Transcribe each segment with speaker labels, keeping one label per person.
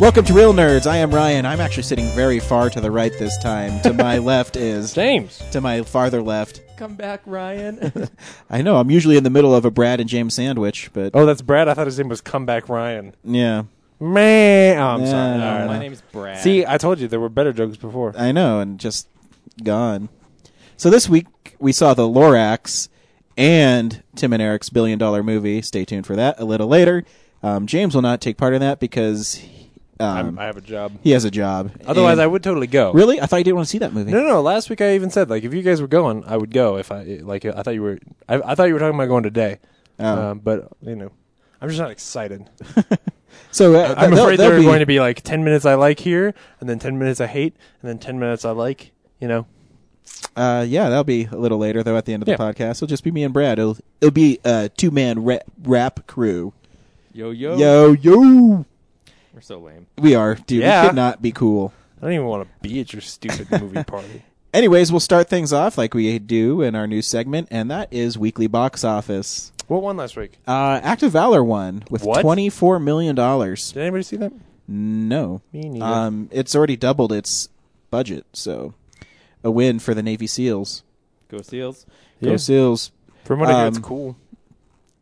Speaker 1: Welcome to Real Nerds. I am Ryan. I'm actually sitting very far to the right this time. To my left is
Speaker 2: James.
Speaker 1: to my farther left.
Speaker 2: Come back, Ryan.
Speaker 1: I know I'm usually in the middle of a Brad and James sandwich, but
Speaker 2: oh, that's Brad. I thought his name was Comeback Ryan.
Speaker 1: yeah,
Speaker 2: Man, oh, I'm
Speaker 1: Yeah,
Speaker 2: sorry.
Speaker 1: no,
Speaker 2: All right.
Speaker 1: no.
Speaker 3: My name's Brad.
Speaker 2: See, I told you there were better jokes before.
Speaker 1: I know, and just gone. So this week we saw the Lorax and Tim and Eric's billion dollar movie. Stay tuned for that a little later. Um, James will not take part in that because he- um,
Speaker 2: I'm, I have a job.
Speaker 1: he has a job.
Speaker 2: Otherwise,
Speaker 1: And-
Speaker 2: I would totally go.
Speaker 1: really. I thought you didn't want to see that movie.
Speaker 2: No, no, no. Last week I even said like if you guys were going, I would go. If I like, I thought you were. I, I thought you were talking about going today.
Speaker 1: Oh.
Speaker 2: Uh, but you know, I'm just not excited.
Speaker 1: so uh,
Speaker 2: I'm
Speaker 1: they'll-
Speaker 2: afraid
Speaker 1: they'll
Speaker 2: there are
Speaker 1: be-
Speaker 2: going to be like ten minutes I like here, and then ten minutes I hate, and then ten minutes I like. You know,
Speaker 1: Uh, yeah, that'll be a little later though. At the end of
Speaker 2: Yeah.
Speaker 1: the podcast, it'll just be me and Brad. It'll it'll be a two man rap, rap crew.
Speaker 3: yo
Speaker 2: Oh.
Speaker 3: yo.
Speaker 1: Yo yo,
Speaker 3: We're so lame.
Speaker 1: we are dude.
Speaker 2: Yeah.
Speaker 1: We could not be cool.
Speaker 2: I don't even want to be at your stupid movie party.
Speaker 1: Anyways, we'll start things off like we do in our new segment, and that is weekly box office.
Speaker 2: What won last week?
Speaker 1: Uh, Act of Valor won with
Speaker 2: What?
Speaker 1: twenty four million dollars.
Speaker 2: Did anybody see that?
Speaker 1: No,
Speaker 2: Me neither.
Speaker 1: Um, it's already doubled its budget, so a win for the Navy SEALs.
Speaker 3: Go Seals.
Speaker 1: Go
Speaker 2: Yeah.
Speaker 1: SEAls!
Speaker 2: From what I hear, it's
Speaker 1: um,
Speaker 2: cool.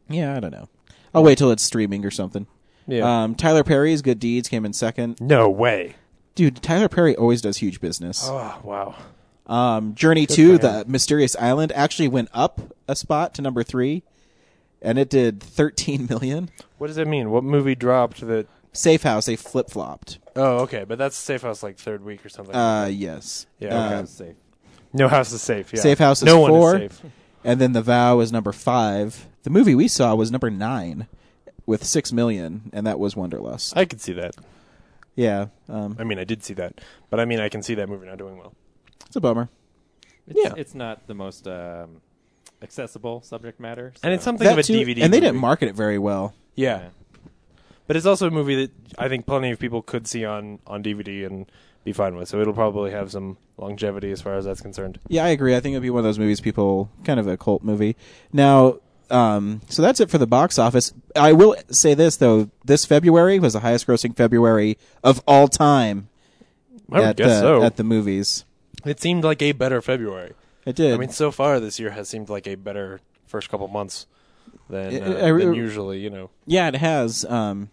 Speaker 1: Yeah, I don't know. I'll wait till it's streaming or something.
Speaker 2: Yeah.
Speaker 1: Um, Tyler Perry's Good Deeds came in second.
Speaker 2: no way.
Speaker 1: Dude, Tyler Perry always does huge business.
Speaker 2: Oh wow.
Speaker 1: Um, Journey to
Speaker 2: for
Speaker 1: the Mysterious Island actually went up a spot to number three, and it did 13 million.
Speaker 2: What does that mean? What movie dropped that?
Speaker 1: Safe House, they flip flopped.
Speaker 2: Oh, okay, but that's Safe House like third week or something.
Speaker 1: Uh, yes.
Speaker 2: Yeah, okay.
Speaker 1: Uh,
Speaker 3: That's safe.
Speaker 2: no house is safe. Yeah.
Speaker 1: Safe House is
Speaker 2: no
Speaker 1: four.
Speaker 2: One is safe.
Speaker 1: and then The Vow is number five. The movie we saw was number nine with six million, and that was Wonderlust.
Speaker 2: I could see that.
Speaker 1: yeah, um,
Speaker 2: I mean, I did see that, but I mean, I can see that movie not doing well.
Speaker 1: it's a bummer.
Speaker 3: It's,
Speaker 2: Yeah.
Speaker 3: It's not the most um, accessible subject matter.
Speaker 2: And it's
Speaker 3: so-
Speaker 2: something of a
Speaker 1: That too-
Speaker 2: DVD.
Speaker 1: and they didn't
Speaker 2: movie.
Speaker 1: market it very well.
Speaker 2: Yeah. but it's also a movie that I think plenty of people could see on on DVD and be fine with. So it'll probably have some longevity as far as that's concerned.
Speaker 1: Yeah, I agree. I think it'd be one of those movies people kind of a cult movie. Now, um, so that's it for the box office. I will say this though: this February was the highest grossing February of all time
Speaker 2: I would
Speaker 1: at the
Speaker 2: guess so.
Speaker 1: at the movies.
Speaker 2: it seemed like a better February.
Speaker 1: It did.
Speaker 2: I mean, so far this year has seemed like a better first couple months than,
Speaker 1: It-
Speaker 2: uh,
Speaker 1: it- I re-
Speaker 2: than usually. You know,
Speaker 1: yeah, it has. Um,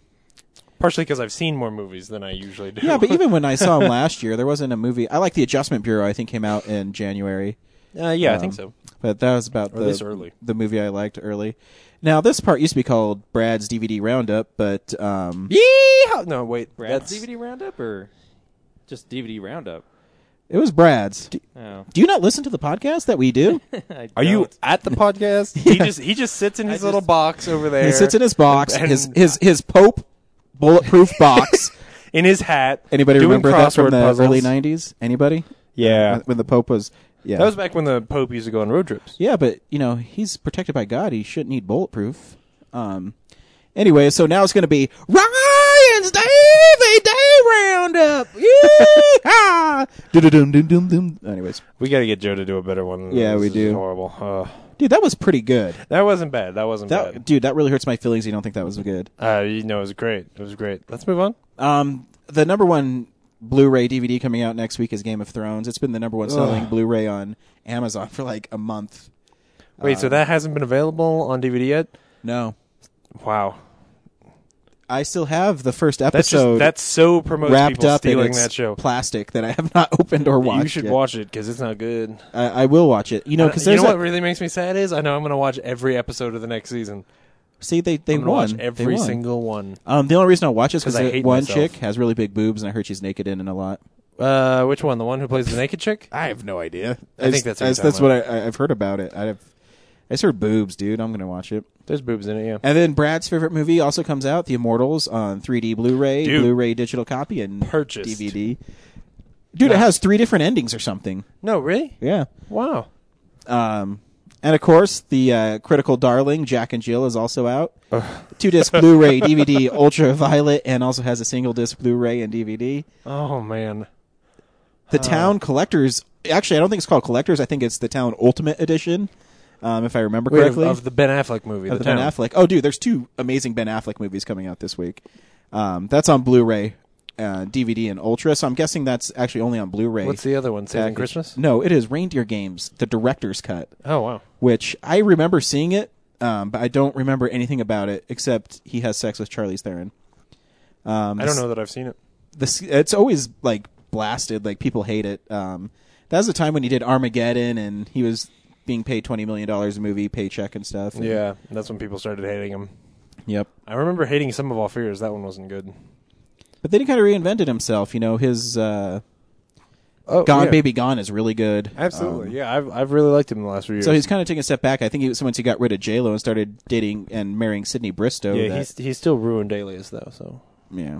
Speaker 2: partially because I've seen more movies than I usually do.
Speaker 1: yeah, but even when I saw him last year, there wasn't a movie. I like the Adjustment Bureau. I think came out in January.
Speaker 2: uh, yeah, I
Speaker 1: Um,
Speaker 2: think so.
Speaker 1: But that was about
Speaker 2: Or
Speaker 1: the
Speaker 2: at least early.
Speaker 1: the movie I liked early. Now this part used to be called Brad's DVD Roundup, but um,
Speaker 2: Yeehaw! No, wait.
Speaker 3: Brad's
Speaker 2: that's
Speaker 3: DVD roundup or just DVD roundup.
Speaker 1: it was Brad's. Do,
Speaker 3: Oh.
Speaker 1: do you not listen to the podcast that we do?
Speaker 3: I
Speaker 2: Are you
Speaker 3: don't.
Speaker 2: at the podcast? he just he just sits in his
Speaker 3: just-
Speaker 2: little box over there.
Speaker 1: He sits in his box,
Speaker 2: And-
Speaker 1: his his his Pope bulletproof box.
Speaker 2: in his hat.
Speaker 1: Anybody
Speaker 2: doing
Speaker 1: remember that from
Speaker 2: crossword
Speaker 1: the
Speaker 2: puzzles.
Speaker 1: early '90s? Anybody?
Speaker 2: Yeah,
Speaker 1: When- when the Pope was yeah,
Speaker 2: that was back when the Pope used to go on road trips.
Speaker 1: yeah, but you know he's protected by God. He shouldn't need bulletproof. Um. Anyway, so now it's going to be Ryan's Davy Day Roundup. Yeehaw! Dum-dum-dum, dum-dum. Anyways,
Speaker 2: We got to get Joe to do a better one.
Speaker 1: Yeah,
Speaker 2: This
Speaker 1: we
Speaker 2: is
Speaker 1: do.
Speaker 2: Horrible. Ugh.
Speaker 1: dude, that was pretty good.
Speaker 2: that wasn't bad. That wasn't
Speaker 1: That
Speaker 2: bad.
Speaker 1: dude, that really hurts my feelings. You don't think that was good?
Speaker 2: Uh, you know, it was great. It was great. Let's move on.
Speaker 1: Um, the number one Blu-ray DVD coming out next week is Game of Thrones. It's been the number one selling Blu-ray on Amazon for like a month.
Speaker 2: Wait,
Speaker 1: Uh,
Speaker 2: so that hasn't been available on DVD yet?
Speaker 1: No,
Speaker 2: Wow,
Speaker 1: I still have the first
Speaker 2: that's
Speaker 1: episode
Speaker 2: just that's so promotes
Speaker 1: wrapped
Speaker 2: people
Speaker 1: up in
Speaker 2: stealing
Speaker 1: its
Speaker 2: that show.
Speaker 1: plastic that I have not opened or watched.
Speaker 2: You should
Speaker 1: yet.
Speaker 2: watch it because it's not good.
Speaker 1: I, I will watch it. You know, because
Speaker 2: you
Speaker 1: there's
Speaker 2: know what
Speaker 1: a,
Speaker 2: really makes me sad is I know I'm going to watch every episode of the next season.
Speaker 1: see they they
Speaker 2: I'm going
Speaker 1: won
Speaker 2: to watch
Speaker 1: They
Speaker 2: every
Speaker 1: won.
Speaker 2: single one.
Speaker 1: Um, the only reason I watch it is
Speaker 2: 'Cause I
Speaker 1: because
Speaker 2: hate
Speaker 1: one
Speaker 2: myself.
Speaker 1: chick has really big boobs, and I heard she's naked in it a lot.
Speaker 2: Uh, which one? The one who plays the naked chick?
Speaker 1: I have no idea.
Speaker 2: I think that's what
Speaker 1: that's,
Speaker 2: you're
Speaker 1: that's
Speaker 2: talking
Speaker 1: what I, I- I've heard about it. I have I just heard boobs, dude. I'm gonna watch it.
Speaker 2: There's boobs in it. Yeah.
Speaker 1: And then Brad's favorite movie also comes out, The Immortals, on 3D Blu-ray,
Speaker 2: Dude.
Speaker 1: Blu-ray digital copy, and
Speaker 2: Purchased.
Speaker 1: DVD. Dude, it
Speaker 2: Nice.
Speaker 1: has three different endings or something.
Speaker 2: No, really?
Speaker 1: Yeah.
Speaker 2: Wow.
Speaker 1: Um, and of course, the uh, critical darling Jack and Jill is also out. Two disc Blu-ray, DVD, ultraviolet, and also has a single disc Blu-ray and DVD.
Speaker 2: Oh man.
Speaker 1: The Town Collectors. Actually, I don't think it's called Collectors. I think it's the Town Ultimate Edition, um, if I remember
Speaker 2: Wait, of,
Speaker 1: correctly.
Speaker 2: of the Ben Affleck movie.
Speaker 1: of
Speaker 2: the
Speaker 1: the Ben
Speaker 2: Town.
Speaker 1: Affleck. Oh, dude, there's two amazing Ben Affleck movies coming out this week. Um, that's on Blu-ray. uh, DVD and Ultra. So I'm guessing that's actually only on Blu-ray.
Speaker 2: What's the other one? Saving
Speaker 1: package.
Speaker 2: Christmas?
Speaker 1: No, it is Reindeer Games, the director's cut,
Speaker 2: Oh wow.
Speaker 1: which I remember seeing it, um, but I don't remember anything about it except he has sex with Charlize Theron. Um,
Speaker 2: I don't know that I've seen it.
Speaker 1: this it's always like blasted like people hate it um that was the time when he did armageddon and he was being paid 20 million dollars a movie paycheck and stuff
Speaker 2: Yeah, that's when people started hating him.
Speaker 1: yep
Speaker 2: I remember hating some of All Fears. That one wasn't good.
Speaker 1: but then he kind of reinvented himself you know his uh gone baby gone is really good
Speaker 2: Oh, Absolutely.
Speaker 1: Um,
Speaker 2: yeah, I've I've really liked him in the last few years.
Speaker 1: so he's kind of taking a step back. I think it was once he got rid of J Lo and started dating and marrying Sydney Bristow.
Speaker 2: yeah,
Speaker 1: that-
Speaker 2: he's he's still ruined Alias though. So
Speaker 1: yeah.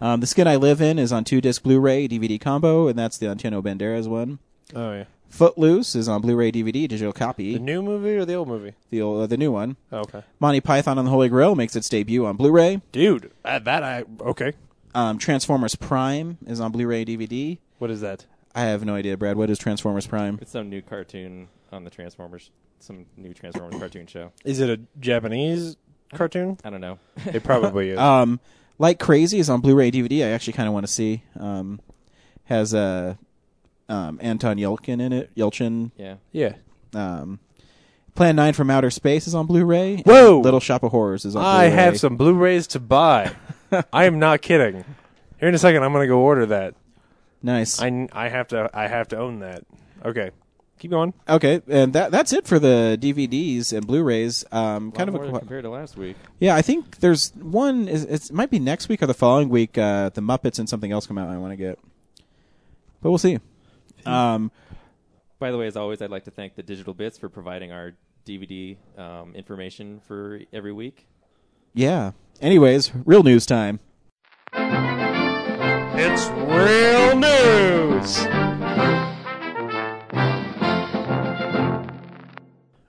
Speaker 1: Um, the Skin I Live In is on two disc Blu-ray DVD combo, and that's the Antonio Banderas one.
Speaker 2: oh yeah,
Speaker 1: Footloose is on Blu-ray DVD digital
Speaker 2: the
Speaker 1: copy,
Speaker 2: new movie or the old movie?
Speaker 1: the old, uh, the new one.
Speaker 2: Oh, okay,
Speaker 1: Monty Python and the Holy Grail makes its debut on Blu-ray.
Speaker 2: dude, uh, that I okay.
Speaker 1: Um, Transformers Prime is on Blu-ray DVD.
Speaker 2: What is that?
Speaker 1: I have no idea, Brad. What is Transformers Prime?
Speaker 3: It's some new cartoon on the Transformers, some new Transformers cartoon show.
Speaker 2: Is it a Japanese cartoon? Uh,
Speaker 3: I don't know.
Speaker 2: It probably is.
Speaker 1: Um, like Crazy is on Blu-ray DVD. I actually kind of want to see. Um, has a um, Anton Yelchin in it. Yelchin.
Speaker 3: yeah.
Speaker 2: yeah,
Speaker 1: Um, Plan Nine from Outer Space is on Blu-ray. and
Speaker 2: Whoa!
Speaker 1: Little Shop of Horrors is on.
Speaker 2: I
Speaker 1: Blu-ray.
Speaker 2: have some Blu-rays to buy. I am not kidding. Here in a second, I'm gonna go order that.
Speaker 1: nice.
Speaker 2: I, I have to I have to own that. Okay, keep going.
Speaker 1: okay, and that that's it for the DVDs and Blu-rays. Um, kind of a
Speaker 3: more
Speaker 1: qu-
Speaker 3: compared to last week.
Speaker 1: Yeah, I think there's one. Is it's, it might be next week or the following week. Uh, the Muppets and something else come out. I want to get, but we'll see. Um,
Speaker 3: By the way, as always, I'd like to thank the Digital Bits for providing our DVD um, information for every week.
Speaker 1: yeah. Anyways, real news time.
Speaker 2: It's real news.
Speaker 1: So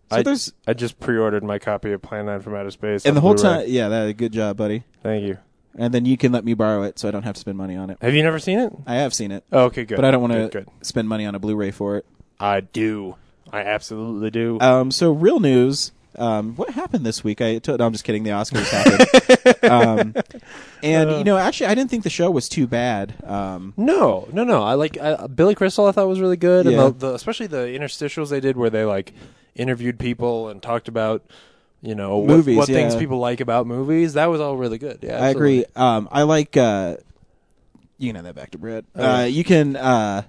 Speaker 2: I,
Speaker 1: there's
Speaker 2: I just pre-ordered my copy of Plan 9 from Outer Space. on
Speaker 1: and the whole
Speaker 2: Blu-ray.
Speaker 1: time. Yeah, that good job, buddy.
Speaker 2: Thank you.
Speaker 1: And then you can let me borrow it, so I don't have to spend money on it.
Speaker 2: Have you never seen it?
Speaker 1: I have seen it,
Speaker 2: Oh, okay, good.
Speaker 1: but I don't want
Speaker 2: Good,
Speaker 1: to
Speaker 2: good.
Speaker 1: spend money on a Blu-ray for it.
Speaker 2: I do. I absolutely do.
Speaker 1: Um, so real news. Um, what happened this week? I t- no, I'm just kidding. The Oscars happened. um, and
Speaker 2: Uh.
Speaker 1: you know, actually, I didn't think the show was too bad. Um,
Speaker 2: no, no, no. I like I, Billy Crystal. I thought was really good,
Speaker 1: Yeah.
Speaker 2: and the, the, especially the interstitials they did, where they like interviewed people and talked about you know what-
Speaker 1: Movies,
Speaker 2: what, things
Speaker 1: yeah.
Speaker 2: people like about movies. That was all really good. Yeah,
Speaker 1: I
Speaker 2: absolutely.
Speaker 1: agree. Um, I like. Uh, you can have that back to Brad.
Speaker 2: Oh.
Speaker 1: Uh, you can. Uh,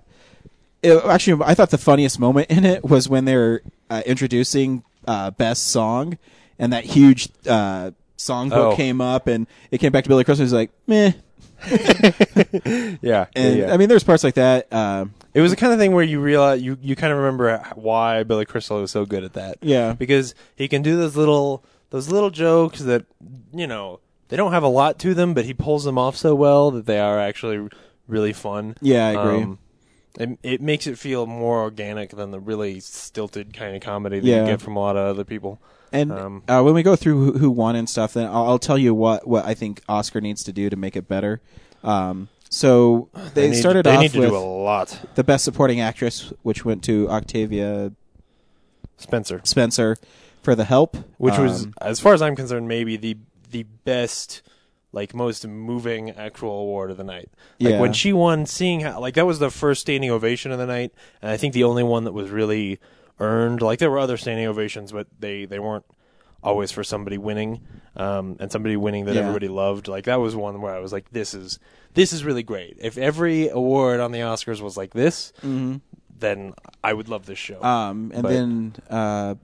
Speaker 1: it- actually, I thought the funniest moment in it was when they're uh, introducing uh, best song, and that huge uh, songbook
Speaker 2: Oh.
Speaker 1: came up, and it came back to Billy Crystal. He's like, meh.
Speaker 2: Yeah, yeah,
Speaker 1: And
Speaker 2: yeah.
Speaker 1: I mean, there's parts like that. Um,
Speaker 2: It was the kind of thing where you realize you, you kind of remember why Billy Crystal was so good at that.
Speaker 1: Yeah.
Speaker 2: because he can do those little those little jokes that you know they don't have a lot to them, but he pulls them off so well that they are actually really fun. Um,
Speaker 1: Yeah, I agree.
Speaker 2: it, it makes it feel more organic than the really stilted kind of comedy that
Speaker 1: Yeah.
Speaker 2: you get from a lot of other people.
Speaker 1: and
Speaker 2: Um,
Speaker 1: uh, when we go through who, who won and stuff, then I'll, I'll tell you what what I think Oscar needs to do to make it better. Um, so they,
Speaker 2: need,
Speaker 1: started
Speaker 2: They
Speaker 1: off
Speaker 2: need to
Speaker 1: with
Speaker 2: do a lot.
Speaker 1: the best supporting actress, which went to Octavia
Speaker 2: Spencer,
Speaker 1: Spencer for the help,
Speaker 2: which was,
Speaker 1: Um,
Speaker 2: as far as I'm concerned, maybe the the best, like most moving actual award of the night. Like
Speaker 1: Yeah.
Speaker 2: when she won, seeing how like that was the first standing ovation of the night, and I think the only one that was really earned. Like there were other standing ovations, but they they weren't always for somebody winning, um, and somebody winning that
Speaker 1: Yeah.
Speaker 2: everybody loved. Like that was one where I was like, this is this is really great. If every award on the Oscars was like this.
Speaker 1: Mm-hmm.
Speaker 2: Then I would love this show.
Speaker 1: um, and
Speaker 2: but-
Speaker 1: then uh,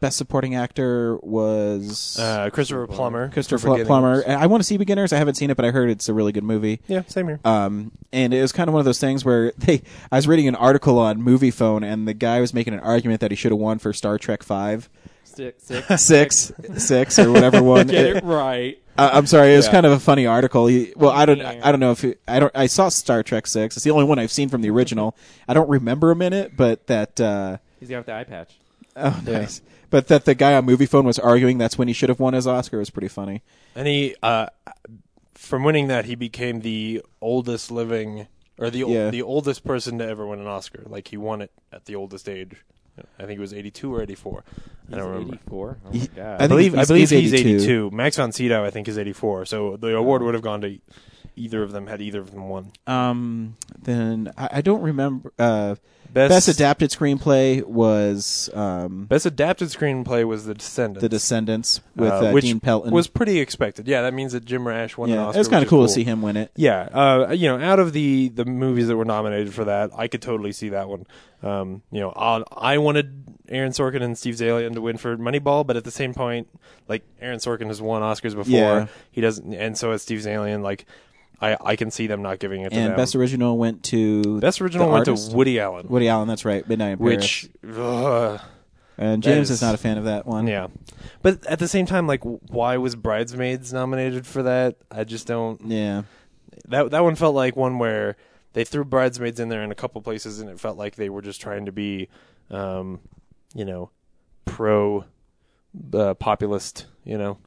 Speaker 1: best supporting actor was
Speaker 2: Uh, Christopher Plummer.
Speaker 1: Christopher
Speaker 2: for
Speaker 1: Pl-
Speaker 2: Getting
Speaker 1: Plummer.
Speaker 2: Worse.
Speaker 1: And I want to see Beginners. I haven't seen it, but I heard it's a really good movie.
Speaker 2: Yeah, same here.
Speaker 1: Um, and it was kind of one of those things where they, I was reading an article on Movie Phone, and the guy was making an argument that he should have won for Star Trek Five,
Speaker 3: Six, six,
Speaker 1: six, six, or whatever one.
Speaker 3: Get it right.
Speaker 1: I- Uh, I'm sorry. It was
Speaker 2: Yeah.
Speaker 1: kind of a funny article. He, well, I don't. I don't know if it, I don't. I saw Star Trek Six. It's the only one I've seen from the original. I don't remember him in it, but that. Uh,
Speaker 3: He's got the eye patch.
Speaker 1: oh, nice. But that the guy on Movie Phone was arguing that's when he should have won his Oscar was pretty funny.
Speaker 2: And he, uh, from winning that, he became the oldest living, or the ol-
Speaker 1: Yeah.
Speaker 2: the oldest person to ever win an Oscar. Like he won it at the oldest age. I think it was eighty-two or eighty-four. I don't remember.
Speaker 3: Eighty-four. Oh my god.
Speaker 1: I
Speaker 2: I
Speaker 1: think
Speaker 2: believe I
Speaker 1: he's-
Speaker 2: believe
Speaker 1: he's
Speaker 2: he's
Speaker 1: 82.
Speaker 2: eighty-two. Max von Sydow, I think, is eighty-four. So the award would have gone to either of them had either of them won.
Speaker 1: Um, then I, I don't remember. Uh,
Speaker 2: Best-
Speaker 1: best, adapted screenplay was um,
Speaker 2: Best adapted screenplay was The Descendants.
Speaker 1: The Descendants with
Speaker 2: uh,
Speaker 1: uh,
Speaker 2: which
Speaker 1: Dean Pelton.
Speaker 2: was pretty expected. Yeah, that means that Jim Rash won an
Speaker 1: yeah,
Speaker 2: Oscar.
Speaker 1: it was
Speaker 2: kind of
Speaker 1: cool, to see him win it.
Speaker 2: Yeah, uh, you know, out of the the movies that were nominated for that, I could totally see that one. Um, you know, I, I wanted Aaron Sorkin and Steve Zalian to win for Moneyball, but at the same point, like Aaron Sorkin has won Oscars before.
Speaker 1: Yeah.
Speaker 2: He doesn't, and so is Steve Zalian. Like, I I can see them not giving it to
Speaker 1: And
Speaker 2: them.
Speaker 1: best original went to
Speaker 2: Best original
Speaker 1: the
Speaker 2: went
Speaker 1: artist?
Speaker 2: to Woody Allen,
Speaker 1: Woody Allen. That's right, Midnight in Paris.
Speaker 2: which. ugh,
Speaker 1: and
Speaker 2: that
Speaker 1: Uh, James
Speaker 2: is-
Speaker 1: is, not a fan of that one.
Speaker 2: yeah, but at the same time, like, why was Bridesmaids nominated for that? I just don't.
Speaker 1: yeah.
Speaker 2: That that one felt like one where they threw bridesmaids in there in a couple places, and it felt like they were just trying to be, um, you know, pro uh, populist. You know,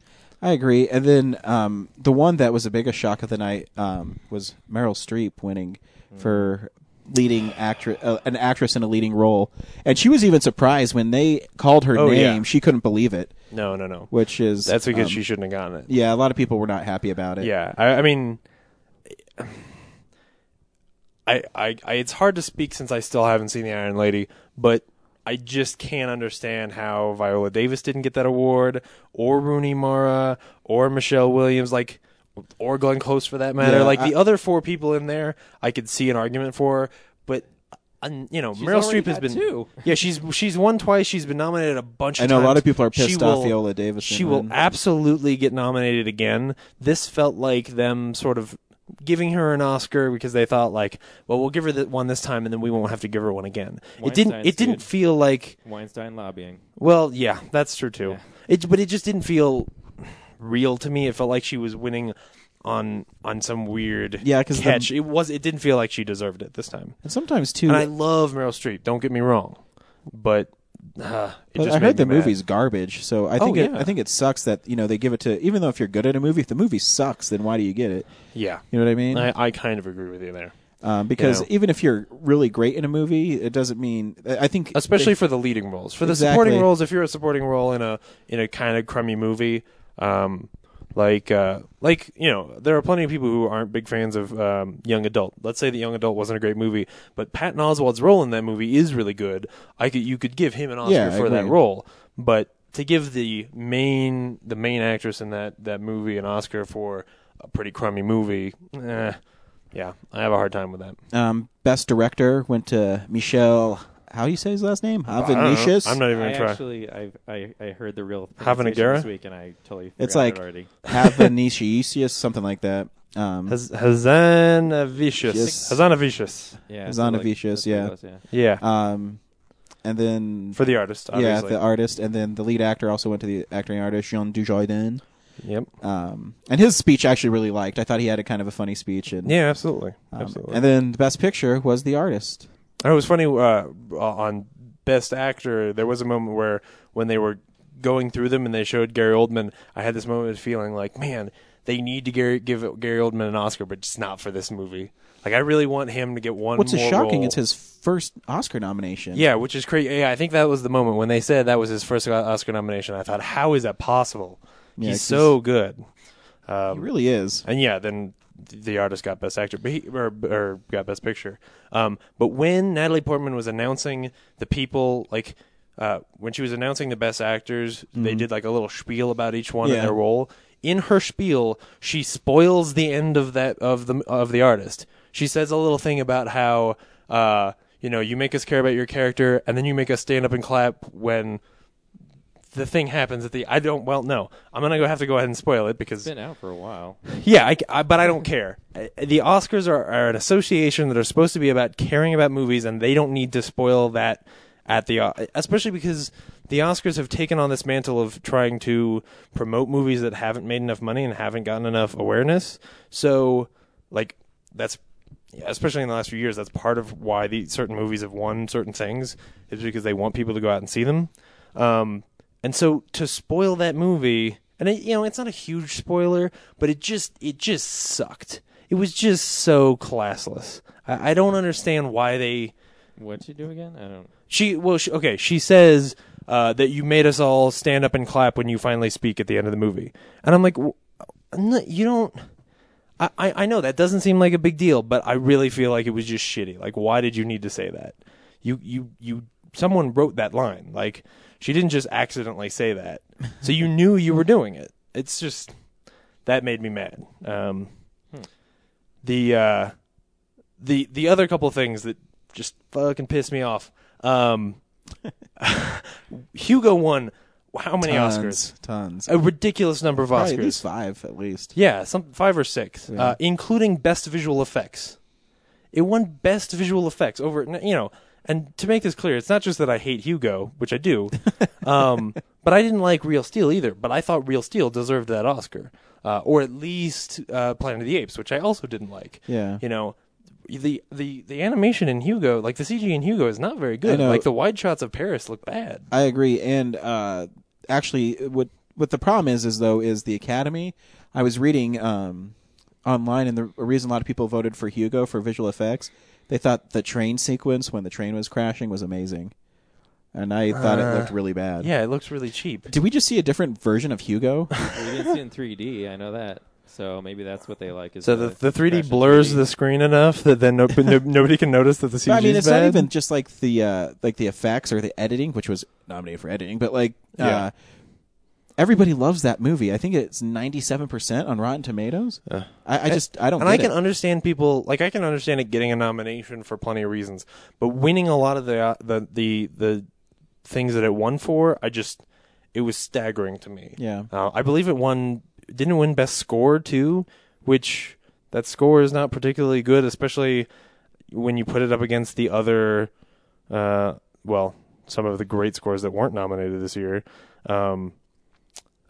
Speaker 1: I agree. And then um, the one that was the biggest shock of the night um, was Meryl Streep winning for leading actress, uh, an actress in a leading role, and she was even surprised when they called her
Speaker 2: Oh,
Speaker 1: name.
Speaker 2: yeah.
Speaker 1: She couldn't believe it,
Speaker 2: no, no, no.
Speaker 1: which is
Speaker 2: That's because
Speaker 1: um,
Speaker 2: she shouldn't have gotten it.
Speaker 1: Yeah, a lot of people were not happy about it.
Speaker 2: Yeah, I, I mean, I, I, I, it's hard to speak since I still haven't seen the Iron Lady, but I just can't understand how Viola Davis didn't get that award, or Rooney Mara, or Michelle Williams, like, or Glenn Close for that matter.
Speaker 1: Yeah,
Speaker 2: like the
Speaker 1: I-
Speaker 2: other four people in there, I could see an argument for, but. uh, you know, Meryl
Speaker 3: already
Speaker 2: Streep has
Speaker 3: got
Speaker 2: been
Speaker 3: two.
Speaker 2: yeah she's she's won twice. She's been nominated a bunch of
Speaker 1: I
Speaker 2: times.
Speaker 1: know a lot of people are
Speaker 2: She
Speaker 1: pissed off
Speaker 2: will-
Speaker 1: Viola Davis
Speaker 2: She
Speaker 1: didn't
Speaker 2: will
Speaker 1: win.
Speaker 2: absolutely get nominated again. This felt like them sort of giving her an Oscar because they thought like, well, we'll give her the one this time, and then we won't have to give her one again. it didn't.
Speaker 3: Weinstein's
Speaker 2: It didn't
Speaker 3: good.
Speaker 2: feel like.
Speaker 3: Weinstein lobbying.
Speaker 2: Well, yeah, that's true too.
Speaker 3: Yeah.
Speaker 2: It, but it just didn't feel real to me. It felt like she was winning on on some weird
Speaker 1: Yeah, 'cause the-
Speaker 2: catch. it was. It didn't feel like she deserved it this time.
Speaker 1: And sometimes too.
Speaker 2: And I love Meryl Streep. Don't get me wrong, but uh, it
Speaker 1: but
Speaker 2: just
Speaker 1: I
Speaker 2: made
Speaker 1: heard the
Speaker 2: me mad. Oh,
Speaker 1: movie's garbage, so I think it,
Speaker 2: yeah.
Speaker 1: I think it sucks that you know they give it to. Even though if you're good at a movie, if the movie sucks, then why do you get it?
Speaker 2: Yeah,
Speaker 1: You know what I mean?
Speaker 2: I, I kind of agree with you there.
Speaker 1: um, because
Speaker 2: know.
Speaker 1: even if you're really great in a movie, it doesn't mean. I I think
Speaker 2: especially for the leading roles. For the
Speaker 1: Exactly.
Speaker 2: supporting roles, if you're a supporting role in a in a kind of crummy movie, um, like uh, like you know, there are plenty of people who aren't big fans of um, young adult. Let's say that young adult wasn't a great movie, but Patton Oswald's role in that movie is really good. I could you could give him an Oscar
Speaker 1: Yeah, I
Speaker 2: for that
Speaker 1: agree.
Speaker 2: role, but to give the main the main actress in that that movie an Oscar for a pretty crummy movie, eh, yeah, I have a hard time with that.
Speaker 1: um, best director went to Michel. How do you say his last name?
Speaker 2: I don't know.
Speaker 1: Havanicius.
Speaker 2: I'm not even
Speaker 3: I
Speaker 2: gonna try.
Speaker 3: actually, I, I I heard the real
Speaker 2: Havana
Speaker 3: pronunciation this
Speaker 2: Guerra?
Speaker 3: week, and I totally forgot
Speaker 1: It's like
Speaker 3: it already.
Speaker 1: Havanicius, something like that. Um,
Speaker 2: Haz- Hazanavicius.
Speaker 1: Yes.
Speaker 2: Hazanavicius.
Speaker 3: Yeah,
Speaker 1: It's
Speaker 3: so
Speaker 1: on
Speaker 3: like-
Speaker 1: Avicius,
Speaker 3: that's what it
Speaker 1: yeah.
Speaker 3: was, yeah.
Speaker 2: Yeah.
Speaker 1: um, and then
Speaker 2: For the artist,
Speaker 1: yeah,
Speaker 2: obviously.
Speaker 1: the artist, and then the lead actor also went to the acting artist Jean Dujardin.
Speaker 2: Yep.
Speaker 1: Um, and his speech I actually really liked. I thought he had a kind of a funny speech. And,
Speaker 2: Yeah, absolutely.
Speaker 1: um,
Speaker 2: absolutely.
Speaker 1: and then the best picture was the artist.
Speaker 2: it was funny uh, on Best Actor, there was a moment where when they were going through them and they showed Gary Oldman, I had this moment of feeling like, man, they need to Gary, give Gary Oldman an Oscar, but just not for this movie. Like, I really want him to get one
Speaker 1: What's
Speaker 2: more
Speaker 1: shocking?
Speaker 2: role.
Speaker 1: It's his first Oscar nomination.
Speaker 2: Yeah, which is crazy. Yeah, I think that was the moment when they said that was his first O- Oscar nomination. I thought, how is that possible?
Speaker 1: Yeah,
Speaker 2: he's
Speaker 1: 'cause-
Speaker 2: so good. Um,
Speaker 1: he really is.
Speaker 2: And yeah, then the artist got best actor, but he, or, or got best picture. Um, but when Natalie Portman was announcing the people, like uh, when she was announcing the best actors, they did like a little spiel about each one and
Speaker 1: Yeah.
Speaker 2: their role. In her spiel, she spoils the end of that of the of the artist. She says a little thing about how uh, you know you make us care about your character, and then you make us stand up and clap when. The thing happens at the. I don't. Well, no. I'm gonna go have to go ahead and spoil it because
Speaker 3: It's been out for a while.
Speaker 2: yeah, I, I- but I don't care. Uh, The Oscars are, are an association that are supposed to be about caring about movies, and they don't need to spoil that at the, O- especially because the Oscars have taken on this mantle of trying to promote movies that haven't made enough money and haven't gotten enough awareness. So, like, that's yeah, especially in the last few years, that's part of why the certain movies have won certain things is because they want people to go out and see them. Um, and so to spoil that movie, and it, you know, it's not a huge spoiler, but it just it just sucked. It was just so classless. I, I don't understand why they
Speaker 3: What'd you do again? I don't.
Speaker 2: she well she, okay she says uh, that you made us all stand up and clap when you finally speak at the end of the movie and i'm like w- I'm not- you don't I, I I know that doesn't seem like a big deal, but I really feel like it was just shitty. Like, why did you need to say that? You you you. Someone wrote that line. Like, she didn't just accidentally say that. So you knew you were doing it. It's just that made me mad. Um, the uh, the the other couple things that just fucking pissed me off. Um, Hugo won how many Oscars?
Speaker 1: Tons, tons.
Speaker 2: A ridiculous number of
Speaker 1: Probably
Speaker 2: Oscars.
Speaker 1: at least five, at least.
Speaker 2: Yeah, some five or six, uh, including best visual effects. It won best visual effects over, you know. And to make this clear, it's not just that I hate Hugo, which I do, um, but I didn't like Real Steel either. But I thought Real Steel deserved that Oscar, uh, or at least uh, Planet of the Apes, which I also didn't like.
Speaker 1: Yeah.
Speaker 2: you know. The, the the animation in Hugo, like the CG in Hugo, is not very
Speaker 1: I
Speaker 2: good.
Speaker 1: know.
Speaker 2: Like the wide shots of Paris look bad.
Speaker 1: I agree. And uh, actually, what what the problem is is though is the Academy. I was reading um, online, and the a reason a lot of people voted for Hugo for visual effects, they thought the train sequence when the train was crashing was amazing, and I thought it looked really bad.
Speaker 2: Uh. Yeah, it looks really cheap.
Speaker 1: Did we just see a different version of Hugo?
Speaker 3: Well, you didn't see it in 3D. I know that. So maybe that's what they like. Is
Speaker 2: So the, the 3D blurs the screen enough that then no, no, nobody can notice that the CG
Speaker 1: I mean, it's
Speaker 2: bad.
Speaker 1: not even just like the uh, like the effects or the editing, which was nominated for editing, but like
Speaker 2: Yeah.
Speaker 1: uh, everybody loves that movie. I think it's ninety seven percent on Rotten Tomatoes. I, I just I don't.
Speaker 2: and Uh, I
Speaker 1: get
Speaker 2: can
Speaker 1: it.
Speaker 2: understand people like I can understand it getting a nomination for plenty of reasons, but winning a lot of the uh, the the the things that it won for, I just it was staggering to me.
Speaker 1: Yeah.
Speaker 2: uh, I believe it won didn't it win best score too, which that score is not particularly good, especially when you put it up against the other uh, well some of the great scores that weren't nominated this year. Um,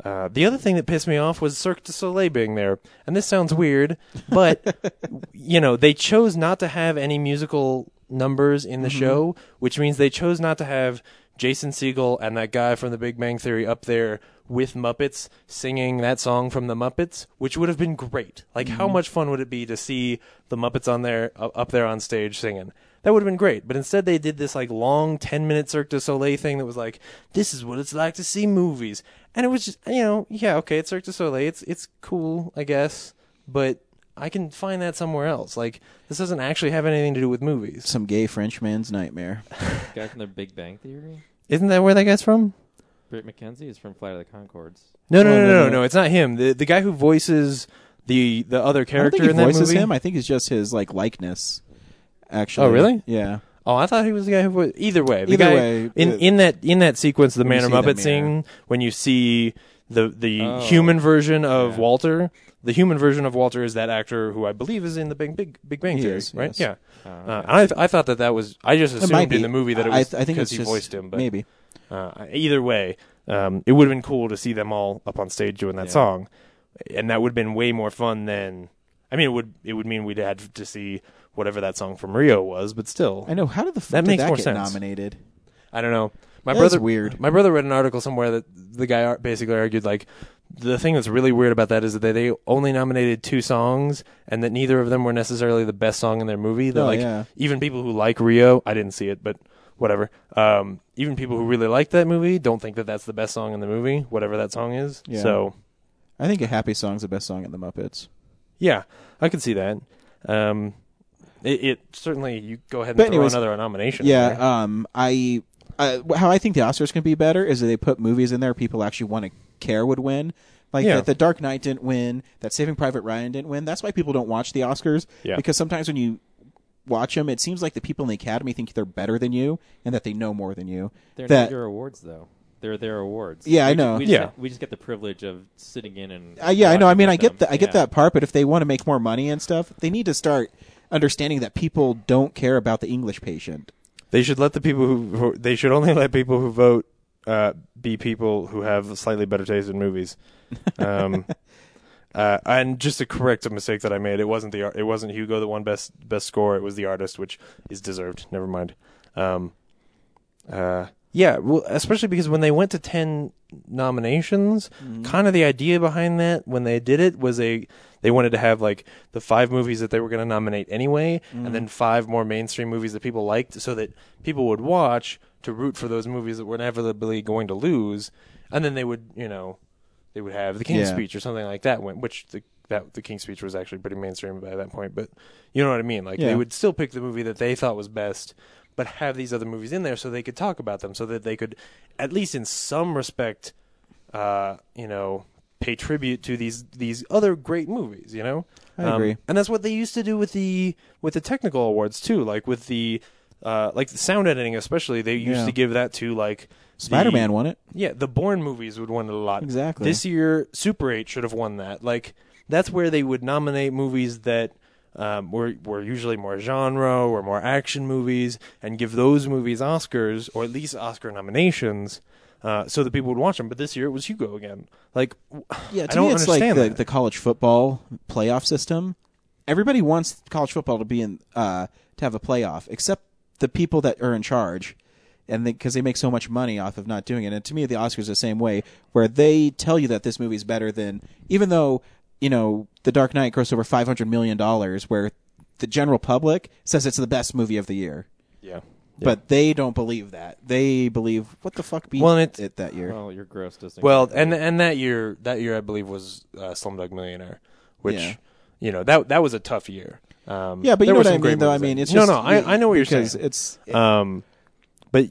Speaker 2: uh, the other thing that pissed me off was Cirque du Soleil being there, and this sounds weird, but you know they chose not to have any musical numbers in the show, which means they chose not to have Jason Siegel and that guy from The Big Bang Theory up there with Muppets singing that song from the Muppets, which would have been great. Like, how much fun would it be to see the Muppets on there u- up there on stage singing? That would have been great. But instead, they did this like long 10 minute Cirque du Soleil thing that was like, this is what it's like to see movies. And it was just, you know, yeah, okay, it's Cirque du Soleil. It's, it's cool, I guess. But I can find that somewhere else. Like, this doesn't actually have anything to do with movies.
Speaker 1: some gay Frenchman's nightmare.
Speaker 3: guy from the Big Bang Theory.
Speaker 2: Isn't that where that guy's from?
Speaker 3: Britt McKenzie is from Flight of the Concords.
Speaker 2: No, no,
Speaker 1: Oh,
Speaker 2: no,
Speaker 1: no,
Speaker 2: no,
Speaker 1: no.
Speaker 2: no, It's not him. The the guy who voices the the other
Speaker 1: I don't think
Speaker 2: character
Speaker 1: he
Speaker 2: in that
Speaker 1: voices
Speaker 2: movie.
Speaker 1: him. I think it's just his like likeness. Actually,
Speaker 2: Oh, really?
Speaker 1: Yeah.
Speaker 2: oh, I thought he was the guy who. Vo- Either way, the
Speaker 1: Either
Speaker 2: guy
Speaker 1: way,
Speaker 2: in
Speaker 1: uh,
Speaker 2: in that in that sequence, the
Speaker 1: when
Speaker 2: Man
Speaker 1: you
Speaker 2: or
Speaker 1: see the
Speaker 2: Muppet
Speaker 1: mirror.
Speaker 2: scene, when you see the the
Speaker 3: Oh.
Speaker 2: human version of
Speaker 3: Yeah.
Speaker 2: Walter, the human version of Walter is that actor who I believe is in the Big Big Big Bang
Speaker 1: He
Speaker 2: Theory,
Speaker 1: is,
Speaker 2: right?
Speaker 1: yes.
Speaker 2: Yeah.
Speaker 3: Oh,
Speaker 2: Uh,
Speaker 3: okay.
Speaker 2: I I thought that that was. I just
Speaker 1: It might
Speaker 2: assumed
Speaker 1: be
Speaker 2: in the movie that it
Speaker 1: I-
Speaker 2: was
Speaker 1: I, think
Speaker 2: because
Speaker 1: it's
Speaker 2: he
Speaker 1: just-
Speaker 2: voiced him, but
Speaker 1: maybe.
Speaker 2: Uh, either way, um, it would have been cool to see them all up on stage doing that
Speaker 3: Yeah.
Speaker 2: song, and that would have been way more fun than. I mean, it would it would mean we'd had to see whatever that song from Rio was, but still,
Speaker 1: I know. How did the fuck
Speaker 2: That
Speaker 1: did
Speaker 2: makes
Speaker 1: that
Speaker 2: more
Speaker 1: get
Speaker 2: sense.
Speaker 1: nominated?
Speaker 2: I don't know. My
Speaker 1: That's
Speaker 2: brother
Speaker 1: weird.
Speaker 2: My brother read an article somewhere that the guy ar- basically argued like the thing that's really weird about that is that they only nominated two songs and that neither of them were necessarily the best song in their movie. That
Speaker 1: Oh,
Speaker 2: like
Speaker 1: yeah.
Speaker 2: even people who like Rio, I didn't see it, but whatever. Um, even people who really like that movie don't think that that's the best song in the movie, whatever that song is.
Speaker 1: Yeah.
Speaker 2: So
Speaker 1: I think a happy song's the best song in the Muppets.
Speaker 2: yeah, I could see that. Um, it, it certainly you go ahead and
Speaker 1: But
Speaker 2: throw
Speaker 1: anyways,
Speaker 2: another nomination. in there.
Speaker 1: Yeah. Um. I. I how I think the Oscars can be better is that they put movies in there people actually want to care would win. Like
Speaker 2: Yeah.
Speaker 1: that, The Dark Knight didn't win. That Saving Private Ryan didn't win. That's why people don't watch the Oscars.
Speaker 2: Yeah.
Speaker 1: Because sometimes when you watch them, it seems like the people in the Academy think they're better than you and that they know more than you.
Speaker 3: They're
Speaker 1: that
Speaker 3: not your awards, though. They're their awards.
Speaker 1: Yeah, I
Speaker 3: We ju-
Speaker 1: know.
Speaker 3: We just,
Speaker 2: Yeah.
Speaker 3: have- we just get the privilege of sitting in and.
Speaker 1: Uh, yeah, I know. I
Speaker 3: watching
Speaker 1: mean,
Speaker 3: with
Speaker 1: I get
Speaker 3: them.
Speaker 1: that. I get
Speaker 3: Yeah.
Speaker 1: that part. But if they want to make more money and stuff, they need to start understanding that people don't care about the English patient.
Speaker 2: They should let the people who, who they should only let people who vote uh, be people who have slightly better taste in movies. Um, uh, and just to correct a mistake that I made, it wasn't the ar- it wasn't Hugo that won best best score. It was the artist, which is deserved. Never mind. Um, uh, yeah, well, especially because when they went to ten nominations, kind of the idea behind that when they did it was a they wanted to have like the five movies that they were going to nominate anyway, and then five more mainstream movies that people liked, so that people would watch to root for those movies that were inevitably going to lose, and then they would you know they would have the King's
Speaker 1: Yeah.
Speaker 2: Speech or something like that, when- which the that the King's Speech was actually pretty mainstream by that point, but you know what I mean. Like
Speaker 1: Yeah.
Speaker 2: they would still pick the movie that they thought was best, but have these other movies in there so they could talk about them, so that they could, at least in some respect, uh, you know, pay tribute to these these other great movies. You know, Um,
Speaker 1: I agree.
Speaker 2: and that's what they used to do with the with the technical awards too, like with the. Uh, like the sound editing, especially, they used
Speaker 1: Yeah.
Speaker 2: to give that to like the-
Speaker 1: Spider Man won it.
Speaker 2: yeah, the Bourne movies would win it a lot.
Speaker 1: Exactly.
Speaker 2: This year, Super 8 should have won that. Like, that's where they would nominate movies that um, were, were usually more genre or more action movies and give those movies Oscars or at least Oscar nominations uh, so that people would watch them. But this year, it was Hugo again. Like, w-
Speaker 1: Yeah, to
Speaker 2: I don't
Speaker 1: me, it's like
Speaker 2: understand
Speaker 1: the,
Speaker 2: that.
Speaker 1: the college football playoff system. Everybody wants college football to be in uh, to have a playoff, except the people that are in charge, and because they make so much money off of not doing it. And to me, the Oscars are the same way, where they tell you that this movie is better than, even though you know The Dark Knight grossed over five hundred million dollars, where the general public says it's the best movie of the year,
Speaker 2: yeah.
Speaker 1: but they don't believe that. They believe what the fuck beat
Speaker 2: Well, and it's-
Speaker 1: it that year.
Speaker 3: Well, you're gross. Doesn't
Speaker 2: Well, and and that year, that year I believe was uh, Slumdog Millionaire, which
Speaker 1: Yeah.
Speaker 2: you know that that was a tough year. Um,
Speaker 1: yeah, but you know
Speaker 2: there were
Speaker 1: what
Speaker 2: some
Speaker 1: I
Speaker 2: great
Speaker 1: mean, though. I
Speaker 2: movies
Speaker 1: mean,
Speaker 2: in-
Speaker 1: it's
Speaker 2: no,
Speaker 1: just
Speaker 2: no. I, I know what you're saying.
Speaker 1: because It's
Speaker 2: Um, but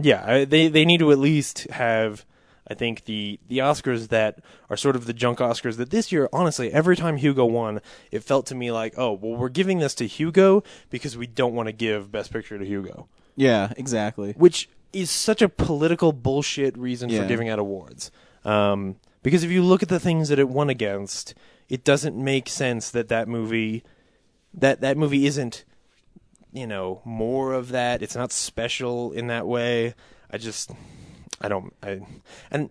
Speaker 2: yeah, I- they they need to at least have. I think the the Oscars that are sort of the junk Oscars that this year, honestly, every time Hugo won, it felt to me like, oh, well, we're giving this to Hugo because we don't want to give Best Picture to Hugo,
Speaker 1: Yeah, exactly.
Speaker 2: which is such a political bullshit reason
Speaker 1: Yeah.
Speaker 2: for giving out awards. Um, because if you look at the things that it won against, it doesn't make sense that that movie that that movie isn't you know more of that it's not special in that way i just i don't i and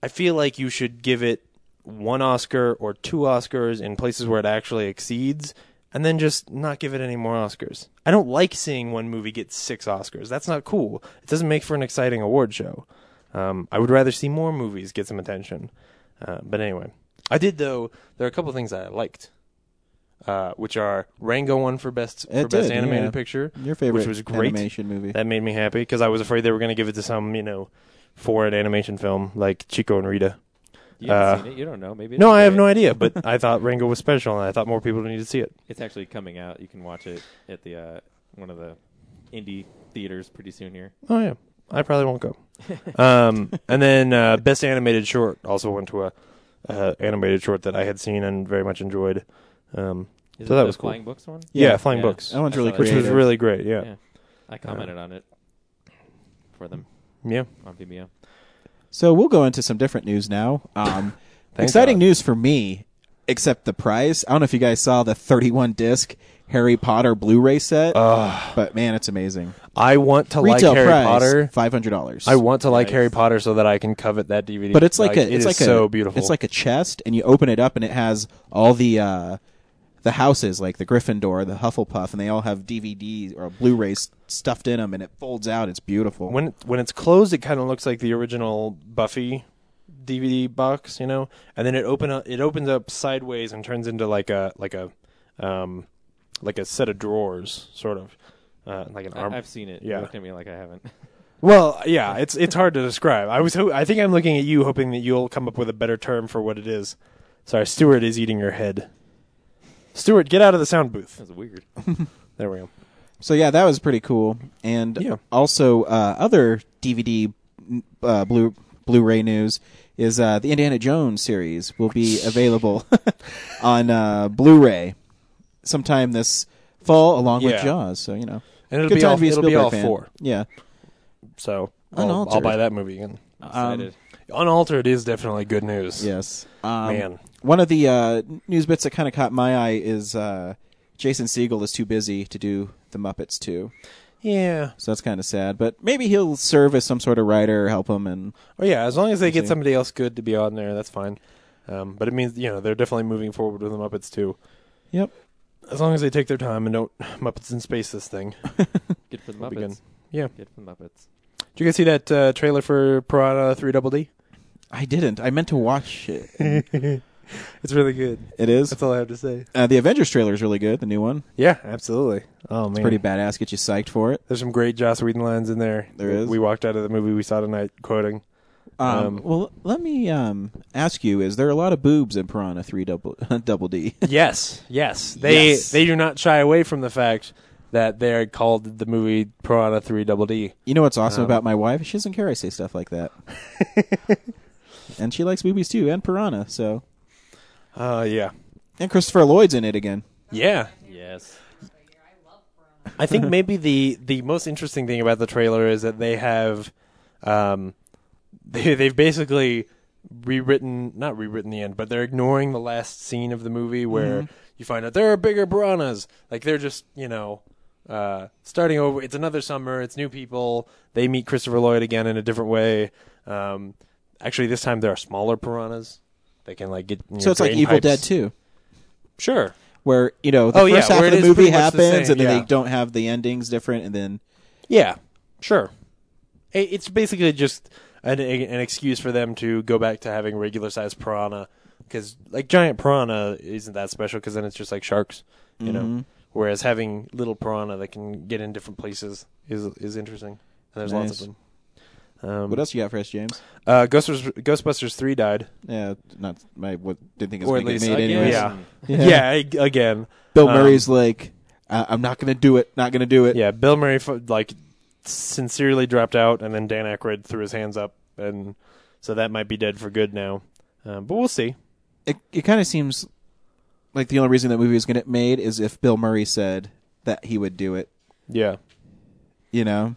Speaker 2: i feel like you should give it one oscar or two oscars in places where it actually exceeds and then just not give it any more oscars i don't like seeing one movie get six oscars that's not cool it doesn't make for an exciting award show um, i would rather see more movies get some attention uh, but anyway i did though there are a couple things that i liked uh, which are Rango won for best for
Speaker 1: It
Speaker 2: best
Speaker 1: did,
Speaker 2: animated
Speaker 1: yeah.
Speaker 2: picture,
Speaker 1: Your favorite
Speaker 2: which was great.
Speaker 1: animation movie.
Speaker 2: That made me happy because I was afraid they were going to give it to some you know foreign animation film like Chico and Rita.
Speaker 3: you haven't
Speaker 2: uh,
Speaker 3: seen it. You don't know. Maybe it
Speaker 2: No,
Speaker 3: is
Speaker 2: I have
Speaker 3: great.
Speaker 2: no idea, but I thought Rango was special, and I thought more people needed to see it.
Speaker 3: It's actually coming out. You can watch it at the uh, one of the indie theaters pretty soon here.
Speaker 2: Oh yeah, I probably won't go. um, and then uh, best animated short also went to a uh, animated short that I had seen and very much enjoyed. Um,
Speaker 3: Is
Speaker 2: So
Speaker 3: it
Speaker 2: that
Speaker 3: the
Speaker 2: was cool.
Speaker 3: Flying Books one?
Speaker 2: yeah,
Speaker 1: Yeah,
Speaker 2: Flying
Speaker 3: yeah.
Speaker 2: Books,
Speaker 1: That one's
Speaker 3: I
Speaker 1: really
Speaker 3: saw it.
Speaker 2: which was
Speaker 1: creative.
Speaker 2: really great. Yeah, yeah.
Speaker 3: Yeah. I commented on it for them on Vimeo.
Speaker 1: So we'll go into some different news now. Um,
Speaker 2: Thank
Speaker 1: exciting
Speaker 2: God.
Speaker 1: news for me, except the price. I don't know if you guys saw the 31 disc Harry Potter Blu-ray set, but man, it's amazing.
Speaker 2: I want to
Speaker 1: Retail
Speaker 2: like Harry
Speaker 1: price
Speaker 2: Potter.
Speaker 1: five hundred dollars.
Speaker 2: I want to like
Speaker 3: Nice.
Speaker 2: Harry Potter so that I can covet that DVD.
Speaker 1: but it's like, a
Speaker 2: it
Speaker 1: it's
Speaker 2: is
Speaker 1: like a,
Speaker 2: so beautiful.
Speaker 1: It's like a chest, and you open it up, and it has all the uh, the houses, like the Gryffindor, the Hufflepuff, and they all have DVDs or Blu-rays stuffed in them, and it folds out. It's beautiful.
Speaker 2: when when it's closed, it kind of looks like the original Buffy DVD box, you know. And then it open up, it opens up sideways and turns into like a like a um like a set of drawers, sort of uh, like an arm.
Speaker 3: I, I've seen it.
Speaker 2: yeah.
Speaker 3: You looked at me like I haven't.
Speaker 2: well, yeah, it's it's hard to describe. I was ho- I think I'm looking at you, hoping that you'll come up with a better term for what it is. Sorry, Stuart is eating your head. Stuart, get out of the sound booth.
Speaker 3: That's weird.
Speaker 2: Um, There we go.
Speaker 1: So yeah, that was pretty cool. And
Speaker 2: Yeah.
Speaker 1: also uh, other DVD uh, blue Blu-ray news is uh, the Indiana Jones series will be available on uh, Blu-ray sometime this fall, along with
Speaker 2: Yeah.
Speaker 1: Jaws. So you know,
Speaker 2: And it'll
Speaker 1: good
Speaker 2: be
Speaker 1: time
Speaker 2: all,
Speaker 1: to be a
Speaker 2: it'll be
Speaker 1: Spielberg
Speaker 2: all
Speaker 1: fan.
Speaker 2: four.
Speaker 1: Yeah,
Speaker 2: So I'll, I'll
Speaker 1: Unaltered.
Speaker 2: buy that movie again.
Speaker 3: I'm
Speaker 1: Um,
Speaker 3: excited.
Speaker 2: Unaltered is definitely good news.
Speaker 1: yes. Um,
Speaker 2: Man.
Speaker 1: one of the uh, news bits that kind of caught my eye is uh, Jason Siegel is too busy to do the Muppets too.
Speaker 2: Yeah.
Speaker 1: So that's kind of sad, but maybe he'll serve as some sort of writer, help him, and
Speaker 2: Oh yeah, as long as they get
Speaker 1: see.
Speaker 2: somebody else good to be on there, that's fine. Um, but it means you know they're definitely moving forward with the Muppets too.
Speaker 1: yep.
Speaker 2: As long as they take their time and don't Muppets in space this thing.
Speaker 3: Good for the
Speaker 2: We'll be good.
Speaker 3: Muppets.
Speaker 2: Yeah.
Speaker 3: Good for the Muppets.
Speaker 2: Did you guys see that uh, trailer for Piranha Three Double D?
Speaker 1: I didn't. I meant to watch it.
Speaker 2: It's really good.
Speaker 1: It is.
Speaker 2: That's all I have to say.
Speaker 1: Uh, the Avengers trailer is really good. The new one,
Speaker 2: Yeah, absolutely. Oh man,
Speaker 1: pretty badass. Get you psyched for it.
Speaker 2: There's some great Joss Whedon lines in there.
Speaker 1: There is.
Speaker 2: We walked out of the movie we saw tonight quoting.
Speaker 1: Um, well, let me um, ask you: Is there a lot of boobs in Piranha Three Double Double D?
Speaker 2: Yes, yes. They
Speaker 1: Yes.
Speaker 2: they do not shy away from the fact that they are called the movie Piranha 3 Double D.
Speaker 1: You know what's awesome about my wife? She doesn't care I say stuff like that, and she likes movies too, and Piranha. So,
Speaker 2: Uh yeah.
Speaker 1: and Christopher Lloyd's in it again.
Speaker 2: Yeah.
Speaker 3: Yes.
Speaker 2: I think maybe the the most interesting thing about the trailer is that they have um they they've basically rewritten not rewritten the end, but they're ignoring the last scene of the movie where
Speaker 1: Mm-hmm.
Speaker 2: you find out there are bigger piranhas. Like they're just, you know, uh starting over it's another summer, it's new people. They meet Christopher Lloyd again in a different way. Um actually this time there are smaller piranhas. They can like get in
Speaker 1: So
Speaker 2: your
Speaker 1: it's like
Speaker 2: drain
Speaker 1: Evil
Speaker 2: pipes.
Speaker 1: Dead Two,
Speaker 2: Sure.
Speaker 1: where you know the
Speaker 2: Oh, yeah,
Speaker 1: first half
Speaker 2: where
Speaker 1: of
Speaker 2: it
Speaker 1: the
Speaker 2: is
Speaker 1: movie
Speaker 2: pretty much the
Speaker 1: happens,
Speaker 2: same,
Speaker 1: and then
Speaker 2: yeah.
Speaker 1: they don't have the endings different, and then
Speaker 2: Yeah, sure. I- It's basically just an, an excuse for them to go back to having regular sized piranha because like giant piranha isn't that special because then it's just like sharks,
Speaker 1: Mm-hmm.
Speaker 2: you know. Whereas having little piranha that can get in different places is is interesting, and there's lots
Speaker 1: Nice.
Speaker 2: of them. Um,
Speaker 1: what else you got for us, James?
Speaker 2: Uh, Ghostbusters, Ghostbusters three died,
Speaker 1: Yeah, not my. What didn't think it
Speaker 2: or
Speaker 1: was
Speaker 2: at
Speaker 1: going
Speaker 2: least
Speaker 1: to get made
Speaker 3: again.
Speaker 1: anyways.
Speaker 2: yeah,
Speaker 1: Yeah.
Speaker 2: yeah, ag- again.
Speaker 1: Bill
Speaker 2: Um,
Speaker 1: Murray's like, I- I'm not going to do it. Not going to do it.
Speaker 2: Yeah, Bill Murray fu- like sincerely dropped out, and then Dan Aykroyd threw his hands up, and so that might be dead for good now. Um, but we'll see.
Speaker 1: It it kind of seems like the only reason that movie was going to get made is if Bill Murray said that he would do it.
Speaker 2: Yeah,
Speaker 1: You know.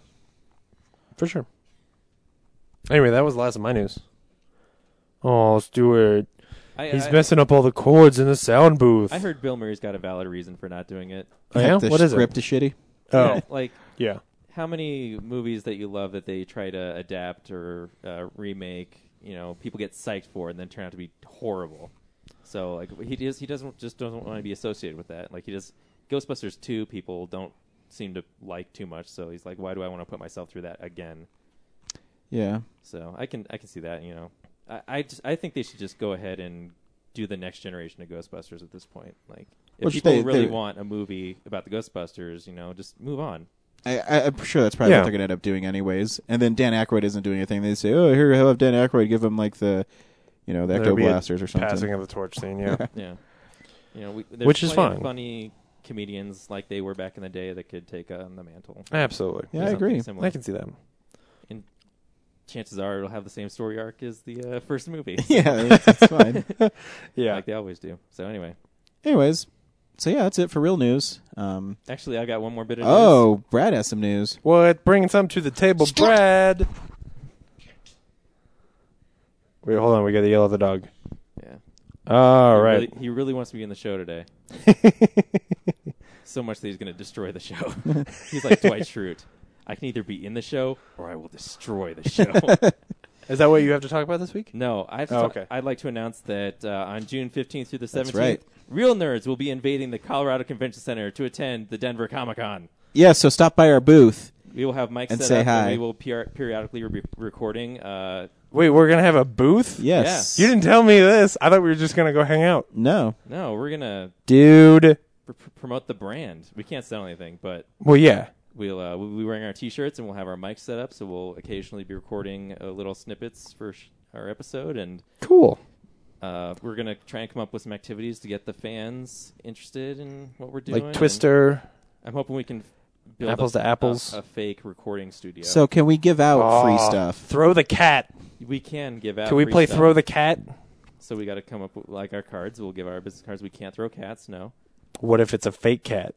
Speaker 2: for sure. Anyway, that was the last of my news. Oh, Stuart,
Speaker 3: I,
Speaker 2: he's
Speaker 3: I,
Speaker 2: messing up all the chords in the sound booth.
Speaker 3: I heard Bill Murray's got a valid reason for not doing it.
Speaker 2: Oh, yeah?
Speaker 1: The
Speaker 2: What is
Speaker 1: script
Speaker 2: it?
Speaker 1: is shitty.
Speaker 2: Oh,
Speaker 3: Like,
Speaker 2: yeah.
Speaker 3: how many movies that you love that they try to adapt or uh, remake, you know, people get psyched for and then turn out to be horrible. So like he just, he doesn't just doesn't want to be associated with that. Like he just Ghostbusters 2 people don't seem to like too much, so he's like why do I want to put myself through that again?
Speaker 1: Yeah.
Speaker 3: So I can I can see that, you know. I I, just, I think they should just go ahead and do the next generation of Ghostbusters at this point. Like if
Speaker 1: Which
Speaker 3: people
Speaker 1: they-
Speaker 3: really
Speaker 1: they-
Speaker 3: want a movie about the Ghostbusters, you know, just move on.
Speaker 1: I, I, I'm sure that's probably
Speaker 2: Yeah.
Speaker 1: what they're going to end up doing, anyways. And then Dan Aykroyd isn't doing anything. They say, "Oh, here, have Dan Aykroyd give him like the, you know, the
Speaker 2: There'll
Speaker 1: ecto
Speaker 2: be a
Speaker 1: blasters or something."
Speaker 2: Passing of the torch scene. Yeah.
Speaker 3: Yeah, you know, we, there's
Speaker 2: Which is
Speaker 3: plenty of
Speaker 2: fine.
Speaker 3: Funny comedians like they were back in the day that could take on the mantle.
Speaker 2: Absolutely.
Speaker 1: Yeah,
Speaker 3: Or
Speaker 1: I
Speaker 3: something
Speaker 1: agree.
Speaker 3: similar.
Speaker 2: I can see that.
Speaker 3: Chances are it'll have the same story arc as the uh, first movie.
Speaker 1: yeah, that's, that's fine.
Speaker 2: Yeah.
Speaker 3: like they always do. So anyway,
Speaker 1: anyways, so yeah, that's it for real news. Um,
Speaker 3: actually, I got one more bit of news.
Speaker 1: oh, Brad has some news.
Speaker 2: What? Bringing some to the table, Brad. Wait, hold on. We got to yell at the dog.
Speaker 3: yeah.
Speaker 2: All
Speaker 3: He
Speaker 2: right.
Speaker 3: really- he really wants to be in the show today. so much that he's going to destroy the show. he's like Dwight Schrute. I can either be in the show or I will destroy the show.
Speaker 2: Is that what you have to talk about this week?
Speaker 3: No, I've
Speaker 2: Oh, okay.
Speaker 3: I'd like to announce that uh, on June 15th through the 17th,
Speaker 1: right.
Speaker 3: real nerds will be invading the Colorado Convention Center to attend the Denver Comic Con.
Speaker 1: Yeah, so stop by our booth.
Speaker 3: We will have mics
Speaker 1: And
Speaker 3: set
Speaker 1: say
Speaker 3: up,
Speaker 1: hi.
Speaker 3: and we will per- periodically be recording. Uh,
Speaker 2: Wait, we're gonna have a booth?
Speaker 1: Yes,
Speaker 2: You didn't tell me this. I thought we were just gonna go hang out,
Speaker 1: No,
Speaker 3: no, we're gonna
Speaker 2: dude.
Speaker 3: pr- pr- promote the brand. We can't sell anything, but
Speaker 2: Well, yeah.
Speaker 3: we'll uh, we'll be wearing our T-shirts and we'll have our mics set up. So we'll occasionally be recording uh, little snippets for sh- our episode and.
Speaker 2: Cool.
Speaker 3: Uh, we're gonna try and come up with some activities to get the fans interested in what we're doing.
Speaker 2: Like
Speaker 3: and-
Speaker 2: Twister.
Speaker 3: I'm hoping we can build
Speaker 2: Apples
Speaker 3: a,
Speaker 2: to apples.
Speaker 3: a, a fake recording studio.
Speaker 1: So can we give out oh, free
Speaker 2: Aw,
Speaker 1: stuff?
Speaker 2: Throw the cat.
Speaker 3: we can give out.
Speaker 2: Can we
Speaker 3: free
Speaker 2: play
Speaker 3: stuff.
Speaker 2: throw the cat?
Speaker 3: So we got to come up with like our cards. We'll give our business cards. We can't throw cats. No.
Speaker 2: What if it's a fake cat?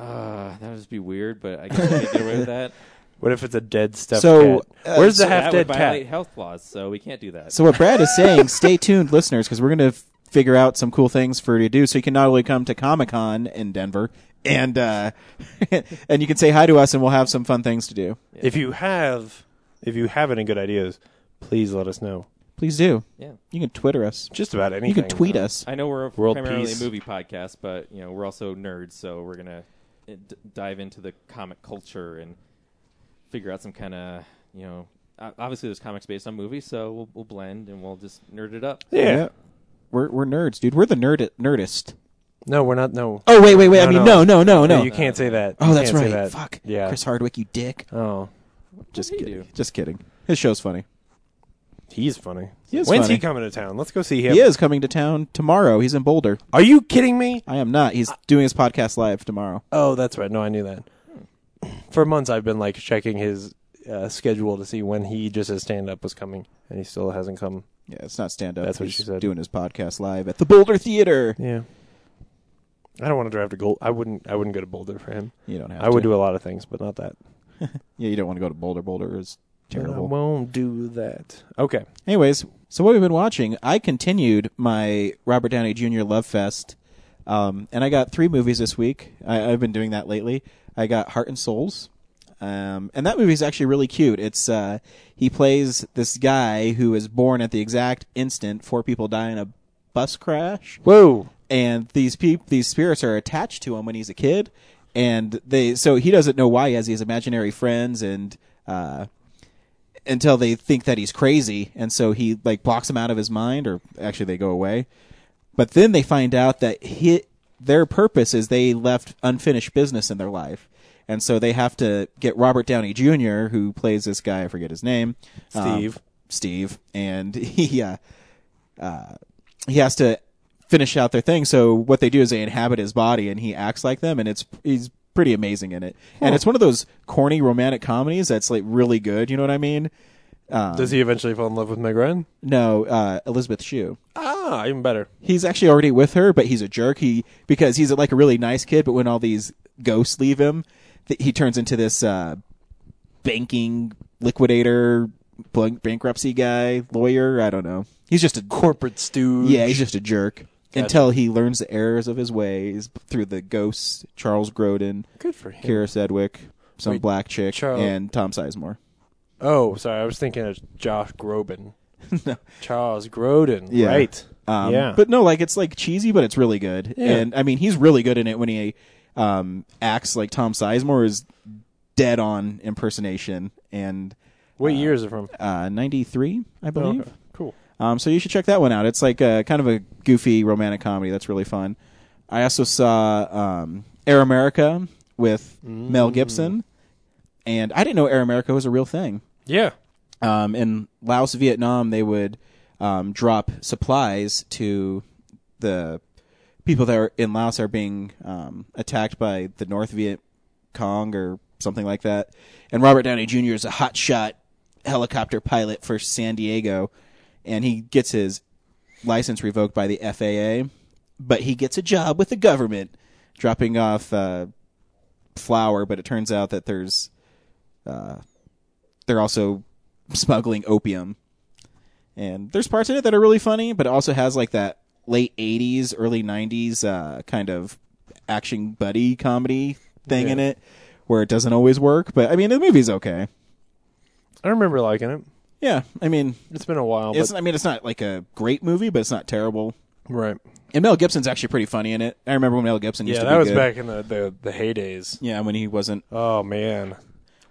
Speaker 3: Uh, that would just be weird. But I guess we could get away with that.
Speaker 2: What if it's a dead stuffed
Speaker 1: So,
Speaker 2: cat?
Speaker 1: uh,
Speaker 2: Where's the
Speaker 1: so
Speaker 2: half
Speaker 3: that
Speaker 2: dead
Speaker 3: would violate
Speaker 2: cat?
Speaker 3: health laws, so we can't do that.
Speaker 1: So what Brad is saying, stay tuned, listeners, because we're going to figure out some cool things for you to do. So you can not only come to Comic Con in Denver, and uh, and you can say hi to us, and we'll have some fun things to do.
Speaker 2: If you have, if you have any good ideas, please let us know.
Speaker 1: Please do.
Speaker 3: yeah.
Speaker 1: You can Twitter us.
Speaker 2: Just about anything.
Speaker 1: You can tweet
Speaker 2: uh,
Speaker 1: us.
Speaker 3: I know we're a-
Speaker 2: World
Speaker 3: primarily
Speaker 2: peace.
Speaker 3: a movie podcast, but you know we're also nerds, so we're gonna uh, d- dive into the comic culture and figure out some kind of you know. o- Obviously, there's comics based on movies, so we'll, we'll blend and we'll just nerd it up.
Speaker 2: Yeah.
Speaker 1: We're we're nerds, dude. We're the nerd nerdist.
Speaker 2: No, we're not. No.
Speaker 1: Oh wait, wait, wait. I
Speaker 2: No,
Speaker 1: mean,
Speaker 2: no.
Speaker 1: no, no, no, no.
Speaker 2: you can't say that.
Speaker 1: oh,
Speaker 2: You
Speaker 1: that's
Speaker 2: can't say
Speaker 1: right.
Speaker 2: that.
Speaker 1: Fuck.
Speaker 2: Yeah.
Speaker 1: Chris Hardwick, you dick.
Speaker 2: Oh.
Speaker 1: Just
Speaker 3: did he
Speaker 1: kidding.
Speaker 3: do?
Speaker 1: Just kidding. His show's funny.
Speaker 2: He's funny.
Speaker 1: He is
Speaker 2: When's
Speaker 1: funny.
Speaker 2: he coming to town? Let's go see him.
Speaker 1: He is coming to town tomorrow. He's in Boulder.
Speaker 2: Are you kidding me?
Speaker 1: I am not. He's doing his podcast live tomorrow.
Speaker 2: Oh, that's right. No, I knew that. For months, I've been like checking his uh, schedule to see when he just his stand up was coming, and he still hasn't come.
Speaker 1: Yeah, it's not stand up.
Speaker 2: That's what
Speaker 1: He's
Speaker 2: she said.
Speaker 1: Doing his podcast live at the Boulder Theater.
Speaker 2: Yeah. I don't want to drive to Gold. I wouldn't. I wouldn't go to Boulder for him.
Speaker 1: You don't have.
Speaker 2: I would
Speaker 1: to.
Speaker 2: do a lot of things, but not that.
Speaker 1: Yeah, you don't want to go to Boulder. Boulder is
Speaker 2: I
Speaker 1: terrible.
Speaker 2: won't do that. Okay.
Speaker 1: Anyways, so what we've been watching, I continued my Robert Downey Jr. love fest, um, and I got three movies this week. I, I've been doing that lately. I got Heart and Souls, um, and that movie's actually really cute. It's uh, he plays this guy who is born at the exact instant four people die in a bus crash
Speaker 2: Whoa.
Speaker 1: and these peop- these spirits are attached to him when he's a kid, and they so he doesn't know why he has these imaginary friends and uh, until they think that he's crazy, and so he like blocks them out of his mind, or actually they go away, but then they find out that he their purpose is they left unfinished business in their life. And so they have to get Robert Downey Jr., who plays this guy, I forget his name, um,
Speaker 2: Steve.
Speaker 1: Steve, and he uh, he has to finish out their thing. So what they do is they inhabit his body and he acts like them and it's he's pretty amazing in it. And it's one of those corny romantic comedies that's like really good, you know what I mean?
Speaker 2: Does
Speaker 1: Um,
Speaker 2: he eventually fall in love with Meg Ryan?
Speaker 1: No, uh Elizabeth Shue.
Speaker 2: Ah, even better.
Speaker 1: He's actually already with her, but he's a jerk. He because he's like a really nice kid, but when all these ghosts leave him, th- he turns into this uh banking liquidator, blank- bankruptcy guy, lawyer, I don't know. He's just a
Speaker 2: Corporate stooge.
Speaker 1: Yeah, he's just a jerk until he learns the errors of his ways through the ghosts, Charles Grodin,
Speaker 2: good for him.
Speaker 1: Kira Sedgwick, some
Speaker 2: Wait,
Speaker 1: black chick,
Speaker 2: Charles-
Speaker 1: and Tom Sizemore.
Speaker 2: Oh, sorry. I was thinking of Josh Groban. Charles Grodin.
Speaker 1: Yeah.
Speaker 2: Right.
Speaker 1: Um,
Speaker 2: yeah.
Speaker 1: But no, like it's like cheesy, but it's really good. And I mean, he's really good in it when he um, acts like Tom Sizemore is dead on impersonation. And
Speaker 2: what year is it from?
Speaker 1: uh, ninety three, I believe.
Speaker 2: Okay. Cool.
Speaker 1: Um, so you should check that one out. It's like a kind of a goofy romantic comedy that's really fun. I also saw um, Air America with Mel Gibson, and I didn't know Air America was a real thing.
Speaker 2: Yeah.
Speaker 1: Um, in Laos, Vietnam, they would um, drop supplies to the people that are in Laos are being um, attacked by the North Viet Cong or something like that. And Robert Downey Jr. is a hotshot helicopter pilot for San Diego, and he gets his license revoked by the FAA, but he gets a job with the government dropping off uh, flour. But it turns out that there's they're also smuggling opium. And there's parts in it that are really funny, but it also has like that late 80s, early 90s uh, kind of action buddy comedy thing in it where it doesn't always work. But I mean, the movie's okay.
Speaker 2: I remember liking it.
Speaker 1: Yeah, I mean,
Speaker 2: It's been a while.
Speaker 1: it's
Speaker 2: but,
Speaker 1: I mean it's not like a great movie, but it's not terrible.
Speaker 2: right.
Speaker 1: And Mel Gibson's actually pretty funny in it. I remember when Mel Gibson used
Speaker 2: Yeah,
Speaker 1: to
Speaker 2: that
Speaker 1: be
Speaker 2: was
Speaker 1: good.
Speaker 2: back in the, the, the heydays.
Speaker 1: Yeah, when he wasn't
Speaker 2: Oh, man.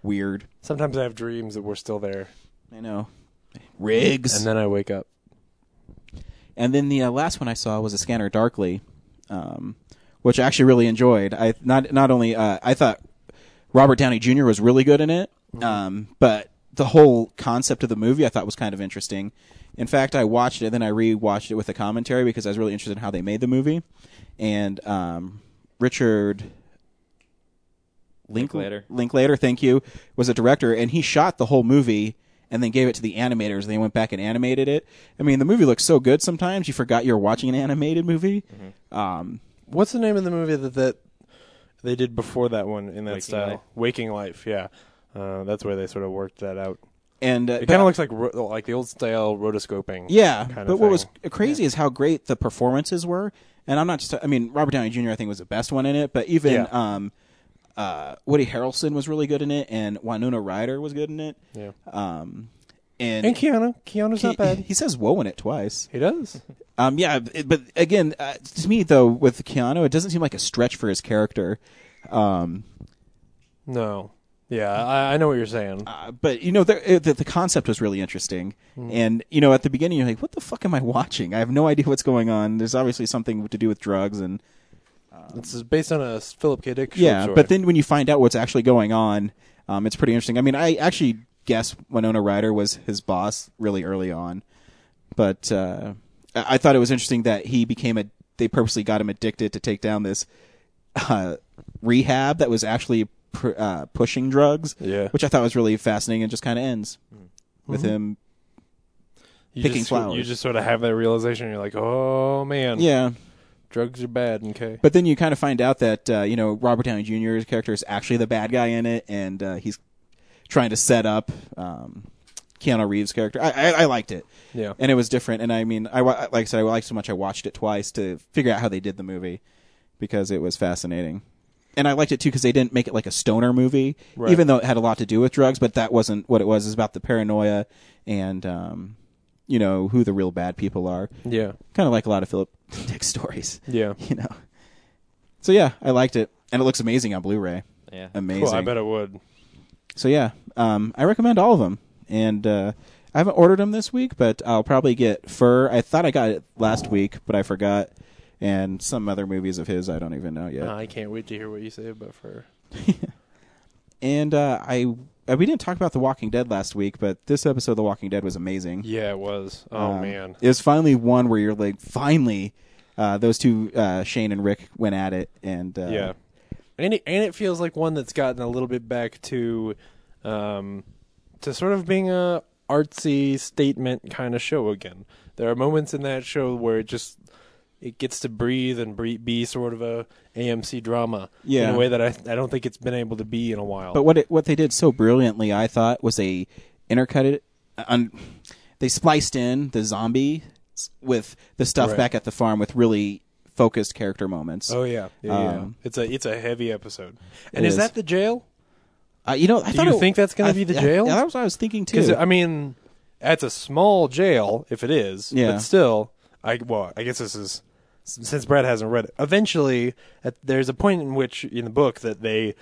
Speaker 1: weird.
Speaker 2: Sometimes I have dreams that we're still there.
Speaker 1: I know. Riggs.
Speaker 2: And then I wake up.
Speaker 1: And then the uh, last one I saw was a Scanner Darkly, um, which I actually really enjoyed. I not not only uh, I thought Robert Downey Jr. was really good in it, um, but the whole concept of the movie I thought was kind of interesting. In fact, I watched it, then I rewatched it with a commentary because I was really interested in how they made the movie. And um, Richard Link-
Speaker 3: Linklater.
Speaker 1: Linklater, thank you, was a director, and he shot the whole movie and then gave it to the animators. They went back and animated it. I mean, the movie looks so good sometimes you forgot you were watching an animated movie.
Speaker 2: Mm-hmm.
Speaker 1: Um,
Speaker 2: What's the name of the movie that, that they did before that one in that
Speaker 3: Waking
Speaker 2: style?
Speaker 3: Life.
Speaker 2: Waking Life, yeah. Uh, that's where they sort of worked that out.
Speaker 1: and uh,
Speaker 2: It
Speaker 1: but-
Speaker 2: kind of looks like ro- like the old style rotoscoping.
Speaker 1: yeah.
Speaker 2: kind of
Speaker 1: but what was
Speaker 2: thing.
Speaker 1: crazy is how great the performances were. And I'm not just. I mean, Robert Downey Jr. I think was the best one in it, but even
Speaker 2: Yeah.
Speaker 1: um, uh, Woody Harrelson was really good in it, and Winona Ryder was good in it.
Speaker 2: Yeah.
Speaker 1: Um, and
Speaker 2: And Keanu, Keanu's not
Speaker 1: he,
Speaker 2: bad.
Speaker 1: he says "whoa" in it twice.
Speaker 2: He does.
Speaker 1: Um, yeah, it- but again, uh, to me though, with Keanu, it doesn't seem like a stretch for his character. Um,
Speaker 2: No. Yeah, I, I know what you're saying.
Speaker 1: uh, but you know, the, the the concept was really interesting, and you know, at the beginning, you're like, "What the fuck am I watching? I have no idea what's going on." There's obviously something to do with drugs, and
Speaker 2: This is based on a s- Philip K. Dick short
Speaker 1: yeah.
Speaker 2: story.
Speaker 1: But then when you find out what's actually going on, um, it's pretty interesting. I mean, I actually guess Winona Ryder was his boss really early on, but uh, I-, I thought it was interesting that he became a. They purposely got him addicted to take down this uh, rehab that was actually pr- uh, pushing drugs,
Speaker 2: Yeah. Mm-hmm.
Speaker 1: which I thought was really fascinating. and just kind of ends with him.
Speaker 2: You
Speaker 1: Picking
Speaker 2: just,
Speaker 1: flowers.
Speaker 2: You just sort of have that realization. You're like, oh man,
Speaker 1: Yeah,
Speaker 2: drugs are bad. Okay,
Speaker 1: but then you kind of find out that uh, you know Robert Downey Jr.'s character is actually the bad guy in it, and uh, he's trying to set up um, Keanu Reeves' character. I, I, I liked it.
Speaker 2: Yeah.
Speaker 1: and it was different. And I mean, I wa- like I said, I liked it so much I watched it twice to figure out how they did the movie because it was fascinating. And I liked it too because they didn't make it like a stoner movie,
Speaker 2: Right.
Speaker 1: even though it had a lot to do with drugs. But that wasn't what it was. It was about the paranoia and um, you know who the real bad people are.
Speaker 2: yeah,
Speaker 1: Kind of like a lot of Philip Dick stories
Speaker 2: yeah.
Speaker 1: you know. So yeah, I liked it, and it looks amazing on Blu-ray.
Speaker 3: Yeah.
Speaker 1: Amazing.
Speaker 2: Well, I bet it would.
Speaker 1: So yeah, um, I recommend all of them, and uh, I haven't ordered them this week, but I'll probably get Fur. I thought I got it last week, but I forgot, and some other movies of his I don't even know yet.
Speaker 2: I can't wait to hear what you say about fur.
Speaker 1: And uh, I uh, we didn't talk about The Walking Dead last week, but this episode of The Walking Dead was amazing.
Speaker 2: Yeah, it was. Oh
Speaker 1: Um,
Speaker 2: man,
Speaker 1: it was finally one where you're like, finally, uh, those two uh, Shane and Rick went at it, and uh,
Speaker 2: yeah. And it, and it feels like one that's gotten a little bit back to, um, to sort of being a artsy statement kind of show again. There are moments in that show where it just it gets to breathe and bre- be sort of a AMC drama in
Speaker 1: Yeah.
Speaker 2: a way that I I don't think it's been able to be in a while.
Speaker 1: But what it, what they did so brilliantly, I thought, was they intercut it. Un, they spliced in the zombie with the stuff
Speaker 2: Right.
Speaker 1: back at the farm with really focused character moments.
Speaker 2: oh yeah, yeah, yeah.
Speaker 1: Um,
Speaker 2: it's a it's a heavy episode. And
Speaker 1: it
Speaker 2: is,
Speaker 1: is.
Speaker 2: that the jail?
Speaker 1: Uh, you know, I
Speaker 2: Do
Speaker 1: thought
Speaker 2: you
Speaker 1: it-
Speaker 2: think that's gonna
Speaker 1: I-
Speaker 2: be the
Speaker 1: I-
Speaker 2: jail?
Speaker 1: yeah, that was what I was thinking
Speaker 2: Because
Speaker 1: too.
Speaker 2: I mean, that's a small jail if it is.
Speaker 1: Yeah.
Speaker 2: But still, I well, I guess this is since Brad hasn't read it. Eventually, at, there's a point in which in the book that they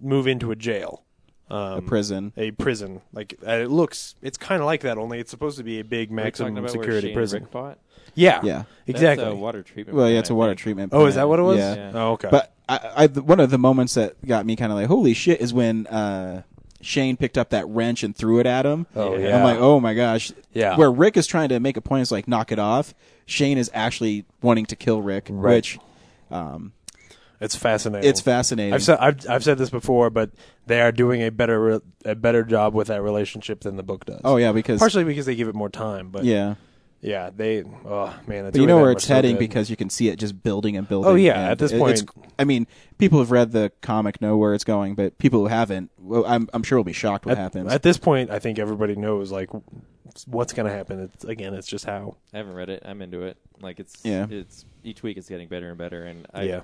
Speaker 2: move into a jail, um,
Speaker 1: prison.
Speaker 2: a prison. Like uh, it looks, it's kind of like that. Only it's supposed to be a big
Speaker 3: Are we talking
Speaker 2: maximum
Speaker 3: about where
Speaker 2: security
Speaker 3: Shane
Speaker 2: prison.
Speaker 3: Rick fought?
Speaker 2: Yeah.
Speaker 1: Yeah.
Speaker 2: Exactly.
Speaker 3: That's uh, a water treatment.
Speaker 1: Well, yeah,
Speaker 3: plant,
Speaker 1: it's a
Speaker 3: I
Speaker 1: water
Speaker 3: think.
Speaker 1: treatment.
Speaker 2: oh, is that
Speaker 1: plant.
Speaker 2: what it was?
Speaker 1: Yeah.
Speaker 3: Yeah.
Speaker 2: Oh, okay.
Speaker 1: But I, I, the- one of the moments that got me kind of like, holy shit, is when uh, Shane picked up that wrench and threw it at him.
Speaker 2: Oh,
Speaker 1: And
Speaker 2: yeah.
Speaker 1: I'm like, oh my gosh.
Speaker 2: Yeah.
Speaker 1: Where Rick is trying to make a point is like, knock it off. Shane is actually wanting to kill Rick,
Speaker 2: Right.
Speaker 1: which um,
Speaker 2: it's fascinating.
Speaker 1: it's fascinating.
Speaker 2: I've said I've, I've said this before, but they are doing a better re- a better job with that relationship than the book does.
Speaker 1: oh yeah, because
Speaker 2: partially because they give it more time, but
Speaker 1: yeah,
Speaker 2: Yeah, they. Oh man, it's
Speaker 1: but you
Speaker 2: doing
Speaker 1: know
Speaker 2: that
Speaker 1: where
Speaker 2: much
Speaker 1: it's
Speaker 2: so
Speaker 1: heading
Speaker 2: good.
Speaker 1: because you can see it just building and building.
Speaker 2: Oh, yeah,
Speaker 1: and
Speaker 2: at this
Speaker 1: it- it's- I mean, people who've read the comic know where it's going, but people who haven't, well, I'm I'm sure will be shocked what
Speaker 2: at,
Speaker 1: happens.
Speaker 2: at this point, I think everybody knows like what's going to happen. It's again, it's just how.
Speaker 3: I haven't read it. I'm into it. Like it's
Speaker 1: Yeah.
Speaker 3: it's each week it's getting better and better. And I,
Speaker 2: yeah,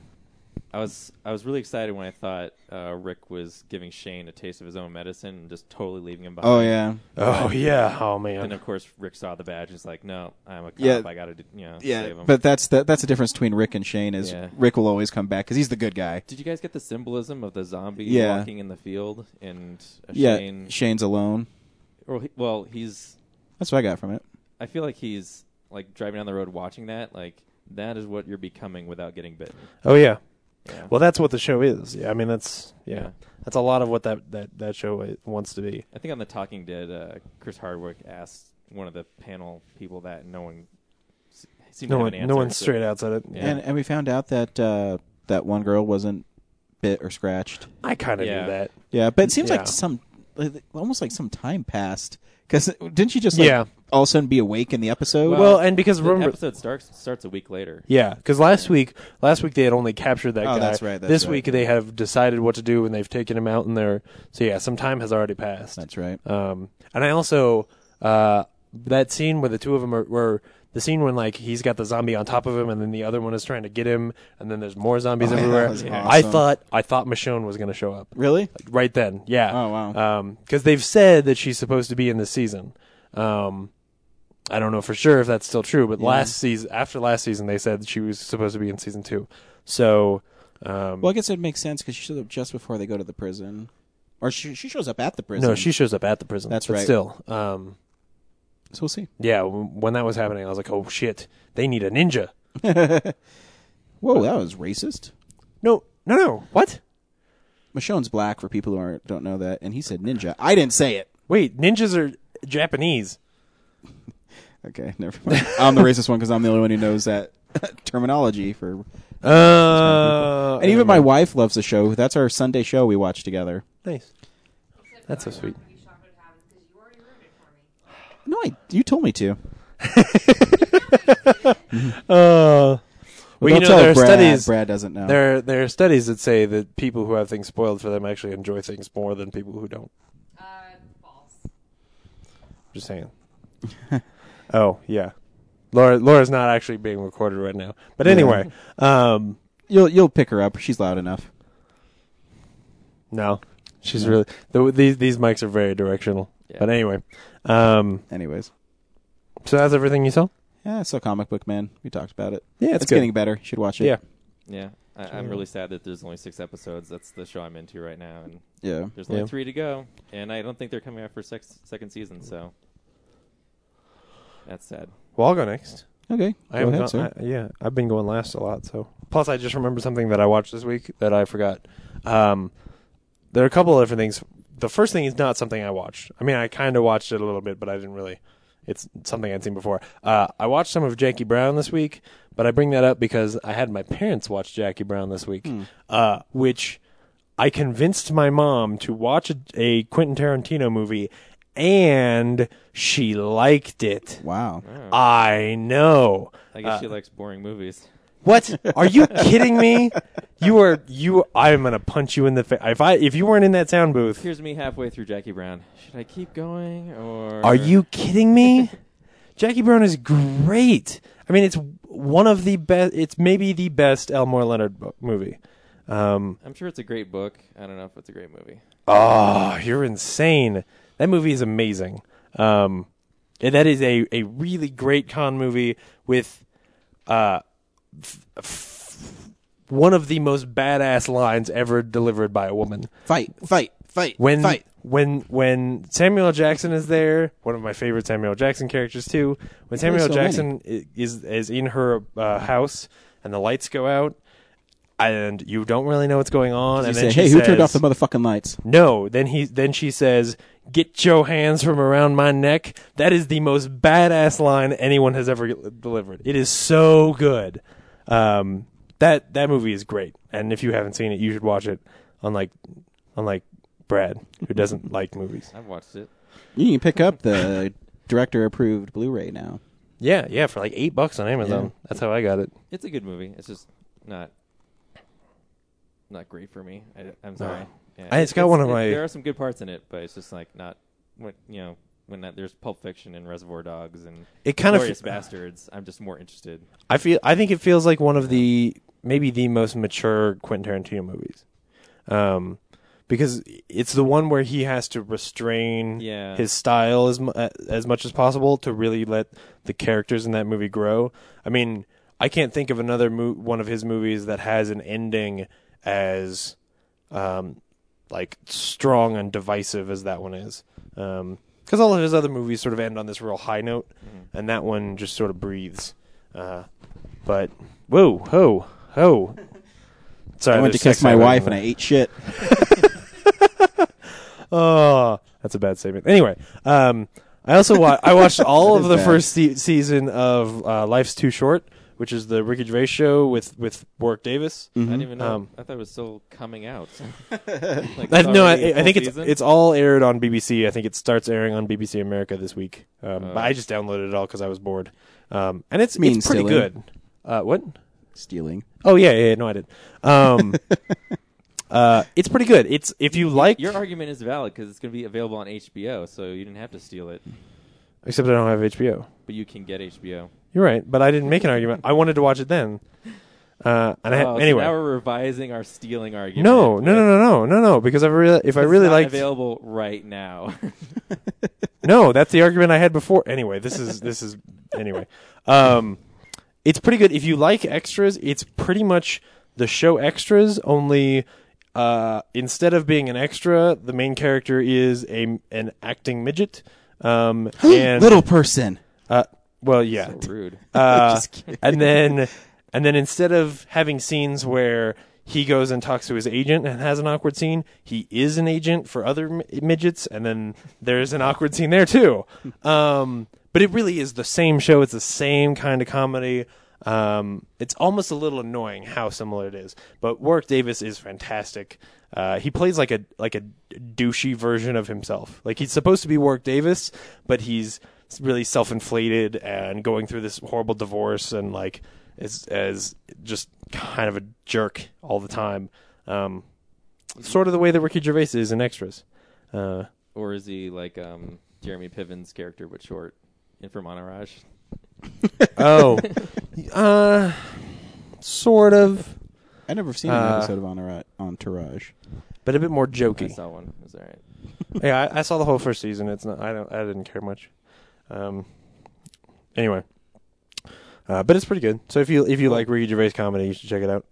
Speaker 3: I was I was really excited when I thought uh, Rick was giving Shane a taste of his own medicine and just totally leaving him behind.
Speaker 1: oh yeah,
Speaker 2: oh yeah, oh
Speaker 3: And
Speaker 2: man,
Speaker 3: of course, Rick saw the badge and is like, "No, I'm a cop.
Speaker 1: Yeah.
Speaker 3: I gotta, do, you know,
Speaker 1: yeah.
Speaker 3: save him."
Speaker 1: But that's the, that's the difference between Rick and Shane is
Speaker 3: Yeah.
Speaker 1: Rick will always come back because he's the good guy.
Speaker 3: did you guys get the symbolism of the zombie
Speaker 1: Yeah.
Speaker 3: walking in the field and uh,
Speaker 1: Yeah,
Speaker 3: Shane?
Speaker 1: Shane's alone.
Speaker 3: Or he, well, he's.
Speaker 1: That's what I got from it.
Speaker 3: I feel like he's like driving down the road watching that. Like that is what you're becoming without getting bitten.
Speaker 2: oh yeah.
Speaker 3: Yeah.
Speaker 2: Well, that's what the show is. Yeah, I mean that's yeah,
Speaker 3: Yeah.
Speaker 2: that's a lot of what that that that show i- wants to be.
Speaker 3: I think on the Talking Dead, uh, Chris Hardwick asked one of the panel people that, and no one s- seemed
Speaker 2: No
Speaker 3: to
Speaker 2: one,
Speaker 3: have an answer.
Speaker 2: no one's
Speaker 3: so-
Speaker 2: straight outside it.
Speaker 3: Yeah.
Speaker 1: And and we found out that uh, that one girl wasn't bit or scratched.
Speaker 2: I kind of
Speaker 3: Yeah.
Speaker 2: knew that.
Speaker 1: Yeah, but it seems
Speaker 2: Yeah.
Speaker 1: like some like, almost like some time passed because didn't you just like,
Speaker 2: Yeah.
Speaker 1: all of a sudden be awake in the episode?
Speaker 2: Well, and because
Speaker 3: the
Speaker 2: remember,
Speaker 3: episode starts starts a week later.
Speaker 2: Yeah, because last week, last week they had only captured that
Speaker 1: Oh,
Speaker 2: guy.
Speaker 1: that's right, that's
Speaker 2: this
Speaker 1: right.
Speaker 2: week they have decided what to do and they've taken him out in there. So yeah, some time has already passed.
Speaker 1: that's right.
Speaker 2: Um, and I also uh, that scene where the two of them are, where the scene when like he's got the zombie on top of him and then the other one is trying to get him and then there's more zombies
Speaker 1: Oh, yeah, that
Speaker 2: everywhere.
Speaker 1: was
Speaker 2: I
Speaker 1: awesome.
Speaker 2: thought I thought Michonne was going to show up
Speaker 1: Really?
Speaker 2: right then. Yeah.
Speaker 1: Oh, wow.
Speaker 2: Because Um, they've said that she's supposed to be in this season. Um, I don't know for sure if that's still true, but last season, after last season, they said she was supposed to be in season two. So, um,
Speaker 1: Well, I guess it makes sense because she shows up just before they go to the prison, or she she shows up at the prison.
Speaker 2: no, she shows up at the prison.
Speaker 1: That's
Speaker 2: but
Speaker 1: right.
Speaker 2: Still, um,
Speaker 1: So we'll see.
Speaker 2: yeah. w- When that was happening, I was like, oh shit, they need a ninja.
Speaker 1: Whoa, that was racist.
Speaker 2: No, no, no. What?
Speaker 1: Michonne's black for people who aren't, don't know that, and he said ninja. I didn't say it.
Speaker 2: Wait, ninjas are Japanese.
Speaker 1: Okay, never mind. I'm the racist one because I'm the only one who knows that terminology for.
Speaker 2: Uh,
Speaker 1: And even my wife loves the show. That's our Sunday show we watch together.
Speaker 2: nice.
Speaker 4: Except
Speaker 2: That's
Speaker 4: I'm
Speaker 2: so
Speaker 4: not
Speaker 2: sweet.
Speaker 4: gonna Be shocked when it happens because you already
Speaker 1: No,
Speaker 4: ruined it for me.
Speaker 1: I, you told me to.
Speaker 2: Uh, well, you
Speaker 1: Don't
Speaker 2: know,
Speaker 1: tell
Speaker 2: there are
Speaker 1: Brad.
Speaker 2: studies.
Speaker 1: Brad doesn't know.
Speaker 2: There, there are studies that say that people who have things spoiled for them actually enjoy things more than people who don't.
Speaker 4: Uh, false.
Speaker 2: Just saying. oh yeah, Laura. Laura's not actually being recorded right now. But anyway, um,
Speaker 1: You'll you'll pick her up. She's loud enough.
Speaker 2: no, she's really the, these these mics are very directional.
Speaker 3: Yeah.
Speaker 2: But anyway, um,
Speaker 1: Anyways,
Speaker 2: so that's everything you saw.
Speaker 1: yeah, so comic book man. We talked about it.
Speaker 2: Yeah, it's
Speaker 1: it's
Speaker 2: good.
Speaker 1: getting better. You should watch it.
Speaker 2: Yeah.
Speaker 3: Yeah, I, I'm really sad that there's only six episodes. That's the show I'm into right now, and
Speaker 1: yeah.
Speaker 3: there's only
Speaker 2: Yeah.
Speaker 3: three to go. And I don't think they're coming out for sex, second season, so that's sad.
Speaker 2: Well, I'll go next.
Speaker 1: Okay,
Speaker 2: I
Speaker 1: go
Speaker 2: haven't
Speaker 1: ahead,
Speaker 2: gone,
Speaker 1: sir.
Speaker 2: I- yeah, I've been going last a lot. So plus, I just remembered something that I watched this week that I forgot. Um, there are a couple of different things. The first thing is not something I watched. I mean, I kind of watched it a little bit, but I didn't really. It's something I'd seen before. Uh, I watched some of Jackie Brown this week, but I bring that up because I had my parents watch Jackie Brown this week,
Speaker 1: Hmm.
Speaker 2: uh, which I convinced my mom to watch a, a Quentin Tarantino movie, and she liked it.
Speaker 1: Wow.
Speaker 2: I know.
Speaker 3: I guess she likes boring movies.
Speaker 2: What? Are you kidding me? You are you. I'm gonna punch you in the face if I if you weren't in that sound booth.
Speaker 3: Here's me halfway through Jackie Brown. Should I keep going or
Speaker 2: Are you kidding me? Jackie Brown is great. I mean, it's one of the best. It's maybe the best Elmore Leonard bo- movie. Um,
Speaker 3: I'm sure it's a great book. I don't know if it's a great movie.
Speaker 2: oh, you're insane. That movie is amazing. Um, and that is a a really great con movie with uh f- f- one of the most badass lines ever delivered by a woman.
Speaker 1: Fight, fight, fight,
Speaker 2: when
Speaker 1: fight.
Speaker 2: when when Samuel L. Jackson is there, one of my favorite Samuel L. Jackson characters too. When Samuel L.
Speaker 1: so many.
Speaker 2: Jackson i- is is in her uh, house and the lights go out, and you don't really know what's going on,
Speaker 1: You
Speaker 2: and
Speaker 1: say,
Speaker 2: then
Speaker 1: hey,
Speaker 2: she
Speaker 1: who
Speaker 2: says,
Speaker 1: turned off the motherfucking lights?
Speaker 2: no, then he then she says, "Get your hands from around my neck." That is the most badass line anyone has ever delivered. It is so good. Um, that that movie is great, and if you haven't seen it, you should watch it. Unlike unlike Brad, who doesn't like movies.
Speaker 3: I've watched it.
Speaker 1: You can pick up the director-approved Blu-ray now.
Speaker 2: Yeah, yeah, for like eight bucks on Amazon.
Speaker 1: Yeah.
Speaker 2: That's how I got it.
Speaker 3: It's a good movie. It's just not not great for me. I, am sorry. Yeah,
Speaker 2: I- it's got one of my-
Speaker 3: There are some good parts in it, but it's just like not what you know. When that, there's Pulp Fiction and Reservoir Dogs and
Speaker 2: It kind of-
Speaker 3: Glorious Bastards, I'm just more interested.
Speaker 2: I feel I think it feels like one of the maybe the most mature Quentin Tarantino movies. Um because it's the one where he has to restrain
Speaker 3: Yeah.
Speaker 2: his style as mu- uh, as much as possible to really let the characters in that movie grow. I mean, I can't think of another mo- one of his movies that has an ending as um like strong and divisive as that one is. Um 'cause because all of his other movies sort of end on this real high note,
Speaker 1: Mm-hmm.
Speaker 2: and that one just sort of breathes. Uh, but whoa, ho, ho. Sorry,
Speaker 1: I went to
Speaker 2: there's
Speaker 1: kiss
Speaker 2: sex
Speaker 1: my
Speaker 2: happening
Speaker 1: wife
Speaker 2: there.
Speaker 1: and I ate shit.
Speaker 2: Oh, that's a bad statement. Anyway, um, I also wa- I watched all
Speaker 1: That
Speaker 2: of
Speaker 1: is
Speaker 2: the
Speaker 1: bad.
Speaker 2: first se- season of uh, Life's Too Short, which is the Ricky Gervais show with with Warwick Davis.
Speaker 3: I didn't even know.
Speaker 2: Um,
Speaker 3: I thought it was still coming out. Like,
Speaker 2: I,
Speaker 3: it's
Speaker 2: no, I,
Speaker 3: already a
Speaker 2: I think it's
Speaker 3: full season?
Speaker 2: it's all aired on BBC. I think it starts airing on BBC America this week. Um,
Speaker 3: Oh.
Speaker 2: but I just downloaded it all because I was bored. Um, and it's
Speaker 1: Mean
Speaker 2: it's pretty
Speaker 1: silly.
Speaker 2: good. Uh, what?
Speaker 1: Stealing.
Speaker 2: Oh yeah, yeah, yeah, no, I did. Um, uh, it's pretty good. It's if you like,
Speaker 3: your argument is valid because it's going to be available on HBO, so you didn't have to steal it,
Speaker 2: except I don't have HBO.
Speaker 3: but you can get HBO.
Speaker 2: You're right, but I didn't make an argument. I wanted to watch it then. Uh, and I,
Speaker 3: Oh, so
Speaker 2: anyway,
Speaker 3: now we're revising our stealing argument.
Speaker 2: no, no, no, no, no, no, no, because I really, if I really
Speaker 3: it's not
Speaker 2: liked,
Speaker 3: available right now.
Speaker 2: no, that's the argument I had before. Anyway, this is this is anyway. Um, it's pretty good if you like extras. It's pretty much the show extras only. Uh, instead of being an extra, the main character is a an acting midget. Um, and
Speaker 1: Little person.
Speaker 2: uh, well, yeah,
Speaker 3: so rude.
Speaker 2: Uh,
Speaker 1: Just kidding.
Speaker 2: and then and then instead of having scenes where he goes and talks to his agent and has an awkward scene. He is an agent for other mi- midgets, and then there's an awkward scene there too. Um, but it really is the same show. It's the same kind of comedy. Um, it's almost a little annoying how similar it is. But Warwick Davis is fantastic. Uh, he plays like a like a douchey version of himself. Like he's supposed to be Warwick Davis, but he's really self-inflated and going through this horrible divorce and like is as just kind of a jerk all the time. Um, sort of the way that Ricky Gervais is in Extras. Uh,
Speaker 3: or is he like um, Jeremy Piven's character but short in from Entourage?
Speaker 2: oh, uh, sort of,
Speaker 1: I never seen an
Speaker 2: Uh,
Speaker 1: episode of Entourage. Entourage.
Speaker 2: but a bit more
Speaker 3: I
Speaker 2: jokey.
Speaker 3: saw one. It was all right.
Speaker 2: yeah, I, I saw the whole first season. It's not. I don't. I didn't care much. Um. Anyway, uh, but it's pretty good. So if you if you like Ricky Gervais comedy, you should check it out.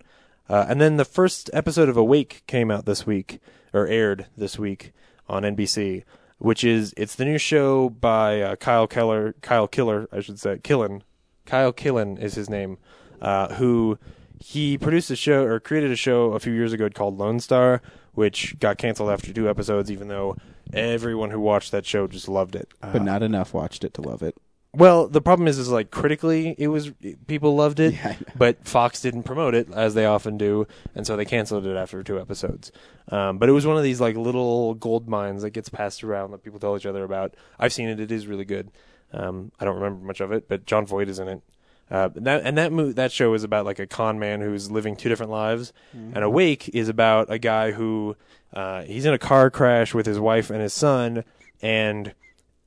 Speaker 2: Uh, and then the first episode of Awake came out this week or aired this week on NBC, which is it's the new show by uh, Kyle Keller. Kyle Killer, I should say. Killen. Kyle Killen is his name. Uh, who he produced a show or created a show a few years ago called Lone Star, which got canceled after two episodes, even though everyone who watched that show just loved it. Uh,
Speaker 1: but not enough watched it to love it.
Speaker 2: well, the problem is, is like critically, it was people loved it,
Speaker 1: Yeah, I know.
Speaker 2: but Fox didn't promote it as they often do, and so they canceled it after two episodes. Um, but it was one of these like little gold mines that gets passed around that people tell each other about. I've seen it; it is really good. Um, I don't remember much of it, but John Voight is in it. Uh, and that and that mo- that show is about like a con man who's living two different lives,
Speaker 1: Mm-hmm.
Speaker 2: and Awake is about a guy who uh, he's in a car crash with his wife and his son, and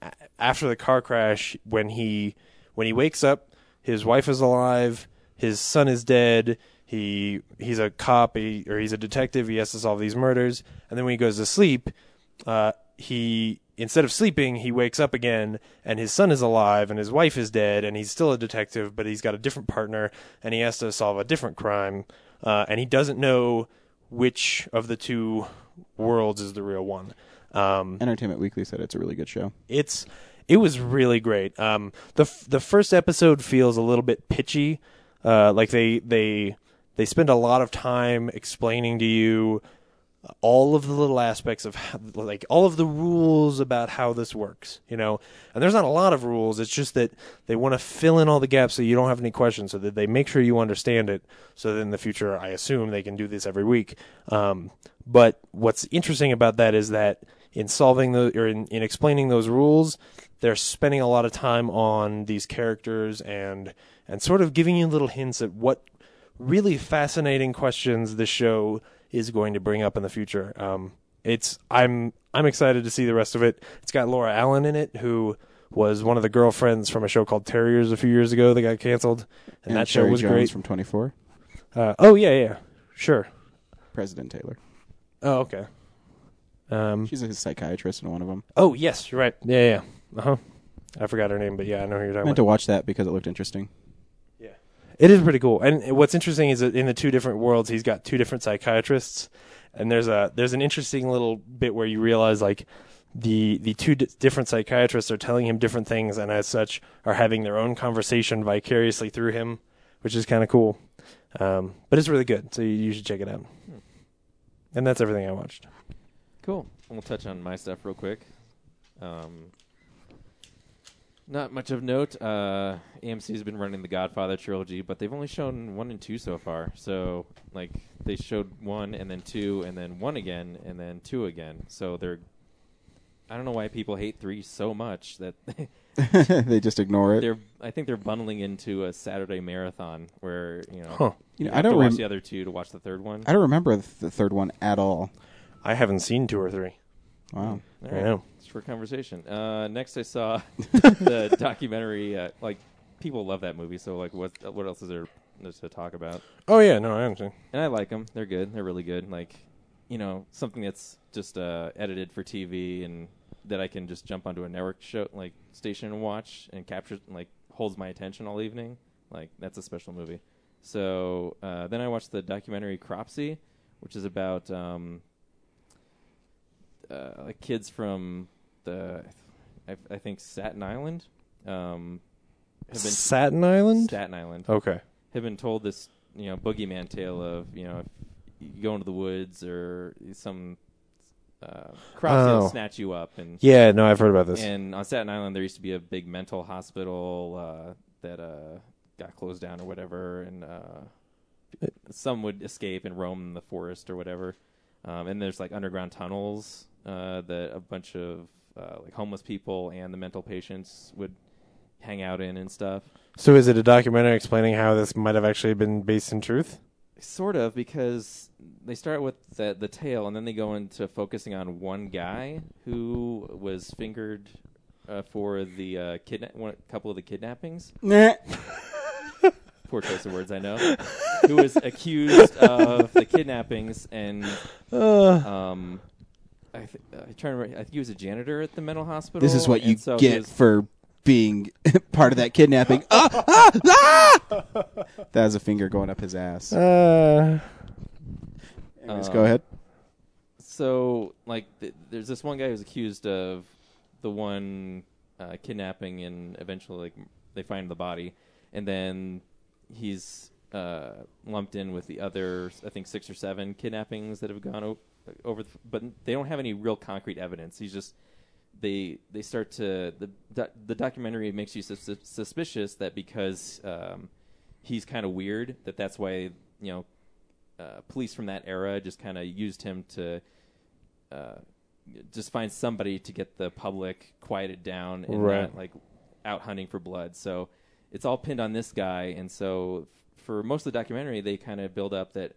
Speaker 2: a- after the car crash when he when he wakes up his wife is alive his son is dead he he's a cop he, or he's a detective he has to solve these murders and then when he goes to sleep uh, he instead of sleeping he wakes up again and his son is alive and his wife is dead and he's still a detective but he's got a different partner and he has to solve a different crime uh, and he doesn't know which of the two worlds is the real one um,
Speaker 1: Entertainment Weekly said it's a really good show.
Speaker 2: it's it was really great. Um, the f- the first episode feels a little bit pitchy, uh, like they they they spend a lot of time explaining to you all of the little aspects of how, like all of the rules about how this works, you know. And there's not a lot of rules. It's just that they want to fill in all the gaps so you don't have any questions, so that they make sure you understand it. So that in the future, I assume they can do this every week. Um, but what's interesting about that is that in solving the or in, in explaining those rules, they're spending a lot of time on these characters and and sort of giving you little hints at what really fascinating questions the show is going to bring up in the future. Um, it's I'm I'm excited to see the rest of it. It's got Laura Allen in it, who was one of the girlfriends from a show called Terriers a few years ago that got canceled, and, that show
Speaker 1: Terry
Speaker 2: was
Speaker 1: Jones
Speaker 2: great.
Speaker 1: from 24.
Speaker 2: uh, oh yeah, yeah, sure.
Speaker 1: President Taylor.
Speaker 2: Oh okay. Um,
Speaker 1: She's a psychiatrist in one of them.
Speaker 2: oh yes, you're right. Yeah, yeah. Uh huh. I forgot her name, but yeah, I know who you're
Speaker 1: I
Speaker 2: talking
Speaker 1: meant to
Speaker 2: about.
Speaker 1: watch that because it looked interesting.
Speaker 2: It is pretty cool. And what's interesting is that in the two different worlds, he's got two different psychiatrists, and there's a there's an interesting little bit where you realize like the the two di- different psychiatrists are telling him different things, and as such are having their own conversation vicariously through him, which is kind of cool. Um, but it's really good, so you, you should check it out. And that's everything I watched.
Speaker 3: Cool. We'll touch on my stuff real quick. Um, not much of note. Uh, AMC's been running the Godfather trilogy, but they've only shown one and two so far. So, like, they showed one and then two and then one again and then two again. So they're. I don't know why people hate three so much that
Speaker 1: they just ignore it.
Speaker 3: they're. I think they're bundling into a Saturday marathon where you know.
Speaker 2: Huh.
Speaker 1: You know,
Speaker 3: you
Speaker 1: I
Speaker 3: have to
Speaker 1: don't.
Speaker 3: watch
Speaker 1: rem-
Speaker 3: the other two to watch the third one.
Speaker 1: I don't remember th- the third one at all.
Speaker 2: I haven't seen two or three.
Speaker 1: Wow.
Speaker 3: All
Speaker 2: I know.
Speaker 3: It's for conversation. Uh, next, I saw the documentary. Uh, like, people love that movie. So, like, what what else is there to talk about?
Speaker 2: Oh yeah, no, I understand.
Speaker 3: And I like them. They're good. They're really good. Like, you know, something that's just uh, edited for TV and that I can just jump onto a network show like station and watch and capture like holds my attention all evening. Like, that's a special movie. So uh, then I watched the documentary Cropsy, which is about um, uh, like kids from the I, I think Staten Island um, have been
Speaker 2: Staten Island.
Speaker 3: Staten Island
Speaker 2: okay.
Speaker 3: have been told this, you know, boogeyman tale of, you know, if you go into the woods or some uh, crowds that'll
Speaker 2: Oh.
Speaker 3: snatch you up. And
Speaker 2: Yeah, no, I've heard about this.
Speaker 3: and on Staten Island there used to be a big mental hospital uh, that uh, got closed down or whatever, and uh, some would escape and roam the forest or whatever. Um, and there's like underground tunnels uh, that a bunch of uh, like homeless people and the mental patients would hang out in and stuff.
Speaker 2: So is it a documentary explaining how this might have actually been based in truth?
Speaker 3: Sort of, because they start with the, the tail, and then they go into focusing on one guy who was fingered uh, for the uh, kidna- one, couple of the kidnappings.
Speaker 2: Mm.
Speaker 3: Poor choice of words, I know. who was accused of the kidnappings, and um, I th- I try to. Re- I think he was a janitor at the mental hospital.
Speaker 1: This is what you
Speaker 3: and so he
Speaker 1: get
Speaker 3: was-
Speaker 1: for being part of that kidnapping. ah, ah, ah! That was a finger going up his ass.
Speaker 2: Uh,
Speaker 1: Anyways,
Speaker 3: uh,
Speaker 1: go ahead.
Speaker 3: so like th- there's this one guy who's accused of the one uh, kidnapping and eventually like m- they find the body and then he's uh, lumped in with the other i think six or seven kidnappings that have gone o- over the, but they don't have any real concrete evidence he's just they they start to the doc- the documentary makes you sus- sus- suspicious that because um, he's kind of weird that that's why you know uh, police from that era just kind of used him to uh, just find somebody to get the public quieted down and
Speaker 2: Right.
Speaker 3: not like out hunting for blood. So it's all pinned on this guy, and so for most of the documentary, they kind of build up that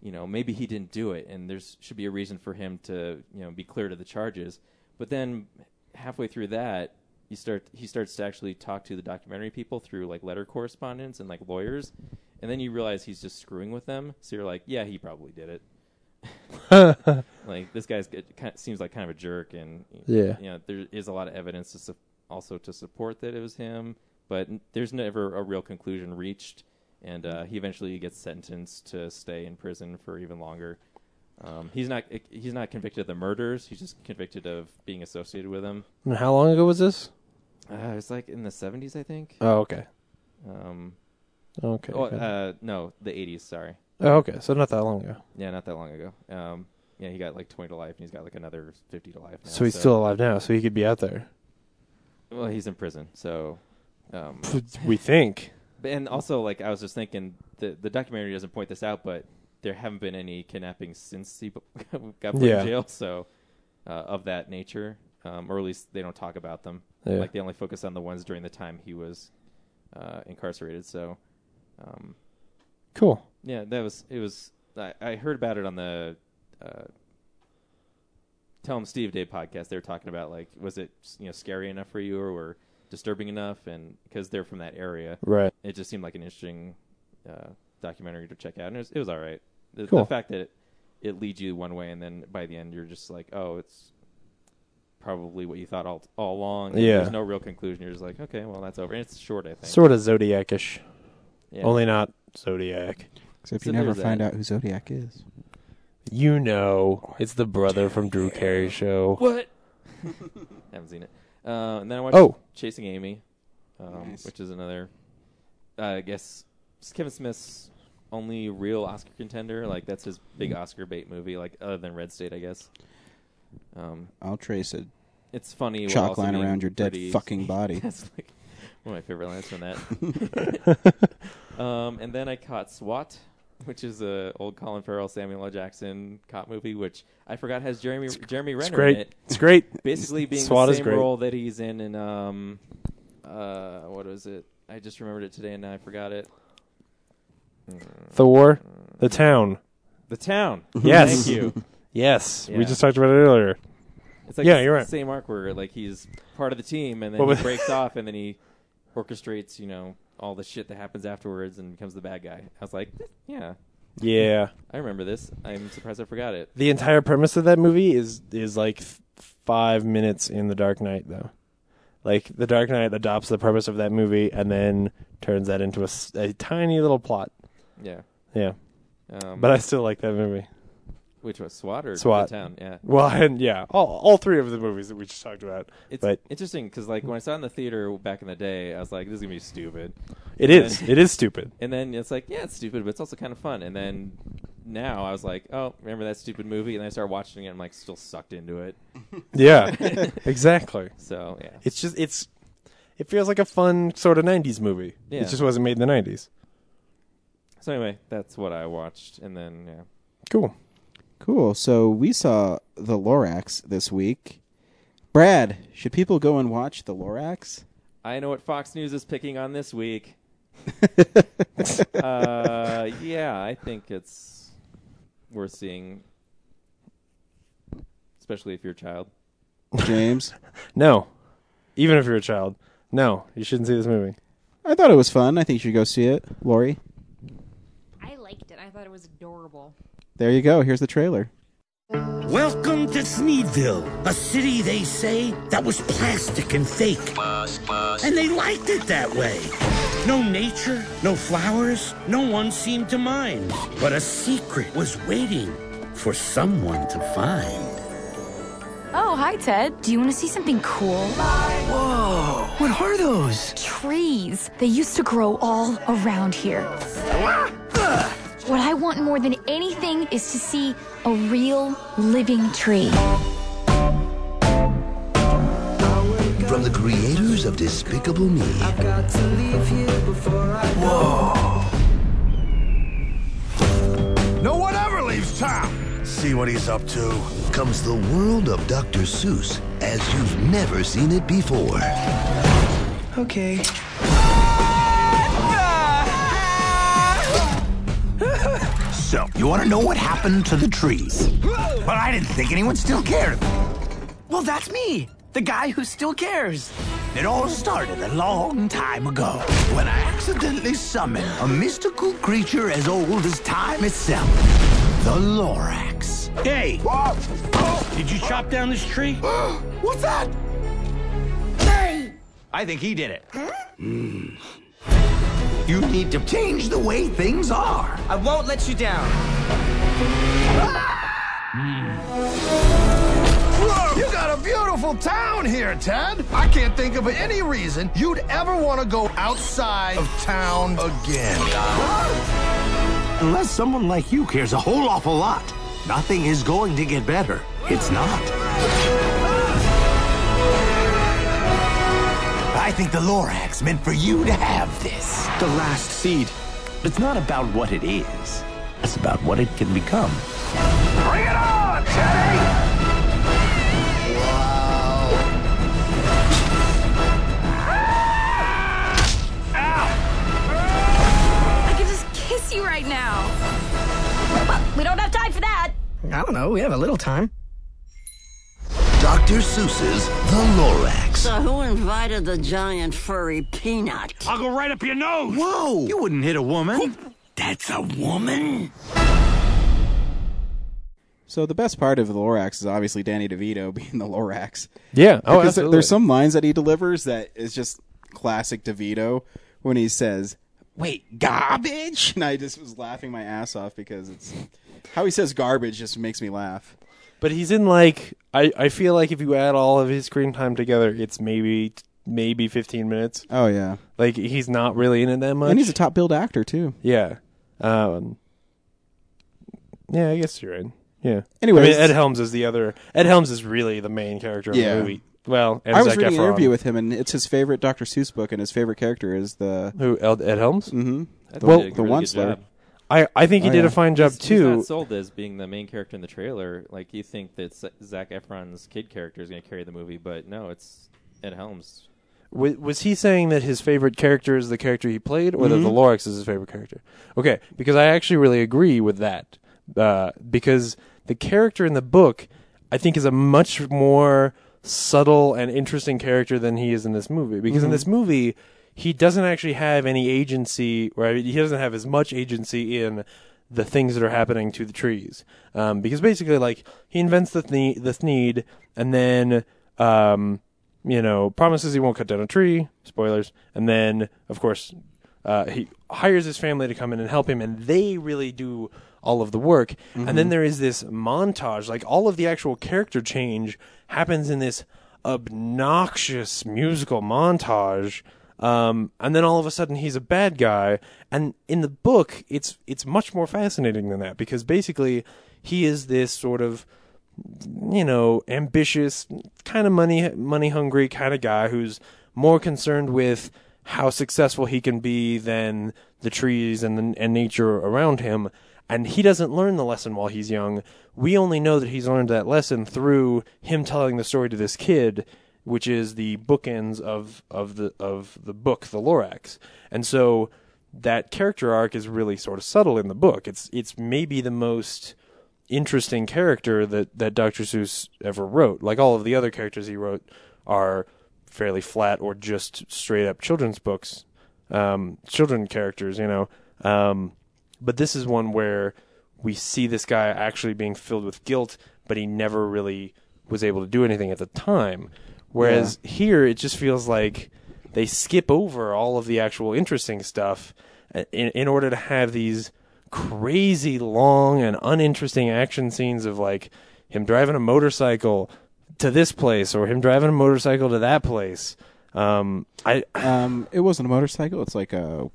Speaker 3: you know maybe he didn't do it, and there's should be a reason for him to you know be cleared of the charges. But then halfway through that. You start. He starts to actually talk to the documentary people through like letter correspondence and like lawyers, and then you realize he's just screwing with them. So you're like, yeah, he probably did it. like this guy's it kind of, seems like kind of a jerk, and
Speaker 2: Yeah.
Speaker 3: you know there is a lot of evidence to su- also to support that it was him, but n- there's never a real conclusion reached, and uh, he eventually gets sentenced to stay in prison for even longer. Um, he's not he's not convicted of the murders. He's just convicted of being associated with them.
Speaker 2: and how long ago was this?
Speaker 3: Uh, it's like in the 70s, I think.
Speaker 2: Oh, okay.
Speaker 3: Um,
Speaker 2: Okay.
Speaker 3: oh, uh, no, the 80s. Sorry.
Speaker 2: oh, okay. So not that long ago.
Speaker 3: Yeah, not that long ago. Um, yeah, he got like twenty to life, and he's got like another fifty to life. Now,
Speaker 2: so he's still alive now, so he could be out there.
Speaker 3: well, he's in prison. So, um,
Speaker 2: we think.
Speaker 3: but- and also like I was just thinking, the the documentary doesn't point this out, but there haven't been any kidnappings since he got put
Speaker 2: Yeah.
Speaker 3: in jail. So, uh, of that nature, um, or at least they don't talk about them.
Speaker 2: Yeah.
Speaker 3: Like they only focus on the ones during the time he was uh, incarcerated. So, um,
Speaker 2: Cool.
Speaker 3: Yeah, that was it. Was I, I heard about it on the uh, Tell 'em Steve Day podcast? They were talking about like, was it you know scary enough for you or, were disturbing enough? And because they're from that area,
Speaker 2: Right.
Speaker 3: it just seemed like an interesting uh, documentary to check out, and it was, it was all right. The,
Speaker 2: Cool.
Speaker 3: the fact that it, it leads you one way, and then by the end you're just like, oh, it's probably what you thought all all along. and
Speaker 2: Yeah.
Speaker 3: there's no real conclusion. You're just like, okay, well that's over, and it's short, I think.
Speaker 2: Sort of Zodiac-ish.
Speaker 3: Yeah.
Speaker 2: Only not Zodiac.
Speaker 1: Except
Speaker 3: so
Speaker 1: you never
Speaker 3: there's
Speaker 1: find
Speaker 3: that.
Speaker 1: out who Zodiac is.
Speaker 2: You know, it's the brother from Drew Carey show.
Speaker 3: What? Haven't seen it. Uh, and then I watched
Speaker 2: Oh.
Speaker 3: Chasing Amy, um,
Speaker 1: Nice.
Speaker 3: which is another, uh, I guess, it's Kevin Smith's only real Oscar contender. Like that's his big Oscar bait movie. Like other than Red State, I guess. Um,
Speaker 1: I'll trace a
Speaker 3: it's funny. while
Speaker 1: chalk
Speaker 3: also
Speaker 1: line
Speaker 3: being
Speaker 1: around your dead
Speaker 3: pretty-
Speaker 1: fucking body.
Speaker 3: that's like one of my favorite lines from that. um, and then I caught SWAT, which is a old Colin Farrell, Samuel L. Jackson cop movie, which I forgot has Jeremy Jeremy Renner
Speaker 2: It's great.
Speaker 3: in it
Speaker 2: It's great.
Speaker 3: basically being
Speaker 2: SWAT
Speaker 3: the
Speaker 2: is
Speaker 3: same
Speaker 2: great.
Speaker 3: role that he's in in um uh what was it? I just remembered it today and now I forgot it.
Speaker 2: The war. The town.
Speaker 3: The town.
Speaker 2: Mm-hmm. Yes.
Speaker 3: Thank you.
Speaker 2: Yes.
Speaker 3: Yeah.
Speaker 2: We just talked about it earlier.
Speaker 3: It's like
Speaker 2: Yeah,
Speaker 3: the
Speaker 2: you're right.
Speaker 3: same arc where like he's part of the team and then
Speaker 2: What
Speaker 3: he
Speaker 2: was-
Speaker 3: breaks off and then he orchestrates, you know, all the shit that happens afterwards and becomes the bad guy. I was like, yeah,
Speaker 2: Yeah.
Speaker 3: I remember this. I'm surprised I forgot it.
Speaker 2: The entire premise of that movie is is like f- five minutes in The Dark Knight, though. Like The Dark Knight adopts the premise of that movie and then turns that into a, s- a tiny little plot.
Speaker 3: Yeah.
Speaker 2: Yeah,
Speaker 3: Um,
Speaker 2: but I still like that movie.
Speaker 3: which was SWAT or
Speaker 2: SWAT.
Speaker 3: The town? Yeah.
Speaker 2: Well, and yeah, all all three of the movies that we just talked about.
Speaker 3: It's
Speaker 2: but
Speaker 3: interesting because like when I saw it in the theater back in the day, I was like, this is gonna be stupid.
Speaker 2: it is it is stupid.
Speaker 3: And then it's like, yeah, it's stupid, but it's also kind of fun. And then now, I was like, oh, remember that stupid movie? And I started watching it. and I'm like, still sucked into it.
Speaker 2: Yeah, exactly.
Speaker 3: So yeah,
Speaker 2: It's just it's it feels like a fun sort of '90s movie.
Speaker 3: Yeah.
Speaker 2: It just wasn't made in the '90s.
Speaker 3: So anyway, that's what I watched, and then yeah,
Speaker 2: Cool.
Speaker 1: Cool. So we saw the Lorax this week. Brad, should people go and watch the Lorax?
Speaker 3: I know what Fox News is picking on this week. uh, yeah, I think it's worth seeing, especially if you're a child.
Speaker 1: James,
Speaker 2: No, even if you're a child, no, you shouldn't see this movie.
Speaker 1: I thought it was fun. I think you should go see it. Lori,
Speaker 4: I liked it. I thought it was adorable.
Speaker 1: there you go. Here's the trailer.
Speaker 5: Welcome to Sneedville, a city they say that was plastic and fake. And they liked it that way. No nature, no flowers, no one seemed to mind. But a secret was waiting for someone to find.
Speaker 6: Oh, hi, Ted. Do you want to see something cool?
Speaker 5: Whoa, what are those?
Speaker 6: Trees. They used to grow all around here. What I want more than anything is to see a real living tree.
Speaker 7: From the creators of Despicable Me. Whoa. No one ever leaves town. See what he's up to. Comes the world of Dr. Seuss as you've never seen it before.
Speaker 8: Okay.
Speaker 7: So, you want to know what happened to the trees? But I didn't think anyone still cared.
Speaker 8: Well, that's me, the guy who still cares.
Speaker 7: It all started a long time ago when I accidentally summoned a mystical creature as old as time itself the Lorax.
Speaker 5: Hey, did you chop down this tree?
Speaker 7: What's that?
Speaker 5: I think he did it.
Speaker 7: Hmm. You need to change the way things are.
Speaker 8: I won't let you down.
Speaker 7: Hmm. Whoa, you got a beautiful town here, Ted. I can't think of any reason you'd ever want to go outside of town again. Unless someone like you cares a whole awful lot. Nothing is going to get better. It's not. I think the Lorax meant for you to have this.
Speaker 9: The last seed. It's not about what it is. It's about what it can become.
Speaker 7: Bring it on, Teddy! Wow.
Speaker 6: I could just kiss you right now. Well, we don't have time for that.
Speaker 8: I don't know, we have a little time.
Speaker 7: Dr. Seuss's The Lorax.
Speaker 10: So who invited the giant furry peanut?
Speaker 5: I'll go right up your nose.
Speaker 7: Whoa!
Speaker 9: You wouldn't hit a woman.
Speaker 7: That's a woman?
Speaker 1: So the best part of the Lorax is obviously Danny DeVito being the Lorax.
Speaker 2: Yeah. Oh,
Speaker 1: Because there-
Speaker 2: absolutely.
Speaker 1: there's some lines that he delivers that is just classic DeVito when he says, "Wait, garbage," and I just was laughing my ass off because it's how he says "garbage" just makes me laugh.
Speaker 2: But he's in like I, I feel like if you add all of his screen time together, it's maybe maybe 15 minutes.
Speaker 1: Oh yeah,
Speaker 2: Like he's not really in it that much.
Speaker 1: and he's a top billed actor too.
Speaker 2: yeah. Um. Yeah, I guess you're right. Yeah.
Speaker 1: Anyways.
Speaker 2: I mean, Ed Helms is the other. Ed Helms is really the main character of
Speaker 1: Yeah.
Speaker 2: the movie. Well, and
Speaker 1: I was
Speaker 2: Zac
Speaker 1: reading
Speaker 2: Efron.
Speaker 1: an interview with him, and it's his favorite Dr. Seuss book, and his favorite character is the
Speaker 2: who Ed, Ed Helms.
Speaker 3: I think
Speaker 1: Well,
Speaker 3: he did a
Speaker 1: the
Speaker 3: really
Speaker 1: one
Speaker 3: good
Speaker 1: slur.
Speaker 3: job.
Speaker 2: I I think
Speaker 1: Mm-hmm.
Speaker 2: he
Speaker 1: Oh,
Speaker 2: did
Speaker 1: yeah.
Speaker 2: a fine job
Speaker 3: He's- he's
Speaker 2: too.
Speaker 3: not sold as being the main character in the trailer. Like you think that Zach Efron's kid character is going to carry the movie, but no, it's Ed Helms.
Speaker 2: Was, was he saying that his favorite character is the character he played, or that the Lorax is his favorite character? Okay, because I actually really agree with that. Uh, because the character in the book, I think, is a much more subtle and interesting character than he is in this movie. Because in this movie, he doesn't actually have any agency, or I mean, he doesn't have as much agency in the things that are happening to the trees. Um, because basically, like he invents the thne- the Sneed, and then um, you know promises he won't cut down a tree. Spoilers, and then of course uh, he hires his family to come in and help him, and they really do all of the work. And then there is this montage, like all of the actual character change happens in this obnoxious musical montage Um, and then all of a sudden he's a bad guy. And in the book, it's it's much more fascinating than that because basically he is this sort of you know ambitious kind of money money hungry kind of guy who's more concerned with how successful he can be than the trees and the, and nature around him and he doesn't learn the lesson while he's young we only know that he's learned that lesson through him telling the story to this kid which is the bookends of of the of the book the Lorax and so that character arc is really sort of subtle in the book it's it's maybe the most interesting character that that Dr. Seuss ever wrote. Like all of the other characters he wrote are fairly flat or just straight up children's books, um, children characters, you know. Um, but this is one where we see this guy actually being filled with guilt, but he never really was able to do anything at the time. Whereas here, it just feels like they skip over all of the actual interesting stuff uh, in, in order to have these crazy long and uninteresting action scenes of like him driving a motorcycle to this place or him driving a motorcycle to that place. Um, I
Speaker 1: um, it wasn't a motorcycle. It's like a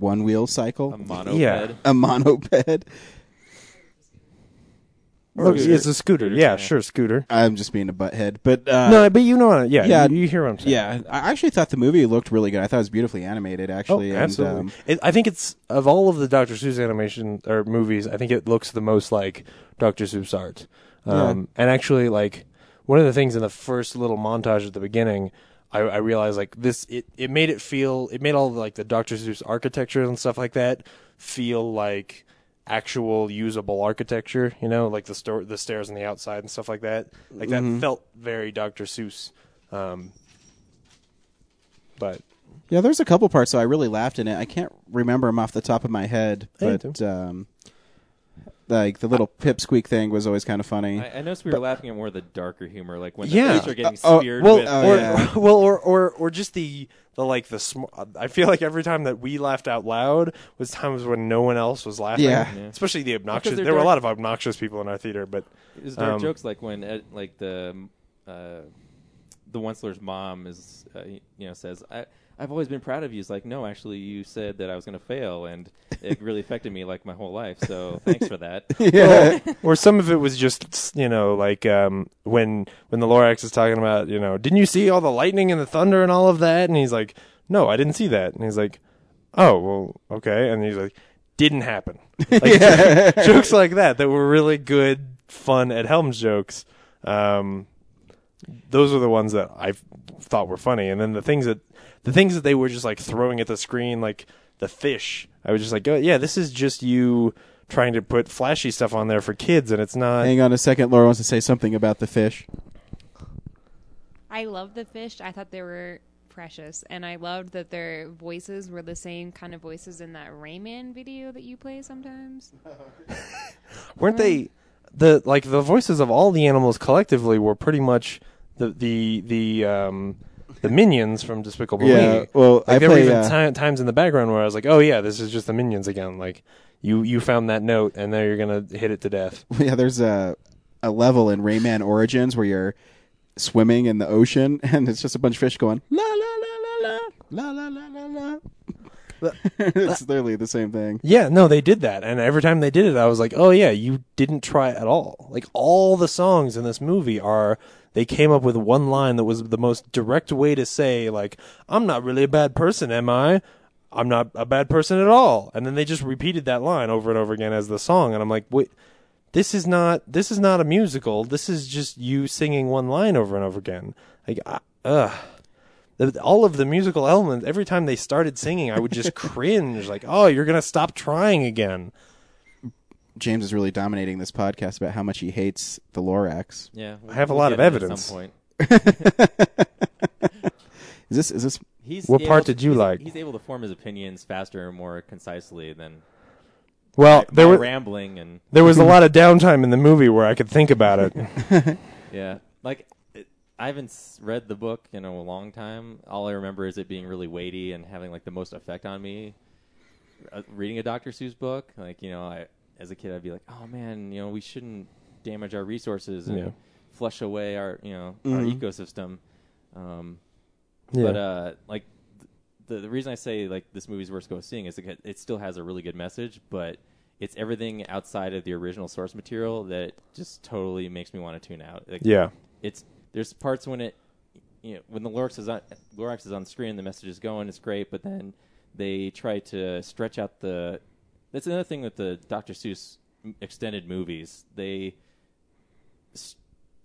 Speaker 1: one wheel cycle. A
Speaker 3: monoped.
Speaker 2: Yeah.
Speaker 1: A monoped.
Speaker 2: Or it's a scooter. Yeah, sure, scooter.
Speaker 1: I'm just being a butthead, but uh,
Speaker 2: no, but you know what? Yeah,
Speaker 1: yeah.
Speaker 2: yeah, you, you hear what I'm saying.
Speaker 1: yeah, I actually thought the movie looked really good. I thought it was beautifully animated,
Speaker 2: Oh,
Speaker 1: actually. and,
Speaker 2: absolutely.
Speaker 1: um,
Speaker 2: it, I think it's of all of the Doctor Seuss animation or movies, I think it looks the most like Doctor Seuss art. Um, And actually, like one of the things in the first little montage at the beginning, I, I realized like this. It, it made it feel. It made all like the Doctor Seuss architecture and stuff like that feel like actual usable architecture. You know, like the store, the stairs on the outside and stuff like that. Like
Speaker 1: Mm-hmm.
Speaker 2: that felt very Doctor Seuss. Um, but
Speaker 1: Yeah, there's a couple parts that I really laughed in it. I can't remember them off the top of my head,
Speaker 2: Hey,
Speaker 1: but um, like the little pipsqueak thing was always kind of funny.
Speaker 3: I, I noticed we were laughing at more of the darker humor, like when
Speaker 2: Yeah.
Speaker 3: the police are getting
Speaker 1: Uh, oh,
Speaker 3: speared
Speaker 2: well,
Speaker 3: with.
Speaker 1: Oh,
Speaker 2: or,
Speaker 1: yeah.
Speaker 2: well, or or or just the the like the sm- I feel like every time that we laughed out loud was times when no one else was laughing.
Speaker 1: Yeah. Yeah.
Speaker 2: especially the obnoxious.
Speaker 3: Because
Speaker 2: There
Speaker 3: they're
Speaker 2: were a
Speaker 3: dark.
Speaker 2: lot of obnoxious people in our theater, but
Speaker 3: Is there
Speaker 2: Um,
Speaker 3: jokes like when Ed, like the uh, the Wentzler's mom is uh, y- you know says I I've always been proud of you. It's like no, actually, you said that I was going to fail, and it really affected me like my whole life. So thanks for that.
Speaker 2: or some of it was just you know like um, when when the Lorax is talking about you know didn't you see all the lightning and the thunder and all of that and he's like no I didn't see that and he's like oh well okay and he's like didn't happen like, jokes like that that were really good fun at Helms jokes um, those are the ones that I thought were funny and then the things that the things that they were just like throwing at the screen like the fish I was just like oh yeah this is just you trying to put flashy stuff on there for kids and it's not
Speaker 1: Hang on a second, Laura wants to say something about the fish.
Speaker 4: I love the fish. I thought they were precious, and I loved that their voices were the same kind of voices in that Rayman video that you play sometimes.
Speaker 2: weren't they the like the voices of all the animals collectively were pretty much the the the um the minions from Despicable
Speaker 1: Yeah,
Speaker 2: Me.
Speaker 1: well,
Speaker 2: like,
Speaker 1: I
Speaker 2: there
Speaker 1: play,
Speaker 2: were even
Speaker 1: uh,
Speaker 2: ti- times in the background where I was like, "Oh yeah, this is just the minions again." Like you you found that note and now you're gonna hit it to death.
Speaker 1: Yeah, there's a a level in Rayman Origins where you're swimming in the ocean and it's just a bunch of fish going la la la la la la la la la. it's literally the same thing.
Speaker 2: Yeah, no, they did that, and every time they did it, I was like, "Oh yeah, you didn't try at all." Like all the songs in this movie are they came up with one line that was the most direct way to say like, "I'm not really a bad person, am I? I'm not a bad person at all." And then they just repeated that line over and over again as the song, and I'm like, "Wait, this is not this is not a musical. This is just you singing one line over and over again." Like, I, uh, ugh. The- all of the musical elements every time they started singing i would just cringe like oh you're gonna stop trying again
Speaker 1: James is really dominating this podcast about how much he hates the Lorax.
Speaker 3: Yeah,
Speaker 2: I have a lot
Speaker 3: we'll get
Speaker 2: of
Speaker 3: it at
Speaker 2: evidence.
Speaker 3: some point.
Speaker 1: Is this is this
Speaker 3: He's
Speaker 2: What
Speaker 3: able
Speaker 2: part
Speaker 3: to-
Speaker 2: did you
Speaker 3: he's-
Speaker 2: like?
Speaker 3: He's able to form his opinions faster and more concisely than
Speaker 2: well there
Speaker 3: my
Speaker 2: was
Speaker 3: rambling and
Speaker 2: there was a lot of downtime in the movie where i could think about it
Speaker 3: Yeah, like it, I haven't s- read the book in a long time. All I remember is it being really weighty and having like the most effect on me. Uh, reading a Dr. Seuss book, like you know, I as a kid I'd be like, oh man, you know, we shouldn't damage our resources and
Speaker 2: Yeah. Mm-hmm.
Speaker 3: flush away our you know our ecosystem. Um,
Speaker 2: Yeah.
Speaker 3: But uh, like th- the, the reason I say like this movie's worth go seeing is it, it still has a really good message, but it's everything outside of the original source material that just totally makes me want to tune out. Like,
Speaker 2: Yeah.
Speaker 3: it's there's parts when it, you know, when the Lorax is on Lorax is on screen, the message is going, it's great, but then they try to stretch out the. That's another thing with the Dr. Seuss extended movies. They s-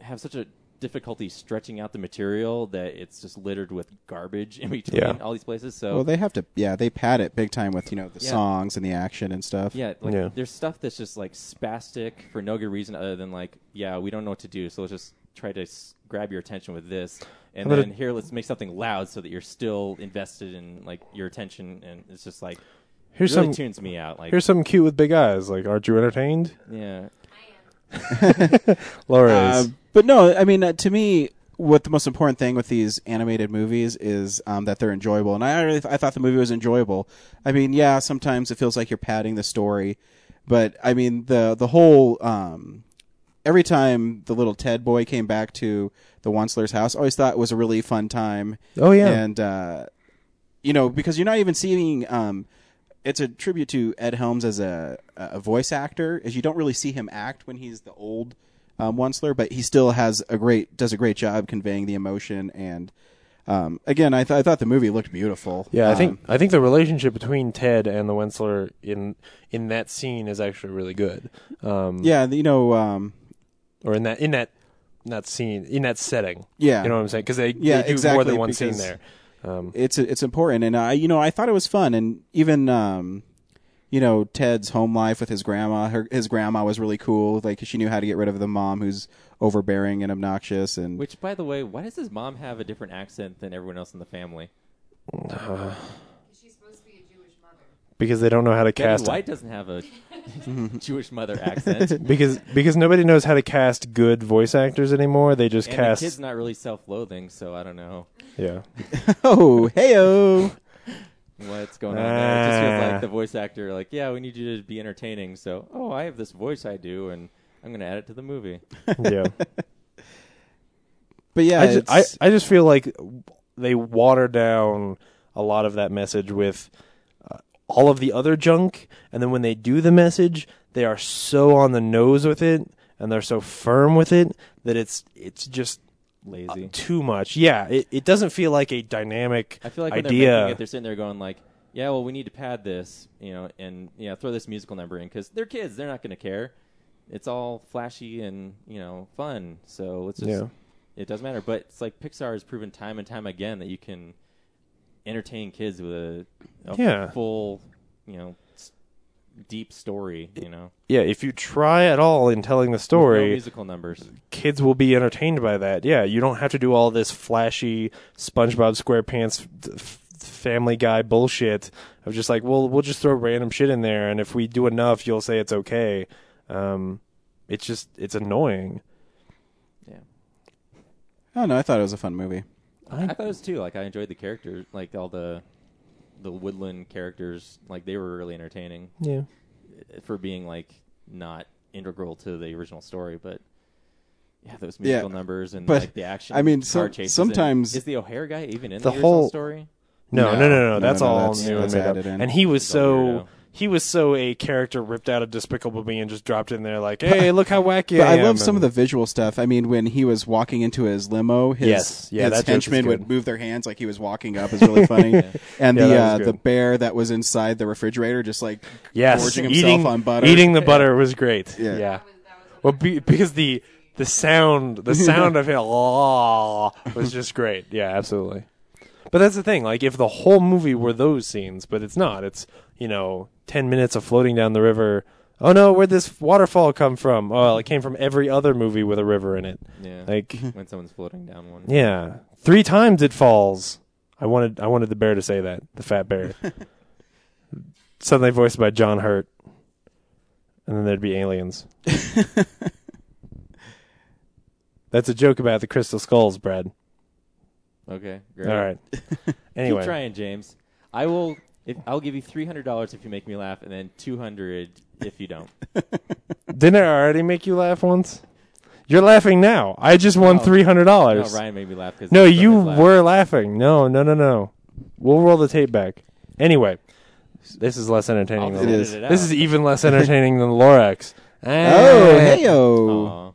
Speaker 3: have such a difficulty stretching out the material that it's just littered with garbage in between
Speaker 1: Yeah.
Speaker 3: all these places. So
Speaker 1: well, oh, they have to. Yeah, they pad it big time with you know the
Speaker 3: Yeah.
Speaker 1: songs and the action and stuff.
Speaker 3: yeah, like there's stuff that's just like spastic for no good reason other than like, yeah, we don't know what to do, so let's just try to s- grab your attention with this, and
Speaker 2: How about
Speaker 3: then here let's make something loud so that you're still invested in like your attention, and it's just like
Speaker 2: Here's
Speaker 3: really
Speaker 2: some
Speaker 3: tunes me out. Like
Speaker 2: here's something cute with big eyes. Like, aren't you entertained?
Speaker 3: yeah,
Speaker 2: Laura
Speaker 1: Uh,
Speaker 2: is.
Speaker 1: but no, I mean, uh, to me, what the most important thing with these animated movies is um, that they're enjoyable, and I I really I thought the movie was enjoyable. I mean, yeah, sometimes it feels like you're padding the story, but I mean the the whole. Um, Every time the little Ted boy came back to the Onceler's house, I always thought it was a really fun time.
Speaker 2: Oh, yeah.
Speaker 1: and uh, you know because you're not even seeing um it's a tribute to Ed Helms as a a voice actor is you don't really see him act when he's the old um Onceler but he still has a great does a great job conveying the emotion and um again I, th- I thought the movie looked beautiful
Speaker 2: Yeah, I
Speaker 1: Um,
Speaker 2: think I think the relationship between Ted and the Wensler in in that scene is actually really good. Um,
Speaker 1: yeah you know um
Speaker 2: or in that in that in that scene in that setting.
Speaker 1: Yeah.
Speaker 2: you know what I'm saying? Because they,
Speaker 1: Yeah,
Speaker 2: they do more
Speaker 1: exactly,
Speaker 2: than one scene
Speaker 1: because-
Speaker 2: there. Um,
Speaker 1: it's it's important and I you know I thought it was fun and even um you know Ted's home life with his grandma her his grandma was really cool like she knew how to get rid of the mom who's overbearing and obnoxious and
Speaker 3: Which, by the way, why does his mom have a different accent than everyone else in the family?
Speaker 2: because they don't know how to
Speaker 3: Betty
Speaker 2: cast
Speaker 3: White doesn't have a Jewish mother accent.
Speaker 2: because because nobody knows how to cast good voice actors anymore. They just
Speaker 3: and
Speaker 2: cast
Speaker 3: the kid's not really self-loathing, so I don't know
Speaker 2: yeah.
Speaker 1: oh heyo
Speaker 3: what's going on there. It just feels
Speaker 2: Ah.
Speaker 3: like the voice actor, like, yeah, we need you to be entertaining. So, oh, I have this voice I do, and I'm going to add it to the movie.
Speaker 2: yeah.
Speaker 1: but yeah
Speaker 2: I just, I,
Speaker 1: it's-
Speaker 2: I just feel like they water down a lot of that message with uh, all of the other junk, and then when they do the message, they are so on the nose with it, and they're so firm with it that it's it's just uh,
Speaker 3: Lazy.
Speaker 2: too much. Yeah, it, it doesn't feel like a dynamic
Speaker 3: I feel like when
Speaker 2: idea.
Speaker 3: they're making it, they're sitting there going like, yeah, well, we need to pad this, you know, and yeah, throw this musical number in because they're kids; they're not going to care. It's all flashy and you know fun, so let's just.
Speaker 2: Yeah.
Speaker 3: It doesn't matter, but it's like Pixar has proven time and time again that you can entertain kids with a, a
Speaker 2: Yeah.
Speaker 3: full, you know, s- deep story. You know,
Speaker 2: yeah, if you try at all in telling the
Speaker 3: With no
Speaker 2: story,
Speaker 3: musical numbers.
Speaker 2: kids will be entertained by that. Yeah, you don't have to do all this flashy SpongeBob SquarePants f- Family Guy bullshit of just like, well, we'll just throw random shit in there, and if we do enough, you'll say it's okay. Um, it's just it's annoying.
Speaker 1: I don't know. Oh, I thought it was a fun movie.
Speaker 3: I thought it was too. Like I enjoyed the characters, like all the the woodland characters. Like they were really entertaining.
Speaker 2: Yeah.
Speaker 3: for being like not integral to the original story, but yeah, those musical numbers and
Speaker 1: but,
Speaker 3: like the action.
Speaker 1: I mean,
Speaker 3: car
Speaker 1: so-
Speaker 3: chases and-
Speaker 1: sometimes-
Speaker 3: is the O'Hare guy even in
Speaker 2: The
Speaker 3: the, original
Speaker 2: whole-
Speaker 3: story?
Speaker 2: No, no,
Speaker 1: No.
Speaker 2: no, no,
Speaker 1: No,
Speaker 2: That's
Speaker 1: no,
Speaker 2: all
Speaker 1: that's-
Speaker 2: new and
Speaker 1: that's
Speaker 2: made up.
Speaker 1: added in.
Speaker 2: And he was
Speaker 3: He's a
Speaker 2: so
Speaker 3: weirdo.
Speaker 2: he was so a character ripped out of Despicable Me and just dropped in there like, hey, look how wacky
Speaker 1: But I
Speaker 2: am.
Speaker 1: love some of the
Speaker 2: and-
Speaker 1: visual stuff. I mean, when he was walking into his limo, his,
Speaker 2: Yes. Yeah, that
Speaker 1: his
Speaker 2: joke was
Speaker 1: henchmen
Speaker 2: good.
Speaker 1: would move their hands like he was walking up. is really funny. And the
Speaker 2: Yeah, that
Speaker 1: uh,
Speaker 2: was
Speaker 1: the
Speaker 2: good.
Speaker 1: bear that was inside the refrigerator, just like
Speaker 2: yes,
Speaker 1: gorging himself
Speaker 2: eating
Speaker 1: on butter.
Speaker 2: eating the butter was great.
Speaker 1: Yeah.
Speaker 2: yeah. Well, be, because the the sound the sound of it "Aw," was just great. Yeah, absolutely. But that's the thing. Like, if the whole movie were those scenes, but it's not. It's you know, ten minutes of floating down the river. Oh no, where'd this waterfall come from? Oh, it came from every other movie with a river in it.
Speaker 3: Yeah,
Speaker 2: Like,
Speaker 3: when someone's floating down one.
Speaker 2: yeah, three times it falls. I wanted I wanted the bear to say that. The fat bear. Suddenly voiced by John Hurt. And then there'd be aliens. That's a joke about the crystal skulls, Brad.
Speaker 3: Okay, great.
Speaker 2: All right. Anyway,
Speaker 3: keep trying, James. I will. If, I'll give you three hundred dollars if you make me laugh, and then two hundred if you don't.
Speaker 2: didn't I already make you laugh once? You're laughing now. I just won three hundred
Speaker 3: Oh. no,
Speaker 2: dollars.
Speaker 3: Ryan made me laugh because
Speaker 2: No, you were laughing. No, no, no, no. We'll roll the tape back. Anyway, this is less entertaining.
Speaker 1: I'll
Speaker 2: than
Speaker 1: edit it
Speaker 2: This
Speaker 1: out.
Speaker 2: is even less entertaining than Lorax. Oh,
Speaker 1: Oh, heyo.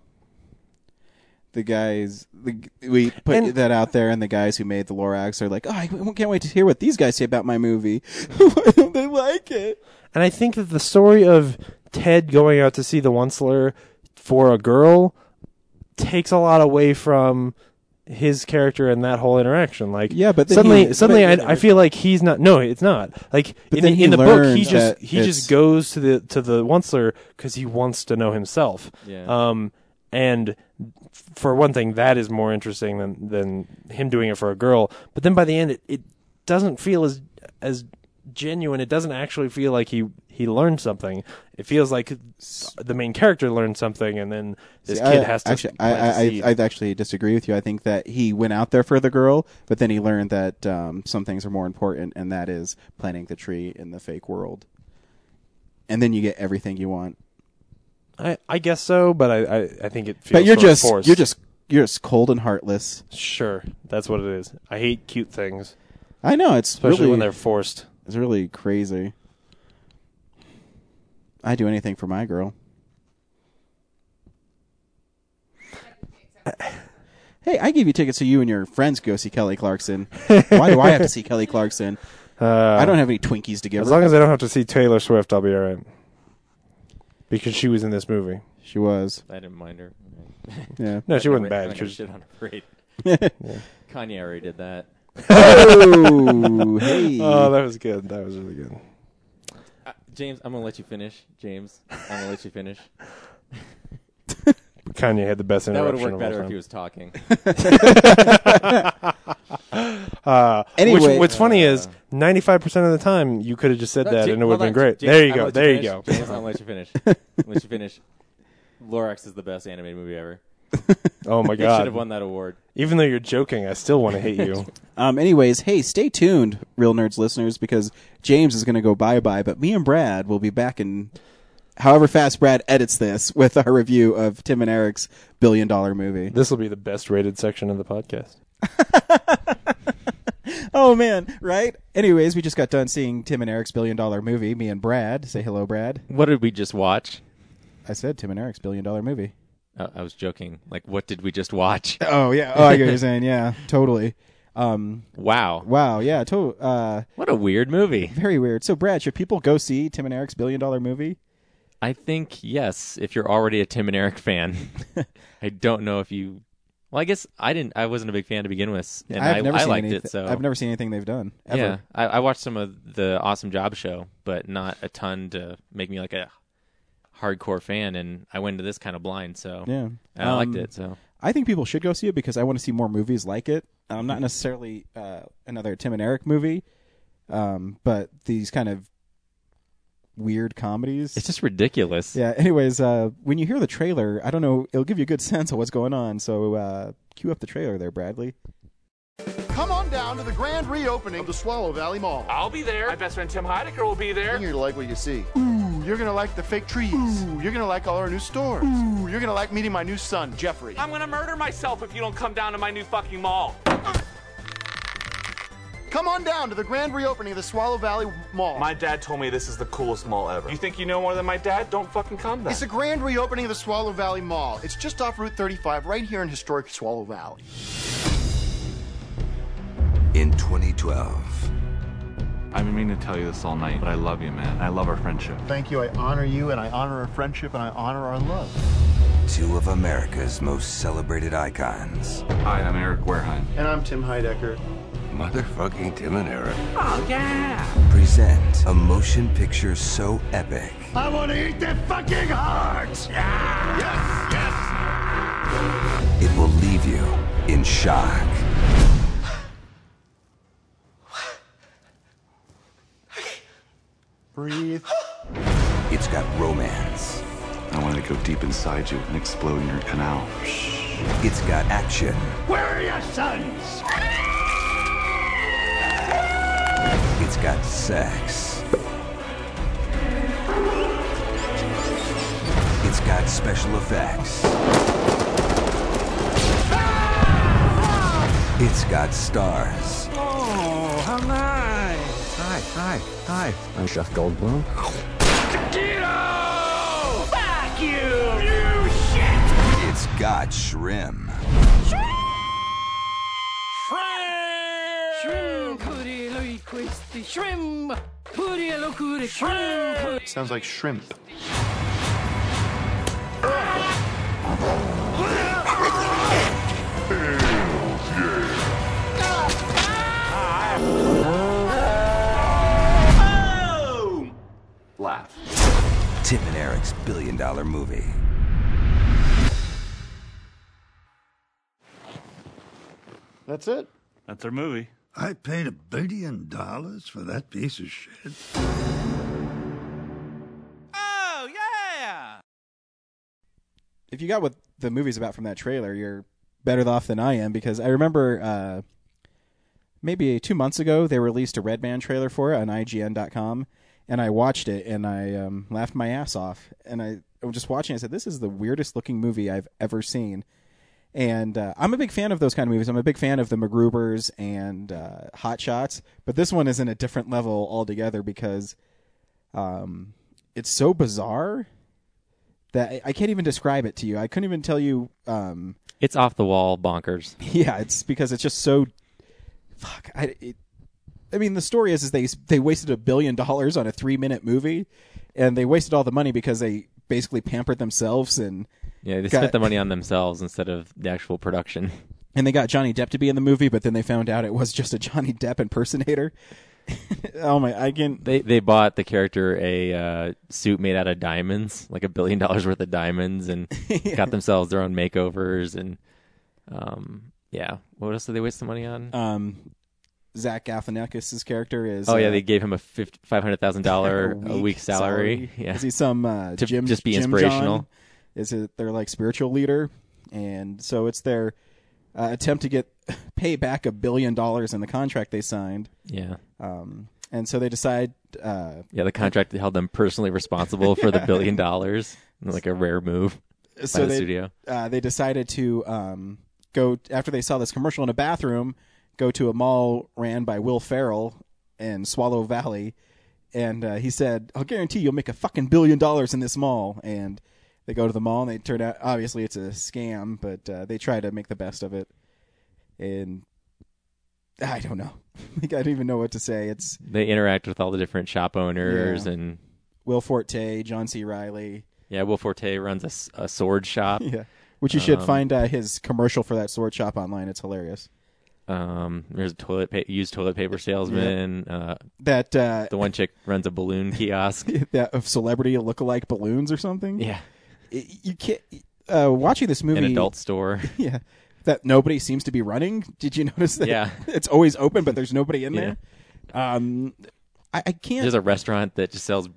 Speaker 1: The guys, the, we put that out there, and the guys who made the Lorax are like, "Oh, I can't wait to hear what these guys say about my movie." they like it.
Speaker 2: And I think that the story of Ted going out to see the Onceler for a girl takes a lot away from his character and that whole interaction. Like, yeah,
Speaker 1: but then
Speaker 2: suddenly,
Speaker 1: he-
Speaker 2: suddenly,
Speaker 1: but-
Speaker 2: I, I feel like he's not. No, it's not. Like
Speaker 1: But
Speaker 2: in,
Speaker 1: then
Speaker 2: the-
Speaker 1: he
Speaker 2: in the book, he
Speaker 1: learns
Speaker 2: just
Speaker 1: that
Speaker 2: he just
Speaker 1: it's-
Speaker 2: goes to the to the Onceler because he wants to know himself.
Speaker 11: Yeah.
Speaker 2: Um, and for one thing, that is more interesting than than him doing it for a girl. But then by the end, it, it doesn't feel as as genuine. It doesn't actually feel like he he learned something. It feels like the main character learned something, and then this
Speaker 1: See,
Speaker 2: kid
Speaker 1: I,
Speaker 2: has to
Speaker 1: actually. I,
Speaker 2: plant the
Speaker 1: I,
Speaker 2: seed.
Speaker 1: I, I actually disagree with you. I think that he went out there for the girl, but then he learned that um, some things are more important, and that is planting the tree in the fake world. And then you get everything you want.
Speaker 2: I, I guess so, but I, I, I think it feels
Speaker 1: but you're
Speaker 2: sort of
Speaker 1: just
Speaker 2: forced.
Speaker 1: you're just you're just cold and heartless.
Speaker 2: sure that's what it is. I hate cute things.
Speaker 1: I know it's
Speaker 2: especially
Speaker 1: really,
Speaker 2: when they're forced.
Speaker 1: It's really crazy. I do anything for my girl. hey, I gave you tickets so you and your friends go see Kelly Clarkson. Why do I have to see Kelly Clarkson?
Speaker 2: Uh,
Speaker 1: I don't have any Twinkies to give
Speaker 2: As
Speaker 1: her.
Speaker 2: long as I don't have to see Taylor Swift, I'll be all right. Because she was in this movie.
Speaker 1: She was.
Speaker 11: I didn't mind her.
Speaker 1: Yeah.
Speaker 2: No, she
Speaker 11: I'm not gonna-
Speaker 2: wasn't bad.
Speaker 11: I'm not
Speaker 2: She
Speaker 11: gonna
Speaker 2: was-
Speaker 11: shit on her parade.
Speaker 2: Yeah.
Speaker 11: Kanye already did that.
Speaker 1: Oh, hey.
Speaker 2: Oh, that was good. That was really good.
Speaker 11: Uh, James, I'm gonna let you finish. James, I'm gonna let you finish.
Speaker 2: Kanye had the best
Speaker 11: That would have
Speaker 2: interruption.
Speaker 11: worked
Speaker 2: of all
Speaker 11: better if
Speaker 2: time.
Speaker 11: he was talking.
Speaker 2: Uh,
Speaker 1: Anyway-
Speaker 2: which, what's funny is 95% of the time you could have just said
Speaker 11: No,
Speaker 2: that
Speaker 11: Ja-
Speaker 2: and it would have
Speaker 11: hold
Speaker 2: been
Speaker 11: on,
Speaker 2: great.
Speaker 11: James,
Speaker 2: there you
Speaker 11: I'll
Speaker 2: go.
Speaker 11: let
Speaker 2: There you
Speaker 11: finish.
Speaker 2: go.
Speaker 11: James, I'll let you finish. I'll let you finish. Lorax is the best animated movie ever.
Speaker 2: Oh my
Speaker 11: It
Speaker 2: god.
Speaker 11: should have won that award.
Speaker 2: Even though you're joking, I still want to hate you.
Speaker 1: Um, anyways, hey, stay tuned, real nerds listeners, because James is going to go bye bye, but me and Brad will be back in however fast Brad edits this with our review of Tim and Eric's billion dollar movie.
Speaker 2: this will be the best rated section of the podcast.
Speaker 1: Oh man, right? Anyways, we just got done seeing Tim and Eric's billion dollar movie. Me and Brad, say hello, Brad.
Speaker 3: What did we just watch?
Speaker 1: I said Tim and Eric's billion dollar movie.
Speaker 3: Uh, I was joking. Like, what did we just watch?
Speaker 1: Oh yeah, oh I get what you're saying. Yeah, totally. Um,
Speaker 3: wow,
Speaker 1: wow, yeah, to- uh,
Speaker 3: what a weird movie.
Speaker 1: very weird. So, Brad, should people go see Tim and Eric's billion dollar movie?
Speaker 3: I think yes. If you're already a Tim and Eric fan, I don't know if you. Well, I guess I didn't. I wasn't a big fan to begin with, and
Speaker 1: I've
Speaker 3: I,
Speaker 1: never
Speaker 3: I
Speaker 1: seen
Speaker 3: liked
Speaker 1: anything.
Speaker 3: it. So
Speaker 1: I've never seen anything they've done. Ever.
Speaker 3: Yeah, I, I watched some of the Awesome Job Show, but not a ton to make me like a hardcore fan. And I went into this kind of blind, so
Speaker 1: Yeah,
Speaker 3: and I liked
Speaker 1: Um,
Speaker 3: it. So
Speaker 1: I think people should go see it because I want to see more movies like it. Um, not necessarily uh, another Tim and Eric movie, um, but these kind of weird comedies.
Speaker 3: it's just ridiculous.
Speaker 1: yeah. Anyways, uh, when you hear the trailer, I don't know, it'll give you a good sense of what's going on. So uh, cue up the trailer there, Bradley.
Speaker 7: Come on down to the grand reopening of the Swallow Valley Mall.
Speaker 5: I'll be there. My best friend Tim Heidecker will be there.
Speaker 7: You're gonna like what you see. Ooh, you're gonna like the fake trees. Ooh, you're gonna like all our new stores. Ooh, you're gonna like meeting my new son, Jeffrey.
Speaker 5: I'm gonna murder myself if you don't come down to my new fucking mall.
Speaker 7: Come on down to the grand reopening of the Swallow Valley Mall.
Speaker 5: My dad told me this is the coolest mall ever. You think you know more than my dad? Don't fucking come then.
Speaker 7: It's the grand reopening of the Swallow Valley Mall. It's just off Route 35, right here in historic Swallow Valley.
Speaker 12: In 2012. I've been meaning to tell you this all night, but I love you, man. I love our friendship.
Speaker 7: Thank you. I honor you, and I honor our friendship, and I honor our love.
Speaker 12: Two of America's most celebrated icons. Hi, I'm Eric Wareheim.
Speaker 7: And I'm Tim Heidecker.
Speaker 12: Motherfucking Tim and Eric
Speaker 7: Oh yeah!
Speaker 12: present a motion picture so epic
Speaker 7: I want to eat that fucking heart. Yes, yes.
Speaker 12: it will leave you in shock.
Speaker 7: Breathe.
Speaker 12: It's got romance. I want to go deep inside you and explode in your canal. It's got action.
Speaker 7: Where are your sons?
Speaker 12: It's got sex. It's got special effects. It's got stars.
Speaker 7: Oh, how
Speaker 13: alive!
Speaker 14: Hi, hi, hi.
Speaker 15: I'm Jeff Goldblum.
Speaker 13: Taquito! Fuck you!
Speaker 14: It's got shrimp.
Speaker 12: Shrimp, puri, lui, questi, shrimp, puri, locuri, shrimp.
Speaker 7: Sounds like shrimp.
Speaker 14: Laugh. Tim and Eric's billion dollar movie.
Speaker 7: That's it.
Speaker 5: That's our movie. I paid a billion dollars for that piece of shit.
Speaker 1: if you got what the movie's about from that trailer, you're better off than I am because I remember uh, maybe two months ago they released a Red Man trailer for it on IGN.com, and I watched it and I um, laughed my ass off. And I, I was just watching. I said, "This is the weirdest looking movie I've ever seen." And uh, I'm a big fan of those kind of movies. I'm a big fan of the MacGruber's and uh, Hot Shots, but this one is in a different level altogether because um, it's so bizarre that I- I can't even describe it to you. I couldn't even tell you. Um,
Speaker 3: It's off the wall bonkers.
Speaker 1: yeah, it's because it's just so. Fuck. I. It, I mean, the story is is they they wasted a billion dollars on a three minute movie, and they wasted all the money because they basically pampered themselves and
Speaker 3: Yeah, they
Speaker 1: got-
Speaker 3: spent the money on themselves instead of the actual production.
Speaker 1: and they got Johnny Depp to be in the movie, but then they found out it was just a Johnny Depp impersonator. oh my! I can.
Speaker 3: They they bought the character a uh, suit made out of diamonds, like a billion dollars worth of diamonds, and got themselves their own makeovers and um yeah. What else did they waste the money on?
Speaker 1: Um, Zach Galifianakis' character is.
Speaker 3: oh yeah,
Speaker 1: uh,
Speaker 3: they gave him a five hundred thousand dollar a
Speaker 1: week
Speaker 3: week salary. Yeah,
Speaker 1: Is he some uh,
Speaker 3: to
Speaker 1: Jim?
Speaker 3: just be
Speaker 1: Jim
Speaker 3: inspirational?
Speaker 1: John? Is it their like spiritual leader? And so it's their uh, attempt to get pay back a billion dollars in the contract they signed.
Speaker 3: Yeah.
Speaker 1: Um, and so they decide. Uh,
Speaker 3: Yeah, the contract held them personally responsible for the
Speaker 1: Yeah.
Speaker 3: billion dollars. Like a rare move by
Speaker 1: so
Speaker 3: the
Speaker 1: they,
Speaker 3: studio.
Speaker 1: Uh, they decided to um, go after they saw this commercial in a bathroom. Go to a mall ran by Will Ferrell in Swallow Valley, and uh, he said, "I'll guarantee you'll make a fucking billion dollars in this mall." And they go to the mall, and they turn out obviously it's a scam, but uh, they try to make the best of it. And I don't know, like I don't even know what to say. It's
Speaker 3: They interact with all the different shop owners
Speaker 1: Yeah.
Speaker 3: and
Speaker 1: Will Forte, John C. Riley.
Speaker 3: yeah, Will Forte runs a s- a, sword shop.
Speaker 1: Yeah. Which you should
Speaker 3: Um,
Speaker 1: find uh, his commercial for that sword shop online. It's hilarious.
Speaker 3: Um, there's a toilet pa- used toilet paper salesman. Uh,
Speaker 1: That, uh,
Speaker 3: the one chick runs a balloon kiosk.
Speaker 1: That of celebrity lookalike balloons or something.
Speaker 3: Yeah.
Speaker 1: It- you can't. Uh, watching this movie,
Speaker 3: An adult store.
Speaker 1: Yeah, that nobody seems to be running. Did you notice that?
Speaker 3: Yeah.
Speaker 1: it's always open, but there's nobody in there. Um, I, I can't.
Speaker 3: There's a restaurant that just sells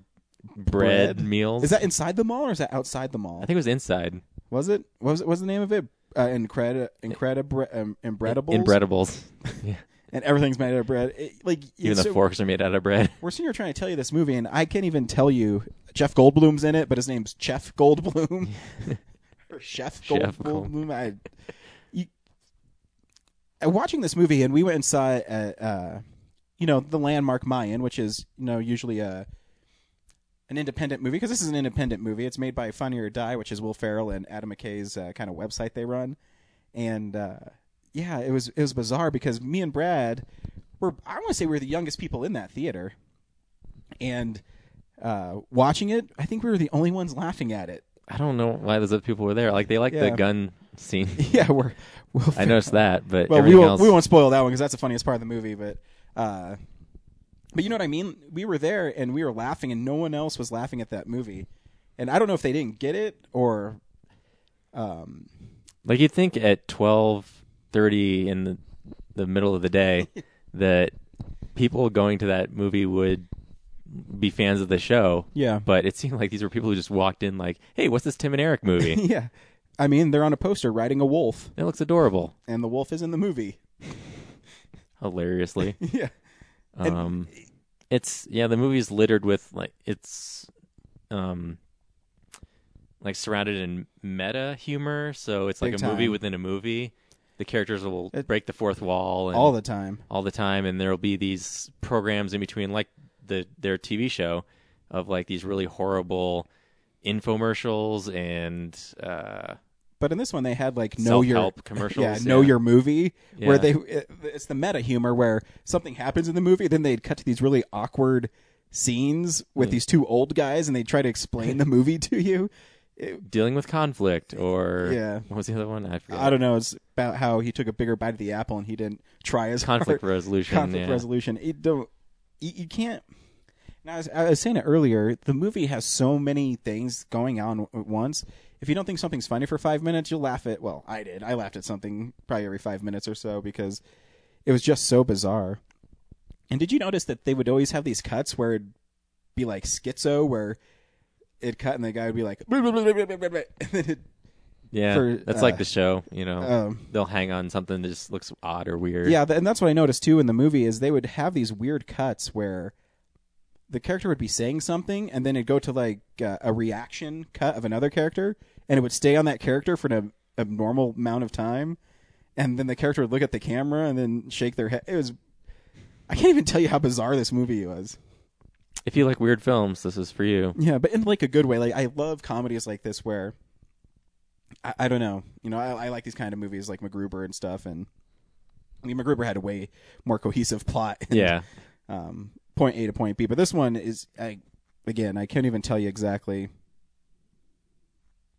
Speaker 3: bread, meals.
Speaker 1: Is that inside the mall or is that outside the mall?
Speaker 3: I think it was inside.
Speaker 1: Was it? What was, what was the name of it? Uh, Incredi- Incredible, um, Inbredibles.
Speaker 3: Inbredibles.
Speaker 1: and everything's made out of bread. It- like
Speaker 3: Even
Speaker 1: it's
Speaker 3: the
Speaker 1: so-
Speaker 3: forks are made out of bread.
Speaker 1: We're sitting here trying to tell you this movie, and I can't even tell you. Jeff Goldblum's in it, but his name's Jeff Goldblum. or Chef
Speaker 3: Chef
Speaker 1: Goldblum. I, you, I- watching this movie, and we went and saw it at, uh, you know, the Landmark Mayan, which is, you know, usually a an independent movie, because this is an independent movie. It's made by Funny or Die, which is Will Ferrell and Adam McKay's uh, kind of website they run. And, uh, yeah, it was it was bizarre because me and Brad were I want to say we were the youngest people in that theater, and uh, watching it, I think we were the only ones laughing at it.
Speaker 3: I don't know why those other people were there. Like they like the
Speaker 1: Yeah.
Speaker 3: gun scene.
Speaker 1: Yeah, we're.
Speaker 3: I noticed that, but
Speaker 1: well, we
Speaker 3: everything
Speaker 1: won't
Speaker 3: else,
Speaker 1: we won't spoil that one because that's the funniest part of the movie. But, uh, but you know what I mean. We were there and we were laughing, and no one else was laughing at that movie. And I don't know if they didn't get it or, um,
Speaker 3: like you'd think at twelve thirty in the, the middle of the day that people going to that movie would be fans of the show.
Speaker 1: Yeah.
Speaker 3: but it seemed like these were people who just walked in like, "Hey, what's this Tim and Eric movie?"
Speaker 1: yeah. I mean, they're on a poster riding a wolf.
Speaker 3: It looks adorable.
Speaker 1: and the wolf is in the movie.
Speaker 3: hilariously.
Speaker 1: Yeah. And-
Speaker 3: Um, it's yeah, the movie's littered with like it's um like surrounded in meta humor, so it's like
Speaker 1: Big
Speaker 3: a movie
Speaker 1: time.
Speaker 3: within a movie. the characters will break the fourth wall and
Speaker 1: All the time.
Speaker 3: all the time, and there will be these programs in between, like the their TV show, of like these really horrible infomercials and uh,
Speaker 1: But in this one, they had like know your
Speaker 3: Self-help commercials,
Speaker 1: yeah, know
Speaker 3: yeah.
Speaker 1: your movie, where
Speaker 3: Yeah.
Speaker 1: they it- it's the meta humor where something happens in the movie, then they'd cut to these really awkward scenes with
Speaker 3: Hmm.
Speaker 1: these two old guys, and they try to explain the movie to you.
Speaker 3: dealing with conflict or
Speaker 1: Yeah.
Speaker 3: what was the other one? I forget.
Speaker 1: I don't know. It's about how he took a bigger bite of the apple and he didn't try as
Speaker 3: Conflict
Speaker 1: hard.
Speaker 3: resolution,
Speaker 1: Conflict
Speaker 3: yeah.
Speaker 1: resolution. It don't. You, you can't. Now, I was, I was saying it earlier. The movie has so many things going on at once. If you don't think something's funny for five minutes, you'll laugh at. Well, I did. I laughed at something probably every five minutes or so because it was just so bizarre. And did you notice that they would always have these cuts where it'd be like schizo, where it cut and the guy would be like, and then it
Speaker 3: Yeah,
Speaker 1: for,
Speaker 3: that's
Speaker 1: uh,
Speaker 3: like the show. You know,
Speaker 1: um,
Speaker 3: they'll hang on something that just looks odd or weird.
Speaker 1: Yeah, th- and that's what I noticed too in the movie is they would have these weird cuts where the character would be saying something, and then it'd go to like uh, a reaction cut of another character, and it would stay on that character for an ab- abnormal amount of time, and then the character would look at the camera and then shake their head. It was, I can't even tell you how bizarre this movie was.
Speaker 3: If you like weird films, this is for you.
Speaker 1: Yeah, but in like a good way. Like I love comedies like this where I, I don't know. You know, I, I like these kind of movies like MacGruber and stuff. And I mean, MacGruber had a way more cohesive plot. and,
Speaker 3: Yeah.
Speaker 1: Um, point A to point B, but this one is I again I can't even tell you exactly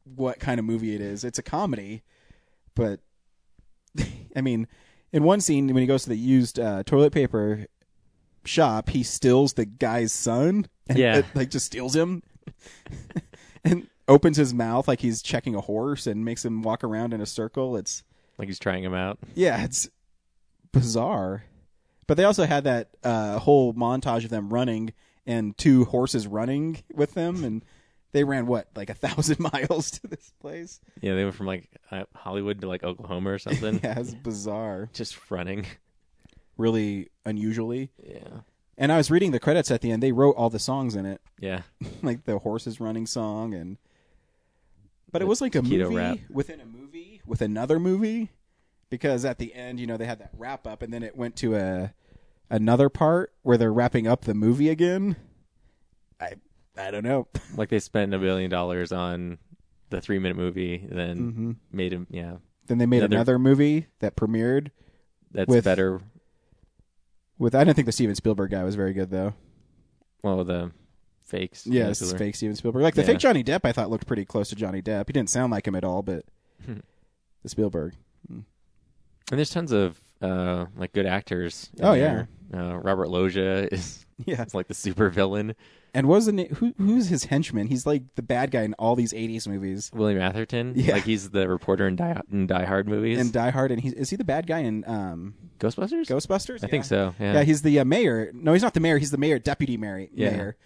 Speaker 1: what kind of movie it is. It's a comedy, but I mean, in one scene when he goes to the used uh, toilet paper shop, he steals the guy's son. And
Speaker 3: Yeah.
Speaker 1: it, like just steals him and opens his mouth like he's checking a horse and makes him walk around in a circle. It's
Speaker 3: Like he's trying them out.
Speaker 1: yeah, it's bizarre. But they also had that uh, whole montage of them running and two horses running with them, and they ran what like a thousand miles to this place.
Speaker 3: Yeah, they went from like uh, Hollywood to like Oklahoma or something.
Speaker 1: yeah, it's bizarre.
Speaker 3: Just running.
Speaker 1: Really unusually.
Speaker 3: Yeah.
Speaker 1: And I was reading the credits at the end. They wrote all the songs in it.
Speaker 3: Yeah.
Speaker 1: like the horses running song and. But it was like a
Speaker 3: Keto
Speaker 1: movie
Speaker 3: rap.
Speaker 1: within a movie with another movie, because at the end, you know, they had that wrap up, and then it went to a another part where they're wrapping up the movie again. I I don't know.
Speaker 3: Like they spent a billion dollars on the three minute movie, then
Speaker 1: Mhm.
Speaker 3: made him. Yeah.
Speaker 1: Then they made
Speaker 3: Another-
Speaker 1: another, movie that premiered.
Speaker 3: That's
Speaker 1: with,
Speaker 3: better.
Speaker 1: With I don't think the Steven Spielberg guy was very good though.
Speaker 3: Well, the fakes.
Speaker 1: Yeah, it's fake Steven Spielberg. Like the
Speaker 3: Yeah.
Speaker 1: fake Johnny Depp, I thought looked pretty close to Johnny Depp. He didn't sound like him at all, but
Speaker 3: Hmm.
Speaker 1: the Spielberg.
Speaker 3: And there's tons of uh, like good actors. in
Speaker 1: Oh,
Speaker 3: there. Uh, Robert Loggia is
Speaker 1: Yeah.
Speaker 3: is like the super villain.
Speaker 1: And wasn't it who who's his henchman? He's like the bad guy in all these '80s movies.
Speaker 3: William Atherton.
Speaker 1: Yeah.
Speaker 3: Like he's the reporter in Die, in Die Hard movies.
Speaker 1: in Die Hard, and he's is he the bad guy in um,
Speaker 3: Ghostbusters?
Speaker 1: Ghostbusters,
Speaker 3: I think
Speaker 1: Yeah.
Speaker 3: so, yeah.
Speaker 1: he's the uh, mayor. No, he's not the mayor. He's the mayor, deputy mayor,
Speaker 3: Yeah.
Speaker 1: mayor,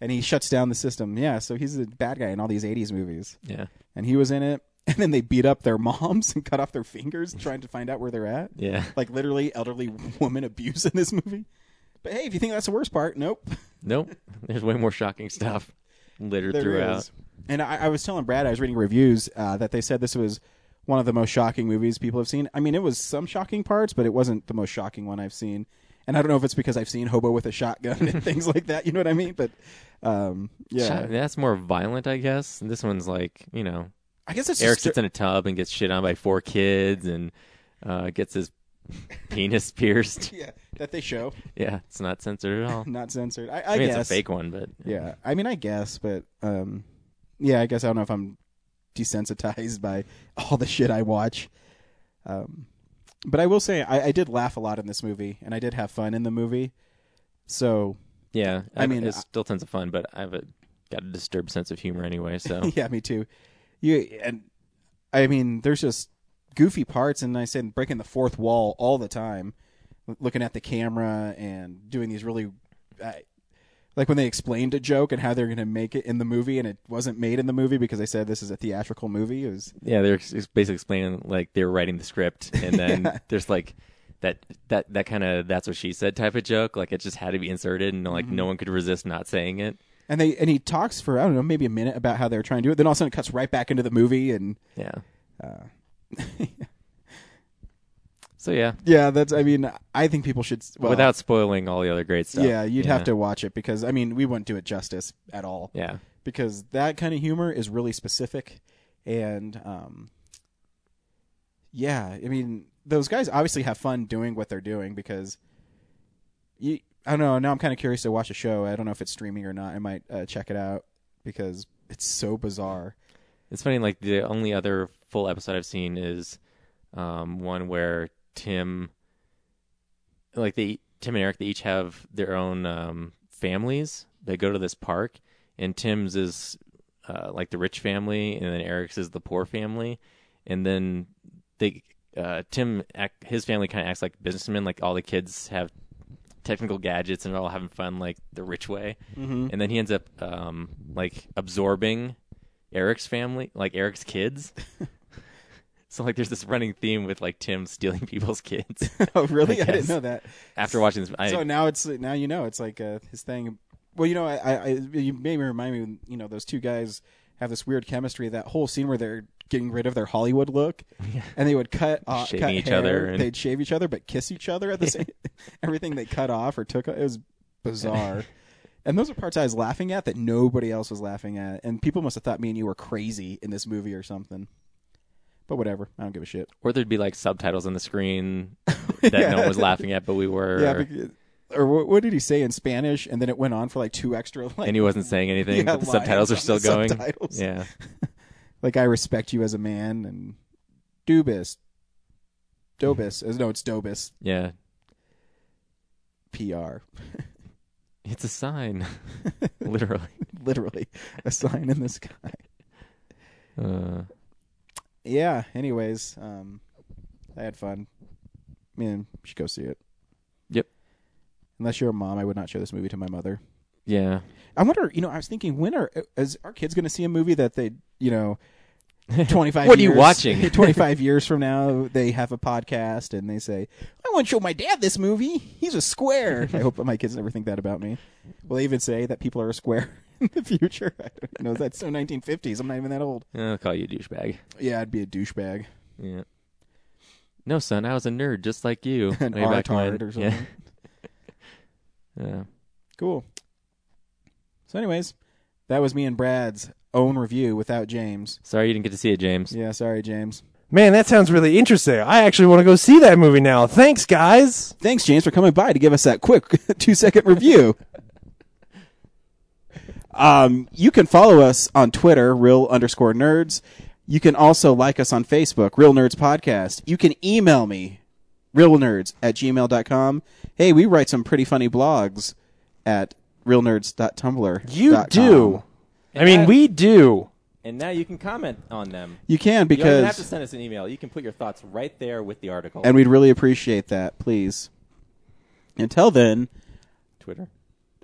Speaker 1: and he shuts down the system. Yeah, so he's the bad guy in all these '80s movies.
Speaker 3: Yeah.
Speaker 1: and he was in it. And then they beat up their moms and cut off their fingers, trying to find out where they're at.
Speaker 3: Yeah.
Speaker 1: like literally elderly woman abuse in this movie. But hey, if you think that's the worst part, nope.
Speaker 3: Nope. There's way more shocking stuff littered
Speaker 1: There
Speaker 3: throughout.
Speaker 1: is. And I, I was telling Brad, I was reading reviews uh, that they said this was one of the most shocking movies people have seen. I mean, it was some shocking parts, but it wasn't the most shocking one I've seen. And I don't know if it's because I've seen Hobo with a Shotgun and things like that. You know what I mean? But um, yeah,
Speaker 3: Shot- that's more violent, I guess. And this one's like, you know,
Speaker 1: I guess it's
Speaker 3: Eric
Speaker 1: just-
Speaker 3: sits in a tub and gets shit on by four kids and uh, gets his penis pierced.
Speaker 1: yeah, that they show,
Speaker 3: Yeah, it's not censored at all.
Speaker 1: not censored. I, I,
Speaker 3: mean,
Speaker 1: guess
Speaker 3: it's a fake one, but
Speaker 1: yeah, I mean, I guess, but um, yeah, I guess I don't know if I'm desensitized by all the shit I watch. Um, but I will say I, I did laugh a lot in this movie, and I did have fun in the movie. So
Speaker 3: yeah.
Speaker 1: I mean,
Speaker 3: it's
Speaker 1: I-
Speaker 3: still tons of fun, but I've a, got a disturbed sense of humor anyway. So
Speaker 1: yeah, me too. You and I mean, there's just goofy parts, and I said breaking the fourth wall all the time, l- looking at the camera and doing these really, uh, like when they explained a joke and how they're going to make it in the movie, and it wasn't made in the movie because they said this is a theatrical movie. It was
Speaker 3: Yeah, they're ex- ex- basically explaining like they were writing the script, and then
Speaker 1: Yeah.
Speaker 3: there's like that that that kind of that's what she said type of joke. Like it just had to be inserted, and
Speaker 1: Mm-hmm.
Speaker 3: like no one could resist not saying it.
Speaker 1: And they and he talks for I don't know maybe a minute about how they were trying to do it. Then all of a sudden it cuts right back into the movie and
Speaker 3: yeah,
Speaker 1: uh,
Speaker 3: So yeah,
Speaker 1: Yeah, that's. I mean, I think people should. Well,
Speaker 3: without spoiling all the other great stuff.
Speaker 1: Yeah, you'd
Speaker 3: you
Speaker 1: have
Speaker 3: know?
Speaker 1: to watch it because I mean, we wouldn't do it justice at all.
Speaker 3: Yeah.
Speaker 1: because that kind of humor is really specific, and um, yeah, I mean, those guys obviously have fun doing what they're doing because you. I don't know. Now I'm kind of curious to watch a show. I don't know if it's streaming or not. I might uh, check it out because it's so bizarre.
Speaker 3: It's funny. Like the only other full episode I've seen is um, one where Tim, like they Tim and Eric, they each have their own um, families. They go to this park, and Tim's is uh, like the rich family, and then Eric's is the poor family, and then they uh, Tim act, his family kind of acts like businessmen. Like all the kids have technical gadgets and are all having fun like the rich way,
Speaker 1: Mhm.
Speaker 3: and then he ends up um, like absorbing Eric's family, like Eric's kids. so like, there's this running theme with like Tim stealing people's kids.
Speaker 1: oh, really? I,
Speaker 3: guess.
Speaker 1: didn't know that.
Speaker 3: After watching this, I,
Speaker 1: so now it's now you know it's like uh, his thing. Well, you know, I, I, I you made me remind me. when, You know, those two guys have this weird chemistry. That whole scene where they're getting rid of their Hollywood look, and they would cut uh,
Speaker 3: Shaving
Speaker 1: cut
Speaker 3: each
Speaker 1: hair,
Speaker 3: other and-
Speaker 1: They'd shave each other, but kiss each other at the same. Everything they cut off or took it was bizarre. And those are parts I was laughing at that nobody else was laughing at, and people must have thought me and you were crazy in this movie or something. But whatever, I don't give a shit.
Speaker 3: or there'd be like subtitles on the screen that no one was laughing at, but we were.
Speaker 1: Yeah, because, or what, what did he say in Spanish? And then it went on for like two extra. Like,
Speaker 3: and he wasn't saying anything,
Speaker 1: Yeah,
Speaker 3: but the
Speaker 1: lines
Speaker 3: subtitles are
Speaker 1: on
Speaker 3: still
Speaker 1: the
Speaker 3: going.
Speaker 1: subtitles.
Speaker 3: Yeah.
Speaker 1: like I respect you as a man and Dubis, Dobis. As no, it's Dobis.
Speaker 3: Yeah.
Speaker 1: PR.
Speaker 3: It's a sign, literally.
Speaker 1: Literally, a sign in the sky.
Speaker 3: Uh,
Speaker 1: Yeah. Anyways, um, I had fun. Man, you should go see it.
Speaker 3: Yep.
Speaker 1: Unless you're a mom, I would not show this movie to my mother.
Speaker 3: yeah.
Speaker 1: I wonder. You know, I was thinking, when are is our kids going to see a movie that they, you know, twenty five?
Speaker 3: What are you watching?
Speaker 1: twenty five years from now, they have a podcast and they say, "I want to show my dad this movie. He's a square." I hope my kids never think that about me. Will they even say that people are a square in the future? I don't know. That's so nineteen fifties. I'm not even that old.
Speaker 3: I'll call you a douchebag.
Speaker 1: Yeah, I'd be a douchebag.
Speaker 3: Yeah. No, son, I was a nerd just like you.
Speaker 1: An
Speaker 3: way back when.
Speaker 1: R-tard or
Speaker 3: Yeah.
Speaker 1: something.
Speaker 3: yeah.
Speaker 1: Cool. So, anyways, that was me and Brad's own review without James.
Speaker 3: Sorry you didn't get to see it, James.
Speaker 1: Yeah, sorry, James.
Speaker 2: Man, that sounds really interesting. I actually want to go see that movie now. Thanks, guys.
Speaker 1: Thanks, James, for coming by to give us that quick two second review. um, you can follow us on Twitter, real underscore nerds. You can also like us on Facebook, Real Nerds Podcast. You can email me, realnerds at gmail.com. Hey, we write some pretty funny blogs at realnerds.tumblr.
Speaker 2: You do. I mean, we do.
Speaker 16: And now you can comment on them.
Speaker 1: You can
Speaker 16: you don't
Speaker 1: because-
Speaker 16: even have to send us an email. You can put your thoughts right there with the article.
Speaker 1: And we'd really appreciate that, please. Until then,
Speaker 16: Twitter.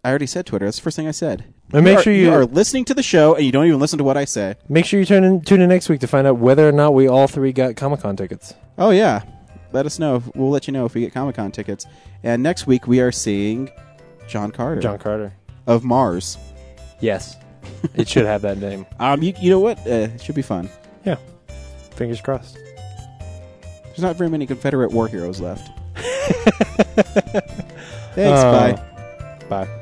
Speaker 1: I already said Twitter. That's the first thing I said.
Speaker 2: And make sure you-
Speaker 1: are listening to the show and you don't even listen to what I say.
Speaker 2: Make sure you turn in, tune in next week to find out whether or not we all three got Comic Con tickets.
Speaker 1: Oh yeah, let us know. We'll let you know if we get Comic Con tickets. And next week we are seeing John Carter.
Speaker 2: John Carter.
Speaker 1: of Mars.
Speaker 2: Yes, it should have that name.
Speaker 1: Um, you, you know what? Uh, it should be fun.
Speaker 2: Yeah. Fingers crossed.
Speaker 1: There's not very many Confederate war heroes left. Thanks.
Speaker 2: Uh,
Speaker 1: bye.
Speaker 2: Bye.